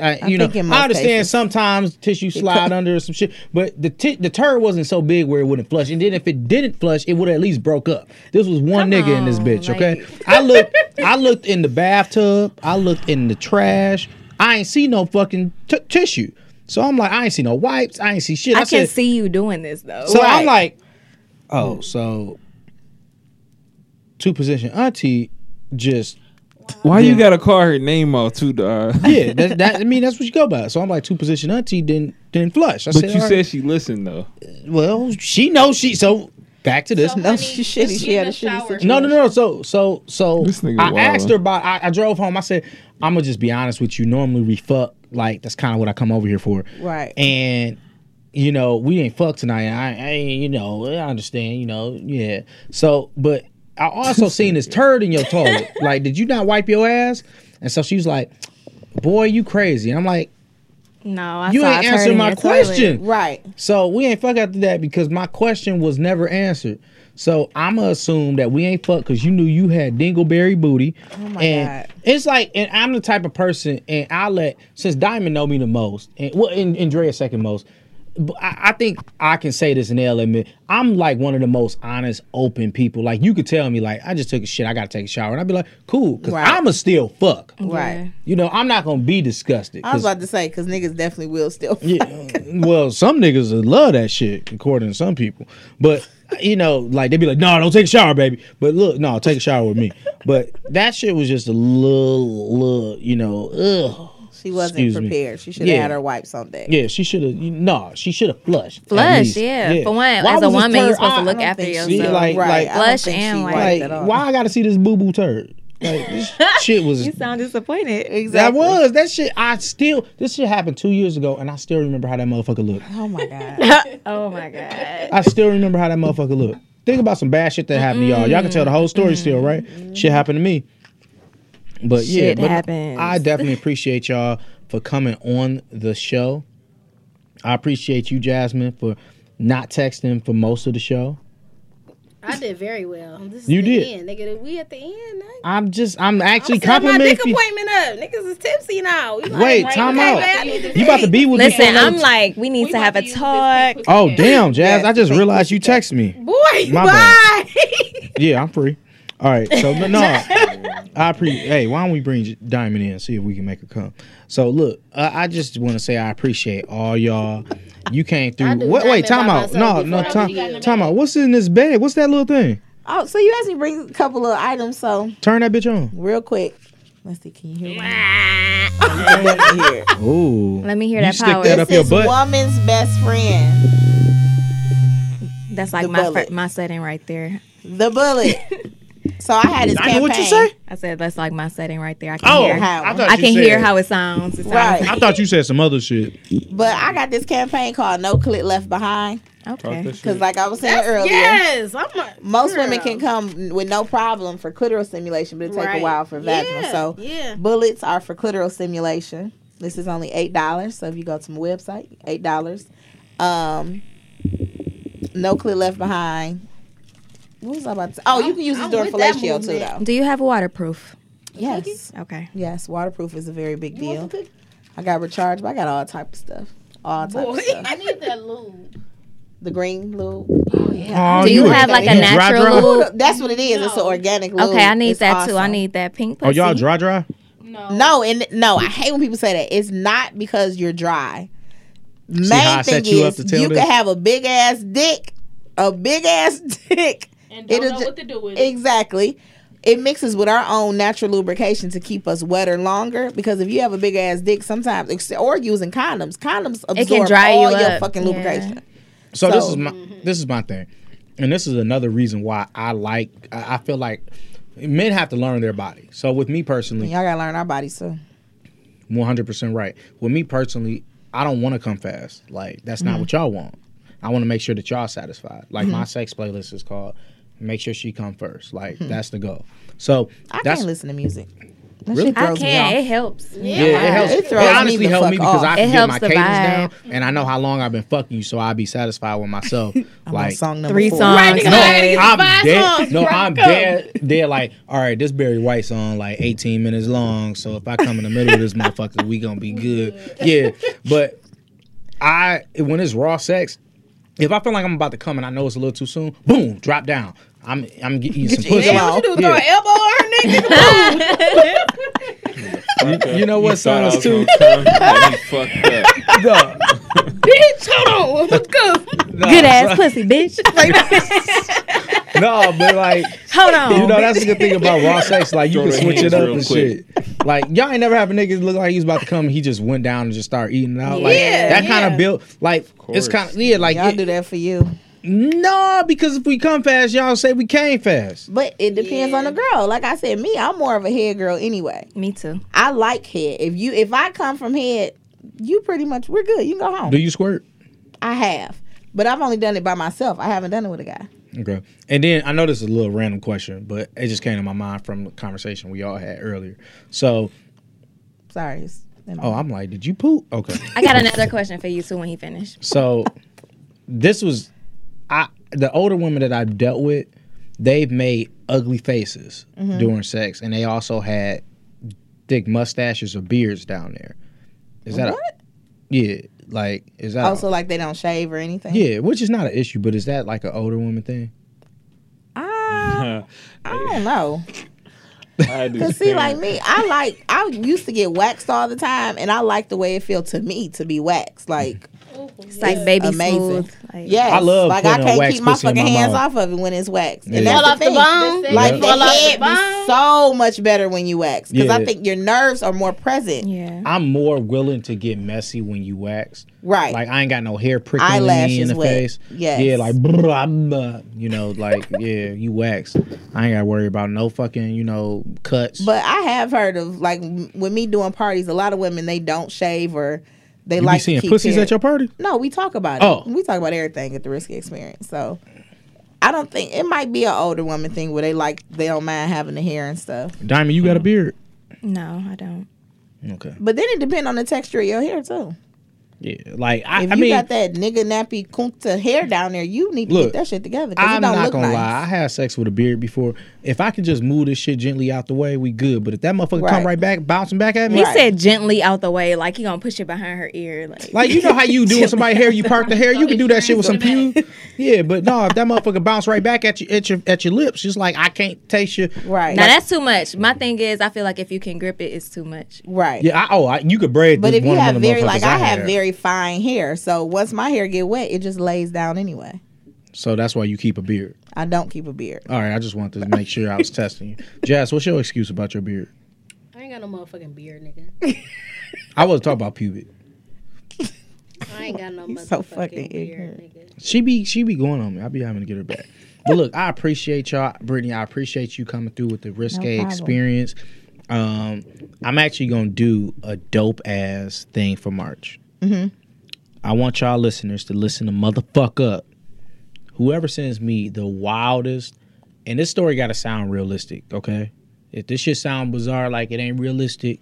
Speaker 2: Uh, you know,
Speaker 5: think in most
Speaker 2: I understand
Speaker 5: cases.
Speaker 2: sometimes tissue slide under or some shit, but the t- the turd wasn't so big where it wouldn't flush. And then if it didn't flush, it would at least broke up. This was one nigga in this bitch, okay? I looked, I looked in the bathtub, I looked in the trash. I ain't see no fucking t- tissue. So I'm like, I ain't see no wipes, I ain't see shit.
Speaker 6: I can
Speaker 2: said,
Speaker 6: see you doing this though.
Speaker 2: so I'm like, oh, so two position auntie just
Speaker 7: Why you gotta call her name out too, dog?
Speaker 5: <laughs>
Speaker 2: yeah. That, that I mean that's what you go by. So I'm like two position auntie didn't didn't flush. I
Speaker 7: But
Speaker 2: said,
Speaker 7: you
Speaker 2: "All
Speaker 7: said she listened though.
Speaker 2: right, well she knows she so back to this.
Speaker 5: <laughs> No, she shitty. She had a shitty situation.
Speaker 2: No, no, no. So, so, so.
Speaker 7: This nigga
Speaker 2: I
Speaker 7: wild.
Speaker 2: asked her about. I, I drove home. I said, "I'm gonna just be honest with you. Normally we fuck. Like that's kind of what I come over here for.
Speaker 5: Right.
Speaker 2: And you know we didn't fuck tonight. I, I ain't, you know, I understand. You know, yeah. So, but I
Speaker 7: <laughs>
Speaker 2: also seen this turd in your toilet. Like, did you not wipe your ass? And so she was like, "Boy, you crazy." And I'm like,
Speaker 6: no, I
Speaker 2: "You
Speaker 6: saw
Speaker 2: ain't
Speaker 6: a turd
Speaker 2: answering
Speaker 6: in
Speaker 2: my
Speaker 6: your toilet.
Speaker 2: question."
Speaker 5: Right.
Speaker 2: So we ain't fuck after that because my question was never answered. So I'ma assume that we ain't fuck because you knew you had dingleberry booty. Oh
Speaker 5: my
Speaker 2: and
Speaker 5: God.
Speaker 2: It's like, and I'm the type of person, and I let since Diamond know me the most, and well, and, and Drea second most. But I, I think I can say this and they'll admit I'm like one of the most honest, open people. Like you could tell me, like I just took a shit, I gotta take a shower, and I'd be like, cool, because
Speaker 5: Right.
Speaker 2: I'ma still fuck.
Speaker 5: Right.
Speaker 2: You know, I'm not gonna be disgusted.
Speaker 5: I was
Speaker 2: 'cause-
Speaker 5: about to say because niggas definitely will still.
Speaker 2: yeah, well, some niggas would love that shit, according to some people. But you know, like they'd be like, "No, don't take a shower, baby." But look, no, take a shower with me. But that shit was just a little, little, you know, ugh.
Speaker 5: <laughs> She wasn't
Speaker 2: Excuse me.
Speaker 5: prepared. She should have
Speaker 2: Yeah.
Speaker 5: had her wipes on deck.
Speaker 2: Yeah, she should have. No, she should have flushed. at
Speaker 6: Flush,
Speaker 2: least.
Speaker 6: yeah. For one, as a
Speaker 2: was this
Speaker 6: woman, you're
Speaker 2: turd-
Speaker 6: supposed to
Speaker 2: I-
Speaker 6: look
Speaker 2: I don't
Speaker 6: after
Speaker 2: think
Speaker 6: yourself.
Speaker 2: she- Like,
Speaker 5: right.
Speaker 2: like,
Speaker 5: I don't
Speaker 6: Flush
Speaker 5: think she
Speaker 6: and
Speaker 5: wiped
Speaker 6: wipe.
Speaker 5: at
Speaker 2: like,
Speaker 5: all.
Speaker 2: why I got to see this boo boo turd? Like this shit was
Speaker 6: <laughs> You sound disappointed.
Speaker 2: that
Speaker 5: Exactly.
Speaker 2: was that shit. I still this shit happened two years ago, and I still remember how that motherfucker looked.
Speaker 5: Oh
Speaker 3: <laughs>
Speaker 5: my god.
Speaker 6: Oh my god.
Speaker 2: I still remember how that motherfucker looked. Think about some bad shit that happened to y'all. Y'all can tell the whole story still, right? Shit happened to me. But
Speaker 6: Shit
Speaker 2: yeah, but
Speaker 6: happens.
Speaker 2: I definitely appreciate y'all for coming on the show. I appreciate you, Jasmine, for not texting for most of the show.
Speaker 3: I did very well. This is
Speaker 2: You
Speaker 3: the
Speaker 2: did.
Speaker 3: End. Nigga, we at the end. Nigga.
Speaker 2: I'm just, I'm actually
Speaker 3: I'm setting my
Speaker 2: complimenting.
Speaker 3: dick appointment up. Niggas is tipsy now. We like,
Speaker 2: Wait,
Speaker 3: right,
Speaker 2: time
Speaker 3: okay,
Speaker 2: out.
Speaker 3: man, I need to
Speaker 2: You about to
Speaker 3: pee.
Speaker 2: be with me? for
Speaker 6: Listen,
Speaker 2: another
Speaker 6: I'm
Speaker 2: t-
Speaker 6: like, we need to have a talk.
Speaker 2: Oh damn, Jazz!
Speaker 5: Yes,
Speaker 2: I just
Speaker 5: thank
Speaker 2: realized you text me.
Speaker 3: boy.
Speaker 2: My
Speaker 3: bye.
Speaker 2: bad. Yeah, I'm free. All right, so no, no I pre. Hey, why don't we bring Diamond in and see if we can make her come? So look, I, I just want to say I appreciate all y'all. You came
Speaker 3: I
Speaker 2: through.
Speaker 3: do
Speaker 2: What, wait,
Speaker 3: Diamond
Speaker 2: time
Speaker 3: by
Speaker 2: out. No,
Speaker 3: myself
Speaker 2: no,
Speaker 3: before I
Speaker 2: time,
Speaker 3: do that.
Speaker 2: time out. What's in this bag? What's that little thing?
Speaker 5: Oh, so you asked me to bring a couple of items. So
Speaker 2: Turn that bitch on.
Speaker 5: real quick, let's see. Can you hear? me? Let me hear.
Speaker 2: Ooh.
Speaker 6: Let me hear
Speaker 2: You
Speaker 6: that
Speaker 2: stick
Speaker 6: power.
Speaker 2: that up your
Speaker 5: This is
Speaker 2: butt.
Speaker 5: woman's best friend,
Speaker 6: That's like
Speaker 5: The
Speaker 6: my
Speaker 5: bullet.
Speaker 6: fir- my setting right there.
Speaker 3: <laughs>
Speaker 5: the bullet. so I had this
Speaker 2: I know
Speaker 5: campaign.
Speaker 2: what you say.
Speaker 6: I said that's like my setting right there. I can
Speaker 2: Oh,
Speaker 6: hear how
Speaker 5: how-
Speaker 2: I, thought
Speaker 6: I
Speaker 2: you
Speaker 6: can
Speaker 2: said-
Speaker 6: hear how it sounds. It sounds
Speaker 5: Right.
Speaker 2: I thought you said some other shit.
Speaker 5: But I got this campaign called No Clit Left Behind
Speaker 6: Okay.
Speaker 5: because, like I was saying earlier,
Speaker 3: Yes, I'm a,
Speaker 5: most
Speaker 3: girl.
Speaker 5: women can come with no problem for clitoral stimulation, but it take
Speaker 3: Right.
Speaker 5: a while for vaginal.
Speaker 3: Yeah,
Speaker 5: So
Speaker 3: yeah.
Speaker 5: bullets are for clitoral stimulation. This is only eight dollars. So if you go to my website, eight dollars. Um, no clit left behind. What was I about to? Say? Oh, you can use this
Speaker 3: I'm
Speaker 5: during
Speaker 3: with that
Speaker 5: fellatio too, though.
Speaker 3: movement.
Speaker 6: Do you have waterproof?
Speaker 5: Yes,
Speaker 6: Okay.
Speaker 5: yes. Waterproof is a very big deal. I got recharged, but I got all type of stuff. all types of stuff.
Speaker 4: I need that
Speaker 6: <laughs>
Speaker 4: lube.
Speaker 5: The green lube. Oh
Speaker 2: Oh,
Speaker 6: Do you have like a
Speaker 2: you dry
Speaker 6: natural
Speaker 2: dry?
Speaker 6: loop?
Speaker 5: That's what it is. It's an organic lube.
Speaker 6: Okay, I need
Speaker 5: It's
Speaker 6: that too. I
Speaker 5: awesome.
Speaker 6: need that pink
Speaker 2: Oh,
Speaker 6: pussy.
Speaker 2: y'all dry dry?
Speaker 4: No.
Speaker 5: No, and no, I hate when people say that. It's not because you're dry. Main
Speaker 2: how I
Speaker 5: thing
Speaker 2: set you up
Speaker 5: is
Speaker 2: to tell
Speaker 5: you
Speaker 2: this?
Speaker 5: can have a big ass dick, a big ass <laughs> dick.
Speaker 4: And don't
Speaker 5: It'll
Speaker 4: know
Speaker 5: ju-
Speaker 4: what to do with it.
Speaker 5: Exactly. It mixes with our own natural lubrication to keep us wetter longer. Because if you have a big ass dick, sometimes ex- or using condoms, condoms absorb
Speaker 6: dry
Speaker 5: all
Speaker 6: you
Speaker 5: your
Speaker 6: up.
Speaker 5: fucking
Speaker 6: Yeah.
Speaker 5: lubrication.
Speaker 2: So, this
Speaker 5: So- mm-hmm.
Speaker 2: is my this is my thing, and this is another reason why I like. I I feel like men have to learn their body. So with me personally,
Speaker 5: Y'all gotta learn our bodies too.
Speaker 2: one hundred percent right. With me personally, I don't want to come fast. Like that's not
Speaker 5: Mm-hmm.
Speaker 2: what y'all want. I want to make sure that y'all satisfied. Like my sex playlist is called "Make Sure She Come First. Like that's the goal. So
Speaker 5: Mm-hmm. I
Speaker 2: that's
Speaker 5: can't listen to music. That
Speaker 2: Really?
Speaker 5: shit
Speaker 6: I
Speaker 5: throws me
Speaker 6: can.
Speaker 5: off.
Speaker 6: It helps.
Speaker 2: Yeah, it helps.
Speaker 5: It
Speaker 2: It,
Speaker 5: throws me
Speaker 2: honestly
Speaker 5: the
Speaker 2: helped
Speaker 5: fuck
Speaker 2: me because
Speaker 5: off.
Speaker 2: I can get
Speaker 6: It
Speaker 2: my
Speaker 6: helps the
Speaker 2: cadence
Speaker 6: vibe.
Speaker 2: down, and I know how long I've been fucking you, so I'll be satisfied with myself.
Speaker 5: <laughs> I'm on
Speaker 2: like
Speaker 5: song number
Speaker 6: Three
Speaker 5: four.
Speaker 6: songs.
Speaker 3: Right, nigga,
Speaker 2: no,
Speaker 3: I gotta get
Speaker 2: I'm
Speaker 3: five
Speaker 2: dead.
Speaker 3: songs,
Speaker 2: No,
Speaker 3: bro.
Speaker 2: I'm
Speaker 3: Come.
Speaker 2: dead. They're like, all right, this Barry White song like 18 minutes long. So if I come in the middle of this motherfucker, we gonna be good. Yeah, but I when it's raw sex, if I feel like I'm about to come and I know it's a little too soon, boom, drop down. I'm I'm get- eating some
Speaker 5: your
Speaker 2: pussy.
Speaker 5: elbow. What you
Speaker 2: Yeah. <laughs>
Speaker 7: You,
Speaker 2: you know what
Speaker 7: thought I
Speaker 2: songs
Speaker 7: was
Speaker 2: too?
Speaker 7: gonna come, and you fucked up. <laughs>
Speaker 2: No, <laughs> no,
Speaker 6: Good ass pussy, bitch.
Speaker 3: <laughs>
Speaker 6: <laughs>
Speaker 2: No, but like
Speaker 6: Hold on.
Speaker 2: You know, that's the good thing about raw sex. Like, you
Speaker 7: Throw
Speaker 2: can
Speaker 7: their
Speaker 2: switch it
Speaker 7: hands
Speaker 2: up
Speaker 7: real
Speaker 2: and
Speaker 7: quick.
Speaker 2: shit. Like, y'all ain't never have a nigga look like he was about to come. and He just went down and just started eating it out. Like,
Speaker 5: Yeah,
Speaker 2: that kind
Speaker 5: yeah.
Speaker 2: of built. Like, it's
Speaker 7: course.
Speaker 2: kind of yeah. Like,
Speaker 5: Y'all
Speaker 2: it,
Speaker 5: do that for you.
Speaker 2: no, because if we come fast, y'all say we came fast.
Speaker 5: But it depends on the girl. Like I said, me, I'm more of a head girl anyway.
Speaker 6: Me too.
Speaker 5: I like head. If you if I come from head, you pretty much we're good. You can go home.
Speaker 2: Do you squirt?
Speaker 5: I have. But I've only done it by myself. I haven't done it with a guy.
Speaker 2: Okay. And then I know this is a little random question, but it just came to my mind from the conversation we all had earlier. So,
Speaker 5: Sorry. it's in my-
Speaker 2: oh, I'm like, did you poop? Okay.
Speaker 6: I got another question for you too when he finished.
Speaker 2: So this was I the older women that I've dealt with, they've made ugly faces
Speaker 5: Mm-hmm.
Speaker 2: during sex and they also had thick mustaches or beards down there. Is that
Speaker 5: What?
Speaker 2: a Yeah, like is that a-
Speaker 5: Also like they don't shave or anything.
Speaker 2: Yeah, which is not an issue, but is that like an older woman thing?
Speaker 5: I, I don't know. <laughs>
Speaker 7: I
Speaker 5: Cause
Speaker 7: just
Speaker 5: see, like me, I like I used to get waxed all the time and I like the way it felt to me to be waxed. Like
Speaker 6: It's like baby
Speaker 5: amazing.
Speaker 6: smooth. Like,
Speaker 5: yes.
Speaker 2: I love
Speaker 5: like I
Speaker 2: putting a
Speaker 5: can't
Speaker 2: wax
Speaker 5: keep my
Speaker 2: pussy in
Speaker 5: fucking
Speaker 2: my
Speaker 5: hands
Speaker 2: mouth.
Speaker 5: off of it when it's waxed.
Speaker 2: Yeah.
Speaker 5: And that's
Speaker 3: Fall off
Speaker 5: the
Speaker 3: the
Speaker 5: thing.
Speaker 3: bone.
Speaker 5: Like
Speaker 2: Yeah.
Speaker 5: the
Speaker 3: Fall off the
Speaker 5: head be
Speaker 3: bone.
Speaker 5: so much better when you wax because I
Speaker 2: Yeah.
Speaker 5: think your nerves are more present.
Speaker 6: Yeah.
Speaker 2: I'm more willing to get messy when you wax.
Speaker 5: Right.
Speaker 2: Like I ain't got no hair prickling me in
Speaker 5: Eyelashes
Speaker 2: the
Speaker 5: wet.
Speaker 2: face.
Speaker 5: Yes.
Speaker 2: Yeah, like brr, I'm, uh, you know, like yeah, you wax. I ain't gotta worry about no fucking, you know, cuts.
Speaker 5: but I have heard of like m- with me doing parties, a lot of women they don't shave or they
Speaker 2: you
Speaker 5: like
Speaker 2: be seeing
Speaker 5: to keep
Speaker 2: pussies
Speaker 5: hair.
Speaker 2: at your party?
Speaker 5: No, we talk about
Speaker 2: Oh.
Speaker 5: it. We talk about everything at the risky experience. So I don't think it might be an older woman thing where they like they don't mind having the hair and stuff.
Speaker 2: Diamond, you got
Speaker 5: Mm-hmm.
Speaker 2: a beard.
Speaker 6: No, I don't.
Speaker 2: Okay.
Speaker 5: But then it depends on the texture of your hair too.
Speaker 2: Yeah. Like I,
Speaker 5: If
Speaker 2: I
Speaker 5: you
Speaker 2: mean,
Speaker 5: got that nigga nappy kunta hair down there, you need to
Speaker 2: Look,
Speaker 5: get that shit together. 'cause
Speaker 2: I'm
Speaker 5: it don't
Speaker 2: not
Speaker 5: look
Speaker 2: gonna
Speaker 5: nice.
Speaker 2: lie. I had sex with a beard before. If I can just move this shit gently out the way, we good. But if that motherfucker
Speaker 5: Right.
Speaker 2: come right back, bouncing back at me,
Speaker 6: He
Speaker 5: Right.
Speaker 6: said gently out the way, like he gonna push it behind her ear. Like,
Speaker 2: Like you know how you do with somebody's hair, you park the hair, you can do that shit with some pew. Yeah, but no, if that motherfucker bounce right back at you at your at your lips, just like I can't taste you.
Speaker 5: Right.
Speaker 6: now that's too much. My thing is, I feel like if you can grip it, it's too much.
Speaker 5: right.
Speaker 2: Yeah, I, oh, I, you could braid.
Speaker 5: But
Speaker 2: this
Speaker 5: if you
Speaker 2: one of
Speaker 5: have
Speaker 2: them
Speaker 5: very
Speaker 2: motherfuckers
Speaker 5: like I have
Speaker 2: had.
Speaker 5: very fine hair, so once my hair get wet, it just lays down anyway.
Speaker 2: so that's why you keep a beard.
Speaker 5: I don't keep a beard.
Speaker 2: All right, I just wanted to make sure I was testing you, Jazz. What's your excuse about your beard?
Speaker 3: I ain't got no motherfucking beard, nigga.
Speaker 2: I was talking about pubic.
Speaker 3: I ain't got no motherfucking
Speaker 5: so fucking
Speaker 3: beard, nigga.
Speaker 2: She be she be going on me. I be having to get her back. But look, I appreciate y'all, Brittany. I appreciate you coming through with the risque
Speaker 5: problem.
Speaker 2: experience. Um, I'm actually gonna do a dope ass thing for March. I want y'all listeners to listen to motherfuck up. Whoever sends me the wildest, and this story gotta sound realistic, okay? If this shit sound bizarre, like it ain't realistic,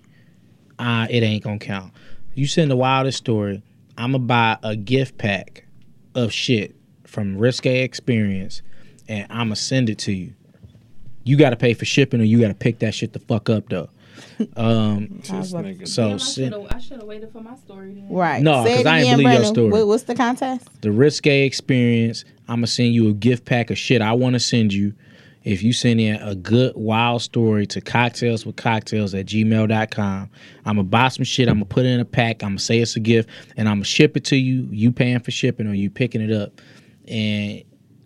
Speaker 2: uh, it ain't gonna count. You send the wildest story, I'ma buy a gift pack of shit from Risque Experience, and I'ma send it to you. You gotta pay for shipping, or you gotta pick that shit the fuck up though. Um,
Speaker 7: This nigga.
Speaker 2: so
Speaker 9: Damn, I
Speaker 2: sin-
Speaker 9: shoulda- I should have waited for my story then.
Speaker 5: Right.
Speaker 2: No,
Speaker 5: Say it
Speaker 2: 'cause I ain't
Speaker 5: again,
Speaker 2: believe your
Speaker 5: Brandon.
Speaker 2: story.
Speaker 5: What, what's the contest?
Speaker 2: the risque experience. I'm gonna send you a gift pack of shit I want to send you. If you send in a good wild story to cocktails with cocktails at gmail.com, I'm gonna buy some shit. I'm gonna put it in a pack. I'm gonna say it's a gift and I'm gonna ship it to you. You paying for shipping or you picking it up. And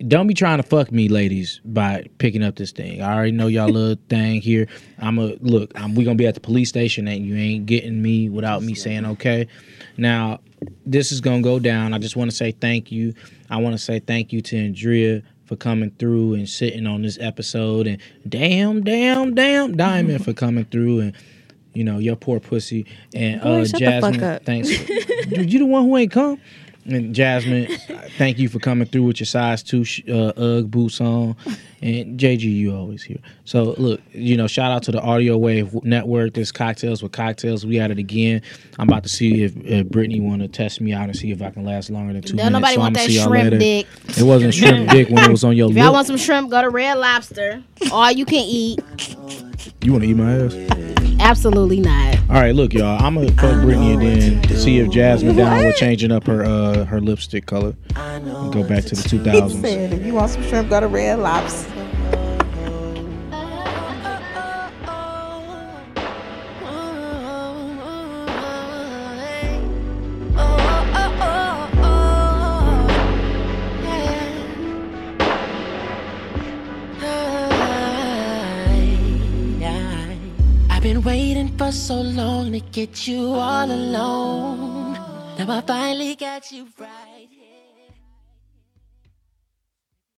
Speaker 2: don't be trying to fuck me, ladies, by picking up this thing. I already know y'all little thing here. I'm a look. I'm, we gonna be at the police station, and you ain't getting me without me saying okay. Now, this is gonna go down. I just want to say thank you. I want to say thank you to Andrea for coming through and sitting on this episode, and damn, damn, damn, Diamond for coming through and. You know your poor pussy and uh,
Speaker 8: Boy, shut the
Speaker 2: Jasmine.
Speaker 8: fuck up.
Speaker 2: Thanks,
Speaker 8: <laughs>
Speaker 2: dude. You the one who ain't come. And Jasmine, thank you for coming through with your size two sh- uh, UGG boots on. And JG, you always here. So look, you know, shout out to the Audio Wave Network. There's cocktails with cocktails. We at it again. I'm about to see if, if Brittany want to test me out and see if I can last longer than 2 minutes.
Speaker 3: Don't nobody
Speaker 2: so
Speaker 3: want
Speaker 2: I'ma
Speaker 3: that
Speaker 2: see y'all
Speaker 3: shrimp
Speaker 2: later.
Speaker 3: dick.
Speaker 2: It wasn't
Speaker 3: <laughs>
Speaker 2: shrimp dick when it was on your
Speaker 3: If y'all
Speaker 2: lip.
Speaker 3: want some shrimp, go to Red Lobster. All you can eat.
Speaker 2: you want to eat my ass?
Speaker 3: Absolutely not.
Speaker 2: All right, look, y'all. I'm gonna fuck Brittany and then see if Jasmine down with changing up her uh her lipstick color. And go back to the 2000s.
Speaker 5: Said, if you want some shrimp, go to Red Lobster.
Speaker 1: I've been waiting for so long to get you all alone. Now I finally got you right.